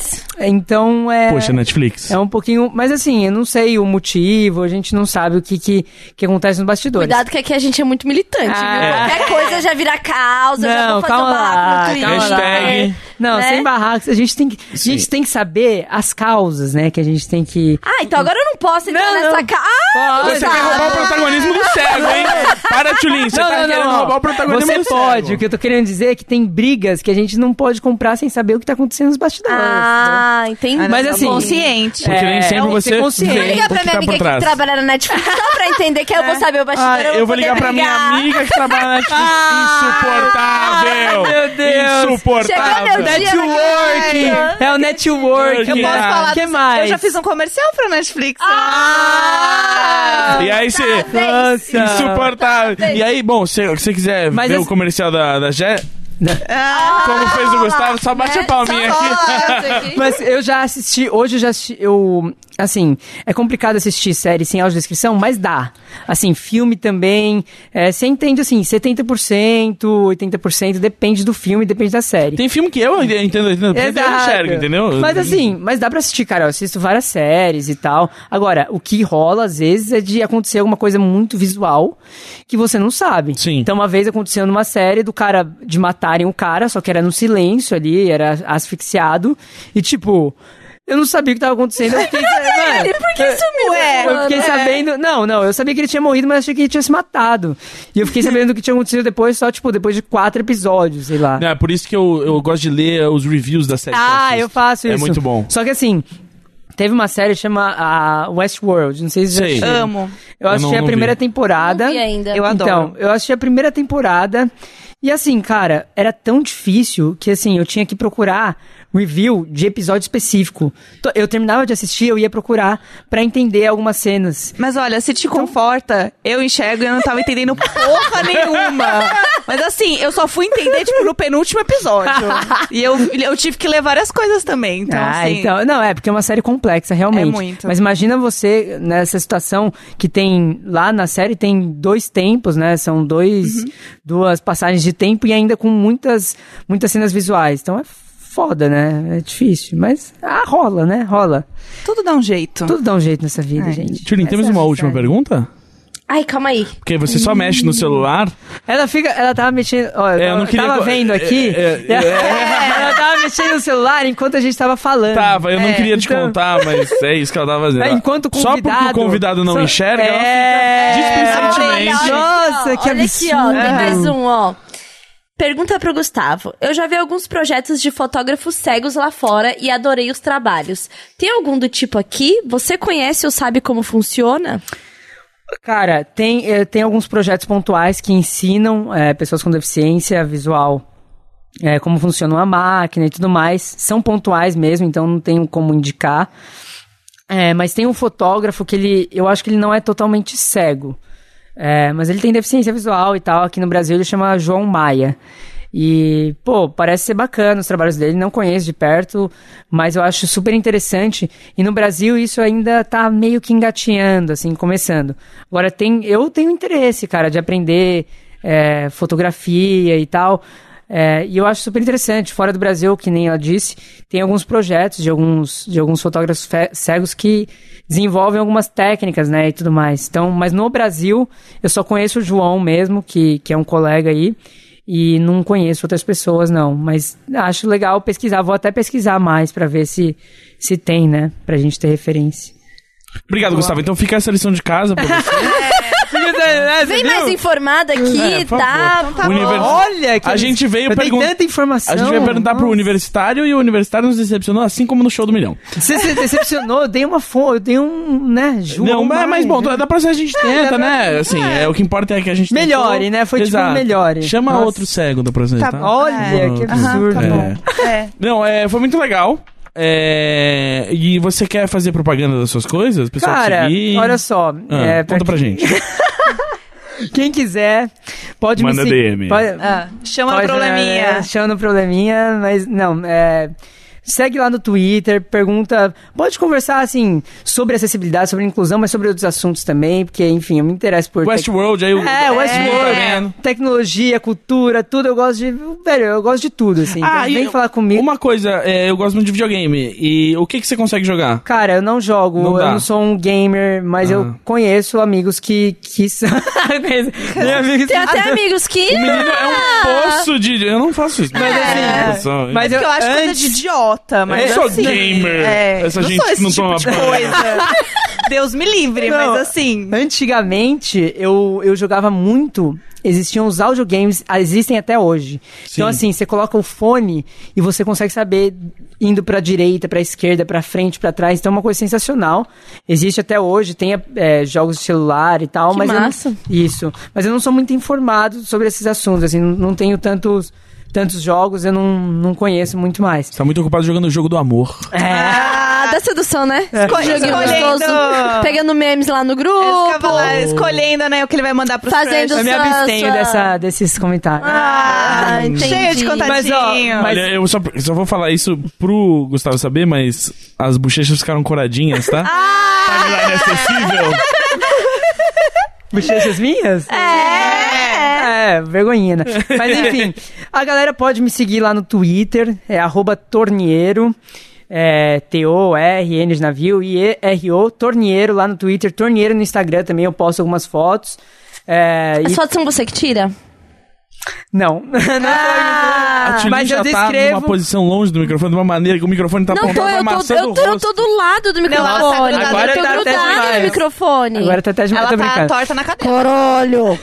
Seis.
É. Então, é...
Poxa, Netflix.
É um pouquinho. Mas assim, eu não sei o motivo, a gente não sabe o que, que, que acontece nos bastidores.
Cuidado que aqui a gente é muito militante,
Ah,
viu?
é.
Qualquer coisa já vira causa, já
Não,
vou fazer
calma
um barraco no
lá,
Twitter.
calma lá.
Hashtag.
Não,
né?
sem barracos, a gente tem que. A
Sim.
gente tem que saber as causas, né? Que a gente tem que.
Ah, então agora eu não posso entrar
Não,
nessa
não.
ca... Ah,
Pode.
Você
tá.
quer roubar o protagonismo do cego, hein? Para, Tulin, você tá querendo roubar o é protagonismo
Você
do cego.
pode, o que eu tô querendo dizer é que tem brigas que a gente não pode comprar sem saber o que tá acontecendo nos bastidores.
Ah, entendi.
Mas assim-
Consciente.
Porque nem
É,
sempre
tem que ser
você
consciente.
vê
Vou ligar
o
pra
que
minha
tá
amiga
por
que
trás.
trabalha na Netflix só pra entender que eu vou saber o bastidor.
Ah, eu vou
poder Ah,
ligar pra minha
brigar.
amiga que trabalha na Netflix. Ah, Insuportável!
Ah, meu Deus.
Chegou
Insuportável!
meu dia.
Network! É o network!
Eu posso falar
O que mais?
Eu já fiz um comercial pra Netflix.
Ah!
E aí, você.
Nossa!
Insuportável! E aí, bom, se se você quiser
Mas
ver
esse-
o comercial da, da Jé,
Ah,
como fez o Gustavo, só
Né?
É,
bate a palminha aqui.
Mas eu já assisti, hoje eu já assisti, eu, assim, é complicado assistir série sem audiodescrição, mas dá. Assim, filme também, é, você entende, assim, 70%, 80%, depende do filme, depende da série.
Tem filme que eu entendo, entendo porque eu
Exato.
enxergo, entendeu?
Mas assim, mas dá pra assistir, cara. Eu assisto várias séries e tal. Agora, o que rola às vezes é de acontecer alguma coisa muito visual que você não sabe.
Sim.
Então, uma vez aconteceu numa série do cara de matarem o cara, só que era no silêncio ali, era asfixiado. E tipo. Eu não sabia o que tava acontecendo. Eu fiquei, é, mano, é,
E por que é. sumiu?
Ué,
eu fiquei
mano?
sabendo. Não, não, eu sabia que ele tinha morrido, mas achei que ele tinha se matado. E eu fiquei sabendo o que tinha acontecido depois, só, tipo, depois de quatro episódios, sei lá.
Não, é por isso que eu, eu gosto de ler uh, os reviews da série. que
Ah,
assisto.
eu faço isso.
É muito bom.
Só que assim, teve uma série que chama ah, Westworld, não sei se já
Sei.
assistiram.
amo.
Eu
Eu
assisti
não-
a
não
primeira
vi.
temporada.
Não vi ainda.
Eu adoro.
Então, eu assisti a primeira temporada. E assim, cara, era tão difícil que assim, eu tinha que procurar review de episódio específico. Tô- Eu terminava de assistir, eu ia procurar pra entender algumas cenas.
Mas olha, se te conforta, eu enxergo e eu não tava entendendo porra nenhuma. Mas assim, eu só fui entender, tipo, no penúltimo episódio. E eu, eu tive que levar as coisas também. Então,
ah,
assim.
então. Não, é porque é uma série complexa, realmente.
É muito.
Mas imagina você nessa situação que tem. Lá na série tem dois tempos, né? São dois,
Uhum.
duas passagens de tempo e ainda com muitas, muitas cenas visuais. Então é foda, né? É difícil. Mas ah, rola, né? Rola.
Tudo dá um jeito.
Tudo dá um jeito nessa vida, gente.
Tchulin, temos
Essa é a
uma última
verdade.
pergunta?
Ai, calma aí.
Porque você só mexe no celular.
Ela fica. Ela tava mexendo. Ó, eu,
É, eu não
tava-
queria
tava
co-
vendo
é,
aqui.
é, é,
ela tava mexendo no celular enquanto a gente tava falando.
Tava, eu não queria te
então-
contar, mas é isso que ela tava fazendo.
É, enquanto
Só porque o
convidado-
convidado não
só-
enxerga,
É.
ela fica
Olha,
displicentemente.
olha
Nossa,
aqui, ó.
que
Olha aqui, ó. Tem
absurdo.
mais um, ó. Pergunta pro Gustavo. Eu já vi alguns projetos de fotógrafos cegos lá fora e adorei os trabalhos. Tem algum do tipo aqui? Você conhece ou sabe como funciona?
Cara, tem, eh, tem alguns projetos pontuais que ensinam eh, pessoas com deficiência visual eh, como funciona uma máquina e tudo mais. São pontuais mesmo, então não tenho como indicar. Eh, mas tem um fotógrafo que ele, eu acho que ele não é totalmente cego, Eh, mas ele tem deficiência visual e tal. Aqui no Brasil ele chama João Maia. E, pô, parece ser bacana os trabalhos dele, não conheço de perto, mas eu acho super interessante. E no Brasil isso ainda tá meio que engatinhando, assim, começando. Agora, tem, eu tenho interesse, cara, de aprender eh, é, fotografia e tal. É, e eu acho super interessante. Fora do Brasil, que nem ela disse, tem alguns projetos de alguns, de alguns fotógrafos fe- cegos que desenvolvem algumas técnicas, né, e tudo mais. Então, mas no Brasil, eu só conheço o João mesmo, que, que é um colega aí, e não conheço outras pessoas, não. Mas acho legal pesquisar. Vou até pesquisar mais pra ver se, se tem, né, pra gente ter referência.
Obrigado, Gustavo. Então fica essa lição de casa pra você.
né,
Vem mais informada aqui,
É, por
tá?
favor. Univers-
Olha que
A gente veio
eu dei
pergun-
tanta informação.
A gente vai perguntar pro universitário e o universitário nos decepcionou, assim como no show do milhão.
Você se decepcionou, eu dei uma fome, eu dei um, né, João.
não, mas, mas bom,
né?
da próxima a gente tenta, né? Assim, é. o que importa é que a gente
Melhore, né? Foi tipo um melhore.
Chama
Nossa.
outro cego da próxima,
Tá
tá?
bom.
Olha,
Ah,
que
tá
absurdo.
bom.
É.
Não, é, foi muito legal. É, e você quer fazer propaganda das suas coisas? Pessoal te
Cara,
seguir?
olha só.
Ah,
é, pra
conta pra gente.
Quem quiser, pode
Manda
me seguir.
DM.
Pode,
Ah, chama
Pode,
no
né,
probleminha.
Achando probleminha, mas não, é. Segue lá no Twitter, pergunta. Pode conversar, assim, sobre acessibilidade, sobre inclusão, mas sobre outros assuntos também, porque, enfim, eu me interesso por. tec-
Westworld, aí o.
É, Westworld.
É.
Tecnologia, cultura, tudo. Eu gosto de. Velho, eu gosto de tudo, assim.
Ah,
então, vem
e
falar comigo.
Uma coisa, é, eu gosto muito de videogame. E o que, que você consegue jogar?
Cara, eu não jogo,
Não
eu
dá.
não sou um gamer, mas eu conheço amigos que. que são. Eu conheço- Tem amigos
Tem
que-
até amigos que.
O menino é um poço de. Eu não faço isso.
Mas assim,
Pessoal,
mas
Porque eu acho coisa
antes-
de idiota,
Eu
mas
sou
assim,
gamer.
É,
Essa
não
gente
sou esse
não
tipo
toma
de
banho.
coisa. Deus me livre,
Não.
mas assim...
Antigamente, eu, eu jogava muito. Existiam os audiogames, ah, existem até hoje. Então, assim, você coloca o fone e você consegue saber indo pra direita, pra esquerda, pra frente, pra trás. Então, é uma coisa sensacional. Existe até hoje, tem é, jogos de celular e tal.
Que
mas eu não-
massa.
isso. Mas eu não sou muito informado sobre esses assuntos. Assim, não- não tenho tantos, tantos jogos, eu não, não conheço muito mais.
Você tá muito ocupado jogando o jogo do amor.
É.
Ah, da sedução, né? Joguinho
escolhendo.
gostoso. Pegando memes lá no
Ele ficava
grupo.
lá escolhendo, né, o que ele vai mandar pros
Fazendo
crushes.
Eu me
Sua-
abstenho
sua-
dessa, desses comentários.
Ah, entendi.
Cheio de
Mas, ó,
contadinho.
mas-
Olha, eu só, só vou falar isso pro Gustavo saber, mas as bochechas ficaram coradinhas, tá?
Ah!
Timeline acessível.
Bochechas minhas? É! É, vergonhinha. né? Mas enfim, a galera pode me seguir lá no Twitter, é arroba tornieiro. É, T-O-R-N de navio e R-O, Tornieiro lá no Twitter, Tornieiro no Instagram também, eu posto algumas fotos. É,
As
e-
fotos são você que tira?
Não, não é
Ah!
A Tilly
Ah, mas
já
eu
tá
descrevo.
numa posição longe do microfone, de uma maneira que o microfone tá
não
apontando
tô,
pra
eu tô,
maçã
eu,
do
tô, eu
rosto.
tô do lado do
ela tá
microfone.
grudada,
eu tô
tá até
grudada
demais.
no microfone.
agora tá até de
Ela
tô
tá
brincando.
torta na cadeira.
Caralho!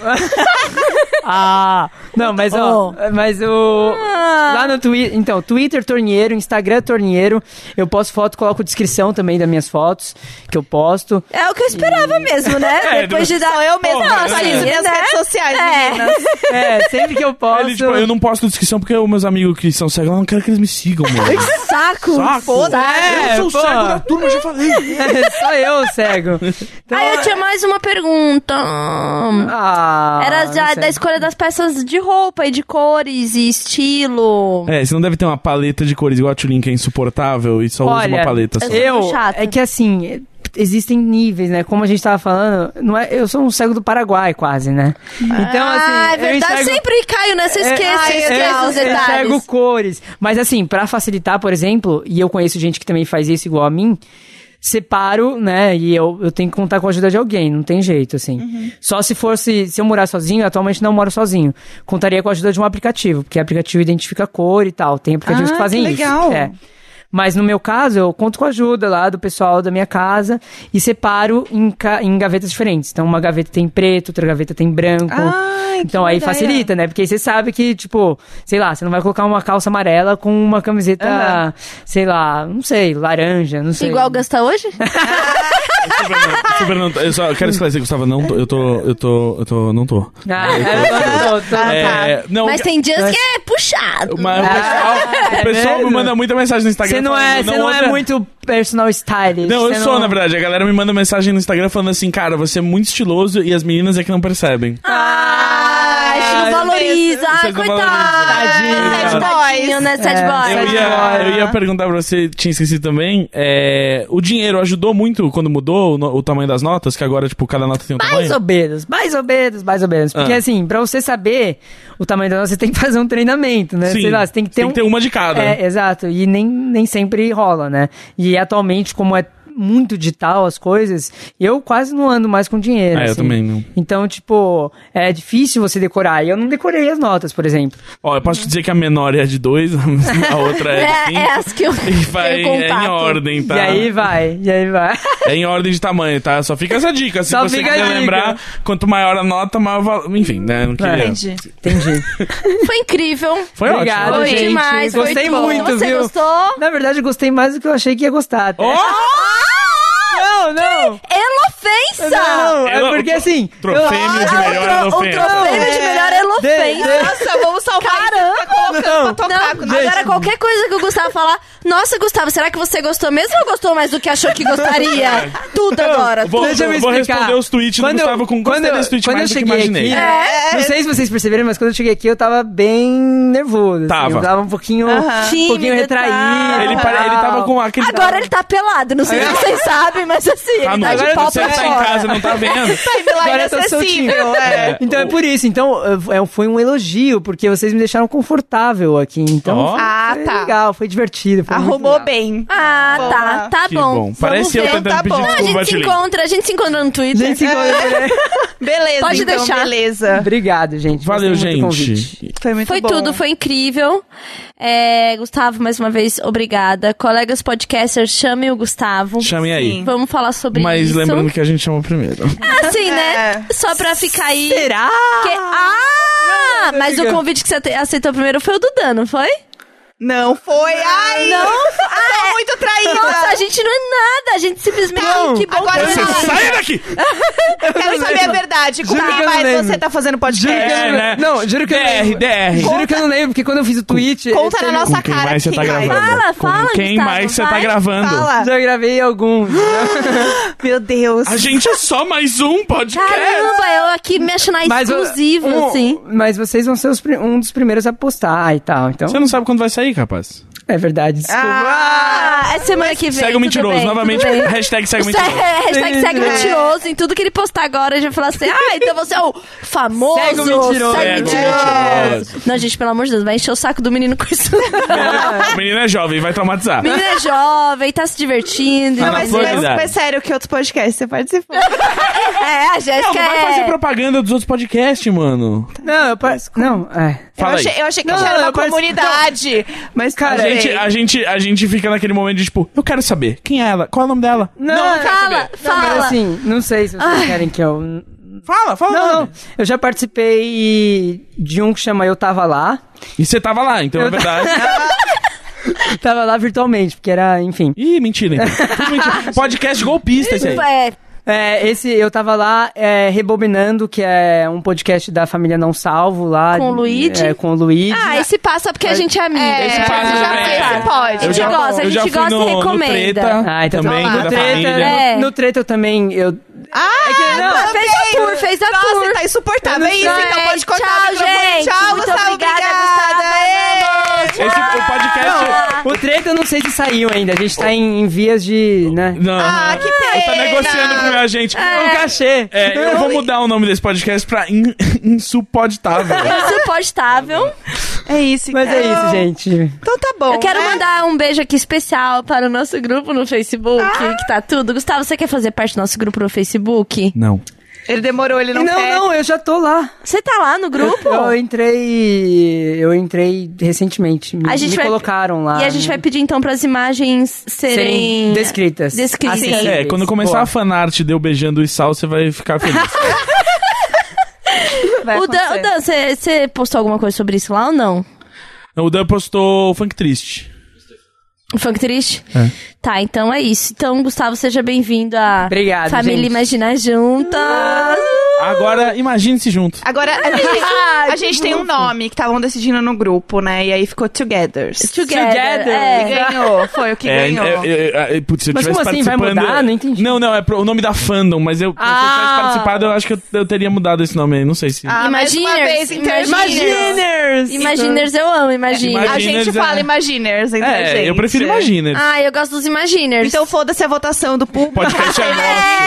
Ah, não, mas ó, mas o
Ah.
lá no Twitter, então, Twitter Torneiro, Instagram Torneiro, eu posto foto, coloco descrição também das minhas fotos que eu posto.
É o que eu
Hum.
esperava mesmo, né? Depois de dar.
É, Eu mesmo
Porra,
atualizo
né?
assim,
minhas redes sociais,
É.
meninas.
É, sempre que eu posto.
Ele, tipo, eu não posto descrição porque os meus amigos que são cegos, eu não quero É que eles me sigam, mano.
Saco!
Saco.
É,
eu sou
pô.
cego da turma, eu já falei.
É, Só eu cego. Então,
Aí eu tinha mais uma pergunta.
ah,
Era
não
já
sei.
da escolha das peças de roupa e de cores e estilo.
É, você não deve ter uma paleta de cores igual a Tulin, que é insuportável e só usa
Olha,
uma paleta só.
eu-
Eu,
Sou chata.
é que assim, existem níveis, né? Como a gente tava falando, não é, eu sou um cego do Paraguai quase, né? Então assim,
ah, é
eu
verdade.
enxergo- É,
Sempre caio nessa, eu esqueço,
É, ai,
eu esqueço
eu-
os
eu enxergo
detalhes.
cores. Mas assim, pra facilitar, por exemplo, e eu conheço gente que também faz isso igual a mim, separo, né? E eu, eu tenho que contar com a ajuda de alguém, não tem jeito, assim.
Uhum.
Só se fosse, se eu morar sozinho, eu atualmente não moro sozinho. Contaria com a ajuda de um aplicativo, porque o aplicativo identifica a cor e tal. Tem aplicativos
Ah,
que fazem
que
isso.
legal.
É. Mas no meu caso, eu conto com a ajuda lá do pessoal da minha casa e separo em, ca- em gavetas diferentes. Então, uma gaveta tem preto, outra gaveta tem branco.
Ai, que
então, aí
ideia.
facilita, né? Porque aí você sabe que, tipo, sei lá, você não vai colocar uma calça amarela com uma camiseta, sei lá, não sei, laranja, não sei.
Igual gastar hoje?
é
Super não- é eu só quero esclarecer, Gustavo, não tô, eu tô, eu tô, eu tô, não tô.
Ah, é, tô, tô,
É, não,
Mas tem dias que é puxado.
Mas o pessoal, o pessoal me
mesmo?
manda muita mensagem no Instagram.
Ah. É Você não é,
falando,
você não
outra-
é muito personal stylist.
Não, eu
você
sou, na verdade. A galera me manda mensagem
Ah,
no Instagram falando assim, cara, você é muito estiloso e as meninas é que não percebem.
Ah, acho não valoriza. Ai,
Vocês não
coitado. Sad boyzinho, né?
valorizam. Tadinho.
Sad
É,
boy.
Eu
sad
ia, eu ia perguntar pra você, tinha esquecido também. é, o dinheiro ajudou muito quando mudou o, no- o tamanho das notas, que agora, tipo, cada nota tem um
Mais
tamanho?
ou menos, mais ou menos, mais ou menos. Porque
Ah.
assim, pra você saber o tamanho da nota, você tem que fazer um treinamento, né?
Sim,
Sei lá, você tem que ter um.
uma de cada.
É, exato. E nem, nem sempre rola, né? E atualmente, como é muito digital as coisas, eu quase não ando mais com dinheiro.
É, eu
assim.
também não.
Então, tipo, é difícil você decorar. E eu não decorei as notas, por exemplo.
Ó, eu posso te dizer que a menor é a de dois, a outra é de
É,
cinco.
é as que eu
E vai,
tenho
é em
contato.
ordem, tá?
E aí vai, e aí vai.
É em ordem de tamanho, tá? Só fica essa dica. Se
Só
você
fica a
quiser
dica.
lembrar, quanto maior a nota, maior o valor. Enfim, né? Não queria.
Entendi.
Entendi.
Foi incrível.
Foi
Obrigado,
ótimo.
Foi
gente.
demais, foi
Gostei
bom.
muito,
Você
viu?
gostou?
Na verdade, eu gostei mais do que eu achei que ia gostar. até.
Oh!
Ah,
Não, não!
Elofensa!
Não,
Ela-
é porque assim.
Trofêmeo
eu-
de melhor
Ah, o tro-
elofensa.
O trofêmeo de
É.
melhor elofensa.
De- de-
Nossa, vamos salvar isso que tá
Não.
colocando pra
Não,
tocar. com nada.
agora qualquer coisa que o Gustavo falar, nossa, Gustavo, será que você gostou mesmo ou gostou mais do que achou que gostaria? Tudo agora.
vou-
tudo.
Deixa eu
vou
explicar.
responder os tweets do
Quando eu-
Gustavo
quando
com gostei
eu-
desse tweet
quando
mais
eu
do que
cheguei
imaginei.
aqui-
É,
Não sei se vocês perceberam, mas quando eu cheguei aqui eu tava bem nervoso. assim.
Tava.
Eu tava um pouquinho, um pouquinho
tá.
Tímido e tal.
retraído.
Ele,
e
pare... ele
tal.
tava com aquele.
Agora ele tá pelado, não sei se vocês sabem, mas assim,
É. Tá
ele
no...
tá de
Agora
pau
você
pra
que tá em
fora.
casa, não tá vendo?
Agora eu tô soltinho.
é.
Então é por isso. Então é, foi um elogio, porque vocês me deixaram confortável aqui. Então
Ó.
foi,
Ah,
foi
tá.
legal, foi divertido. Foi muito
Arrumou
legal.
bem.
Ah,
Boa.
tá, tá
Que
bom.
bom. Parece eu
Vamos ver.
tentando
tá
pedir
bom.
Não, a
desculpa,
gente se
Tilly.
encontra, a gente se encontra no Twitter.
Gente, se encontra, né?
Beleza,
Pode
então,
deixar.
beleza.
Obrigado, gente.
Valeu,
Gostei muito do convite.
gente.
Foi muito
Foi
bom.
tudo, foi incrível. É, Gustavo, mais uma vez, obrigada. Colegas podcasters, chamem o Gustavo.
Chamem aí.
Sim.
Vamos falar sobre
Mas
isso.
lembrando que a gente chamou primeiro.
Assim, né?
É. Ah!
Só pra ficar aí.
Será?
Que- Ah!
tô
mas o
brincando.
convite que você te- aceitou primeiro foi o do Dan, não foi?
Não foi. Ai,
Não.
eu tô muito traída.
Nossa, a gente não é nada, a gente simplesmente.
Não.
Que bom
Agora
que
você
não.
sabe.
Saia daqui!
Eu quero saber a verdade. Com
Juro que
quem
eu não
mais
lembro.
você tá fazendo podcast?
Juro que eu
É,
não-
né?
Não, juro que eu não
DR,
lembro.
DR.
Juro que eu não lembro, porque quando eu fiz o tweet.
Conta na
eu-
nossa
Com quem
cara
mais você tá
quem mais.
gravando?
Fala, fala,
Com quem
Gustavo,
mais você tá
vai.
gravando?
Fala.
Já gravei alguns.
Meu Deus.
A gente é só mais um podcast.
Caramba, eu aqui me achando
Mas eu-
É exclusivo,
um-
assim.
Mas vocês vão ser os pri- um dos primeiros a postar e tal. Então,
Você não sabe quando vai sair, capaz.
é verdade. Desculpa.
Ah, é semana que vem.
Segue o
tudo
mentiroso.
bem,
Novamente,
tudo bem.
hashtag segue o
Isso é,
mentiroso.
hashtag segue o mentiroso. Em tudo que ele postar agora, a gente vai falar assim: ah, então você é o famoso.
Segue o mentiroso.
é,
segue o
né?
Segue o
mentiroso.
mentiroso.
Não, gente, pelo amor de Deus, vai encher o saco do menino com isso.
O menino é jovem, vai traumatizar.
O menino é jovem, tá se divertindo.
Ah,
Não,
na
mas,
flor
mas,
da idade.
mas sério, que outros podcasts você participou?
É, a
Não,
Jéssica
mas vai fazer
é...
propaganda dos outros podcasts, mano.
Não, eu par... Não, é.
eu,
Fala aí.
achei, eu achei que
Não,
a gente era
não,
uma
eu participei.
comunidade. Mas,
Cara,
cara,
A gente, a, gente, a gente fica naquele momento de tipo, eu quero saber, quem é ela? Qual é o nome dela?
Não,
Fala,
não, mas
fala.
assim, não sei se vocês querem que eu.
Fala, fala. o
Não,
nome.
não. Eu já participei de um que chama Eu Tava Lá.
E você tava lá, então é verdade.
Tava lá virtualmente, porque era, enfim.
Ih, mentira, então. Tudo mentira. Podcast golpista esse aí.
É,
É, esse eu tava lá é, rebobinando, que é um podcast da família Não Salvo lá.
Com o Luigi?
É, com o Luigi.
Ah, esse passa porque a gente é amiga.
Esse
então
passa
a gente
já
vai
fez,
passar.
esse pode.
A gente
Eu já-
gosta, a
eu já
gente
fui
gosta
no-
e
no
recomenda.
Treta.
Ah, então
Também,
tá bom.
da
no treta,
família.
né?
É.
no treta eu também eu é
Ah,
Ah, fez a tour, fez a
Nossa,
tour.
tá insuportável.
Eu não
É isso,
sei.
então pode contar.
Tchau,
microfone.
gente.
Tchau,
Muito
Gustavo. é
obrigada, Gustavo.
Obrigada.
Esse o podcast.
O treta eu não sei se saiu ainda. A gente tá em, em vias de, né?
Não.
Ah, que pena.
Ele tá negociando com a gente.
Um cachê.
É, eu vou mudar o nome desse podcast pra in, Insuportável.
É Insuportável.
É isso,
Mas é
então.
isso, gente.
Então tá bom.
Eu quero
né?
mandar um beijo aqui especial para o nosso grupo no Facebook,
Ah!
que tá tudo. Gustavo, você quer fazer parte do nosso grupo no Facebook?
Não.
Ele demorou, ele não,
Não, não,
quer.
eu já tô lá.
Você tá lá no grupo?
Eu entrei. Eu entrei recentemente. Me,
A gente
me
vai-
colocaram lá.
E a gente vai pedir então para as imagens serem
serem descritas. Assim,
Descritas.
Acessíveis.
É, quando começar
Boa.
a fanart de eu beijando o Sal, você vai ficar feliz.
Vai
O Dan,
acontecer.
o Dan, você você postou alguma coisa sobre isso lá ou não?
o Dan postou o Funk Triste.
O Um Funk Triste? Tá, então é isso. Então, Gustavo, seja bem-vindo à
Obrigado,
Família
gente.
Ah,
Imagina Juntas.
Agora, imagine-se junto.
Agora, a gente, a gente tem um nome que estavam decidindo no grupo, né? E aí ficou Togethers.
Together.
Together.
E
É.
ganhou, foi o que
É,
ganhou.
é, é, é, putz, se eu
Mas
tivesse
como assim? Vai
participando.
mudar? Não entendi.
Não, não, é pro- o nome da fandom, mas eu, se eu tivesse
Ah.
participado, eu acho que eu, eu teria mudado esse nome aí. Não sei se.
Ah, mais uma
Imaginers,
vez, então,
Imaginers.
Imaginers!
Imaginers eu amo, Imaginers.
A
Imaginers,
gente
é.
fala Imaginers, então,
é,
gente.
eu prefiro Imaginer.
Ah, eu gosto dos Imaginers.
Então foda-se a votação do público.
Podcast é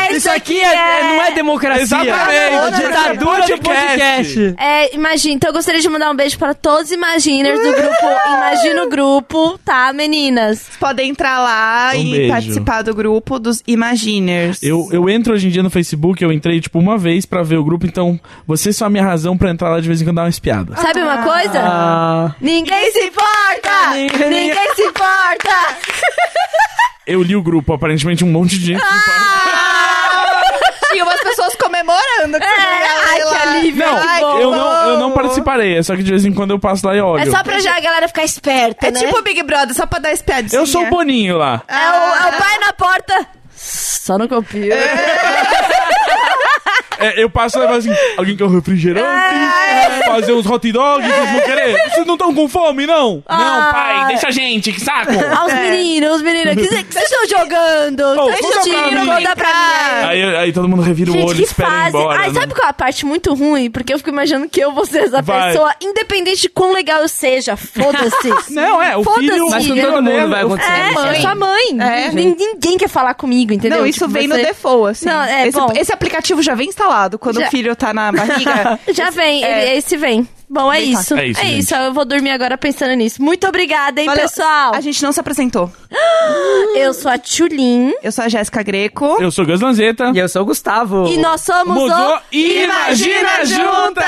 nosso.
Isso aqui é- é- não é democracia.
Exatamente.
É ditadura do
Podcast.
podcast.
É, imagina. Então eu gostaria de mandar um beijo pra todos os Imaginers do grupo Imagina o Grupo, tá, meninas?
Podem entrar lá
Um
e
beijo.
participar do grupo dos Imaginers.
Eu, eu entro hoje em dia no Facebook, eu entrei tipo uma vez pra ver o grupo, então você só é a minha razão pra entrar lá de vez em quando dar uma espiada.
Sabe uma coisa?
Ah.
Ninguém se importa!
Ninguém-
Ninguém se importa!
Eu li o grupo, aparentemente um monte de gente.
Tinha umas pessoas comemorando. Que você não ia
É, ai, que
ver lá.
alívio.
Não,
Ai, que
eu não, eu não
bom.
participarei, é só que de vez em quando eu passo lá e olho.
É só pra já a galera ficar esperta,
É
né?
tipo o Big Brother, só pra dar as piadinhas.
Eu sou um o Boninho lá.
É o, é o pai na porta. Só não copio.
É, eu passo lá e falo assim: alguém quer um refrigerante?
É,
Fazer uns hot dogs, vocês vão querer? Vocês não estão com fome, não?
Ah.
Não, pai, deixa a gente, que saco!
Ah, os meninos, os meninos. O que vocês estão jogando?
Oh,
Deixa
conta
os
pra
meninos
mim.
contar pra mim.
Aí, aí todo mundo revira o
Gente,
olho e
que
espera ir
fase.
embora.
Ai,
né?
sabe qual é a parte muito ruim? Porque eu fico imaginando que eu vou ser essa
Vai.
pessoa, independente de quão legal eu seja. Foda-se.
Não, é, o
Foda-se.
filho.
Mas
o
com
filho
tá
todo
dela-
mundo vai acontecer.
É,
isso.
eu sou a mãe.
É.
Nin- Ninguém quer falar comigo, entendeu?
Não, isso
Tipo,
vem
você-
no default, assim.
Não, é,
esse,
bom.
esse aplicativo já vem instalado quando
Já.
o filho tá na barriga.
Já vem,
É.
ele- esse vem. Bom, é
Bem
isso.
fácil.
É isso, gente.
eu vou dormir agora pensando nisso. Muito obrigada, hein,
Valeu.
pessoal?
Então, A gente não se apresentou.
Eu sou a Tchulin
Eu sou a Jéssica Greco.
Eu sou Gus Lanzetta.
E eu sou o Gustavo.
e nós somos
Mudou
o...
e imagina juntas!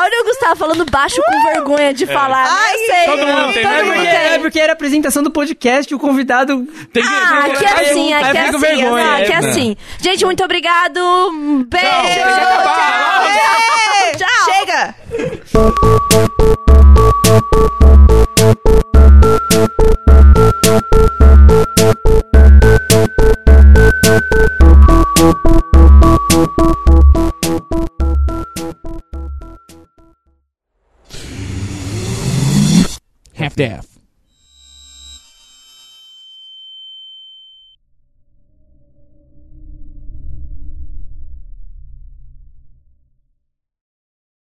Olha o Gustavo falando baixo com vergonha de falar. né?
Ai,
Eu sei.
Uh! todo mundo tem
todo
vergonha.
mundo
Porque-
tem.
é porque era a apresentação do podcast e o convidado.
Tem que.
Ah,
tem
aqui é assim,
Aí
aqui é
fica
assim,
vergonha,
exato, aqui é
né?
assim. Gente, muito obrigado. Um Beijo.
Tchau, chega de acabar.
tchau, tchau. tchau.
Chega!
half-deaf.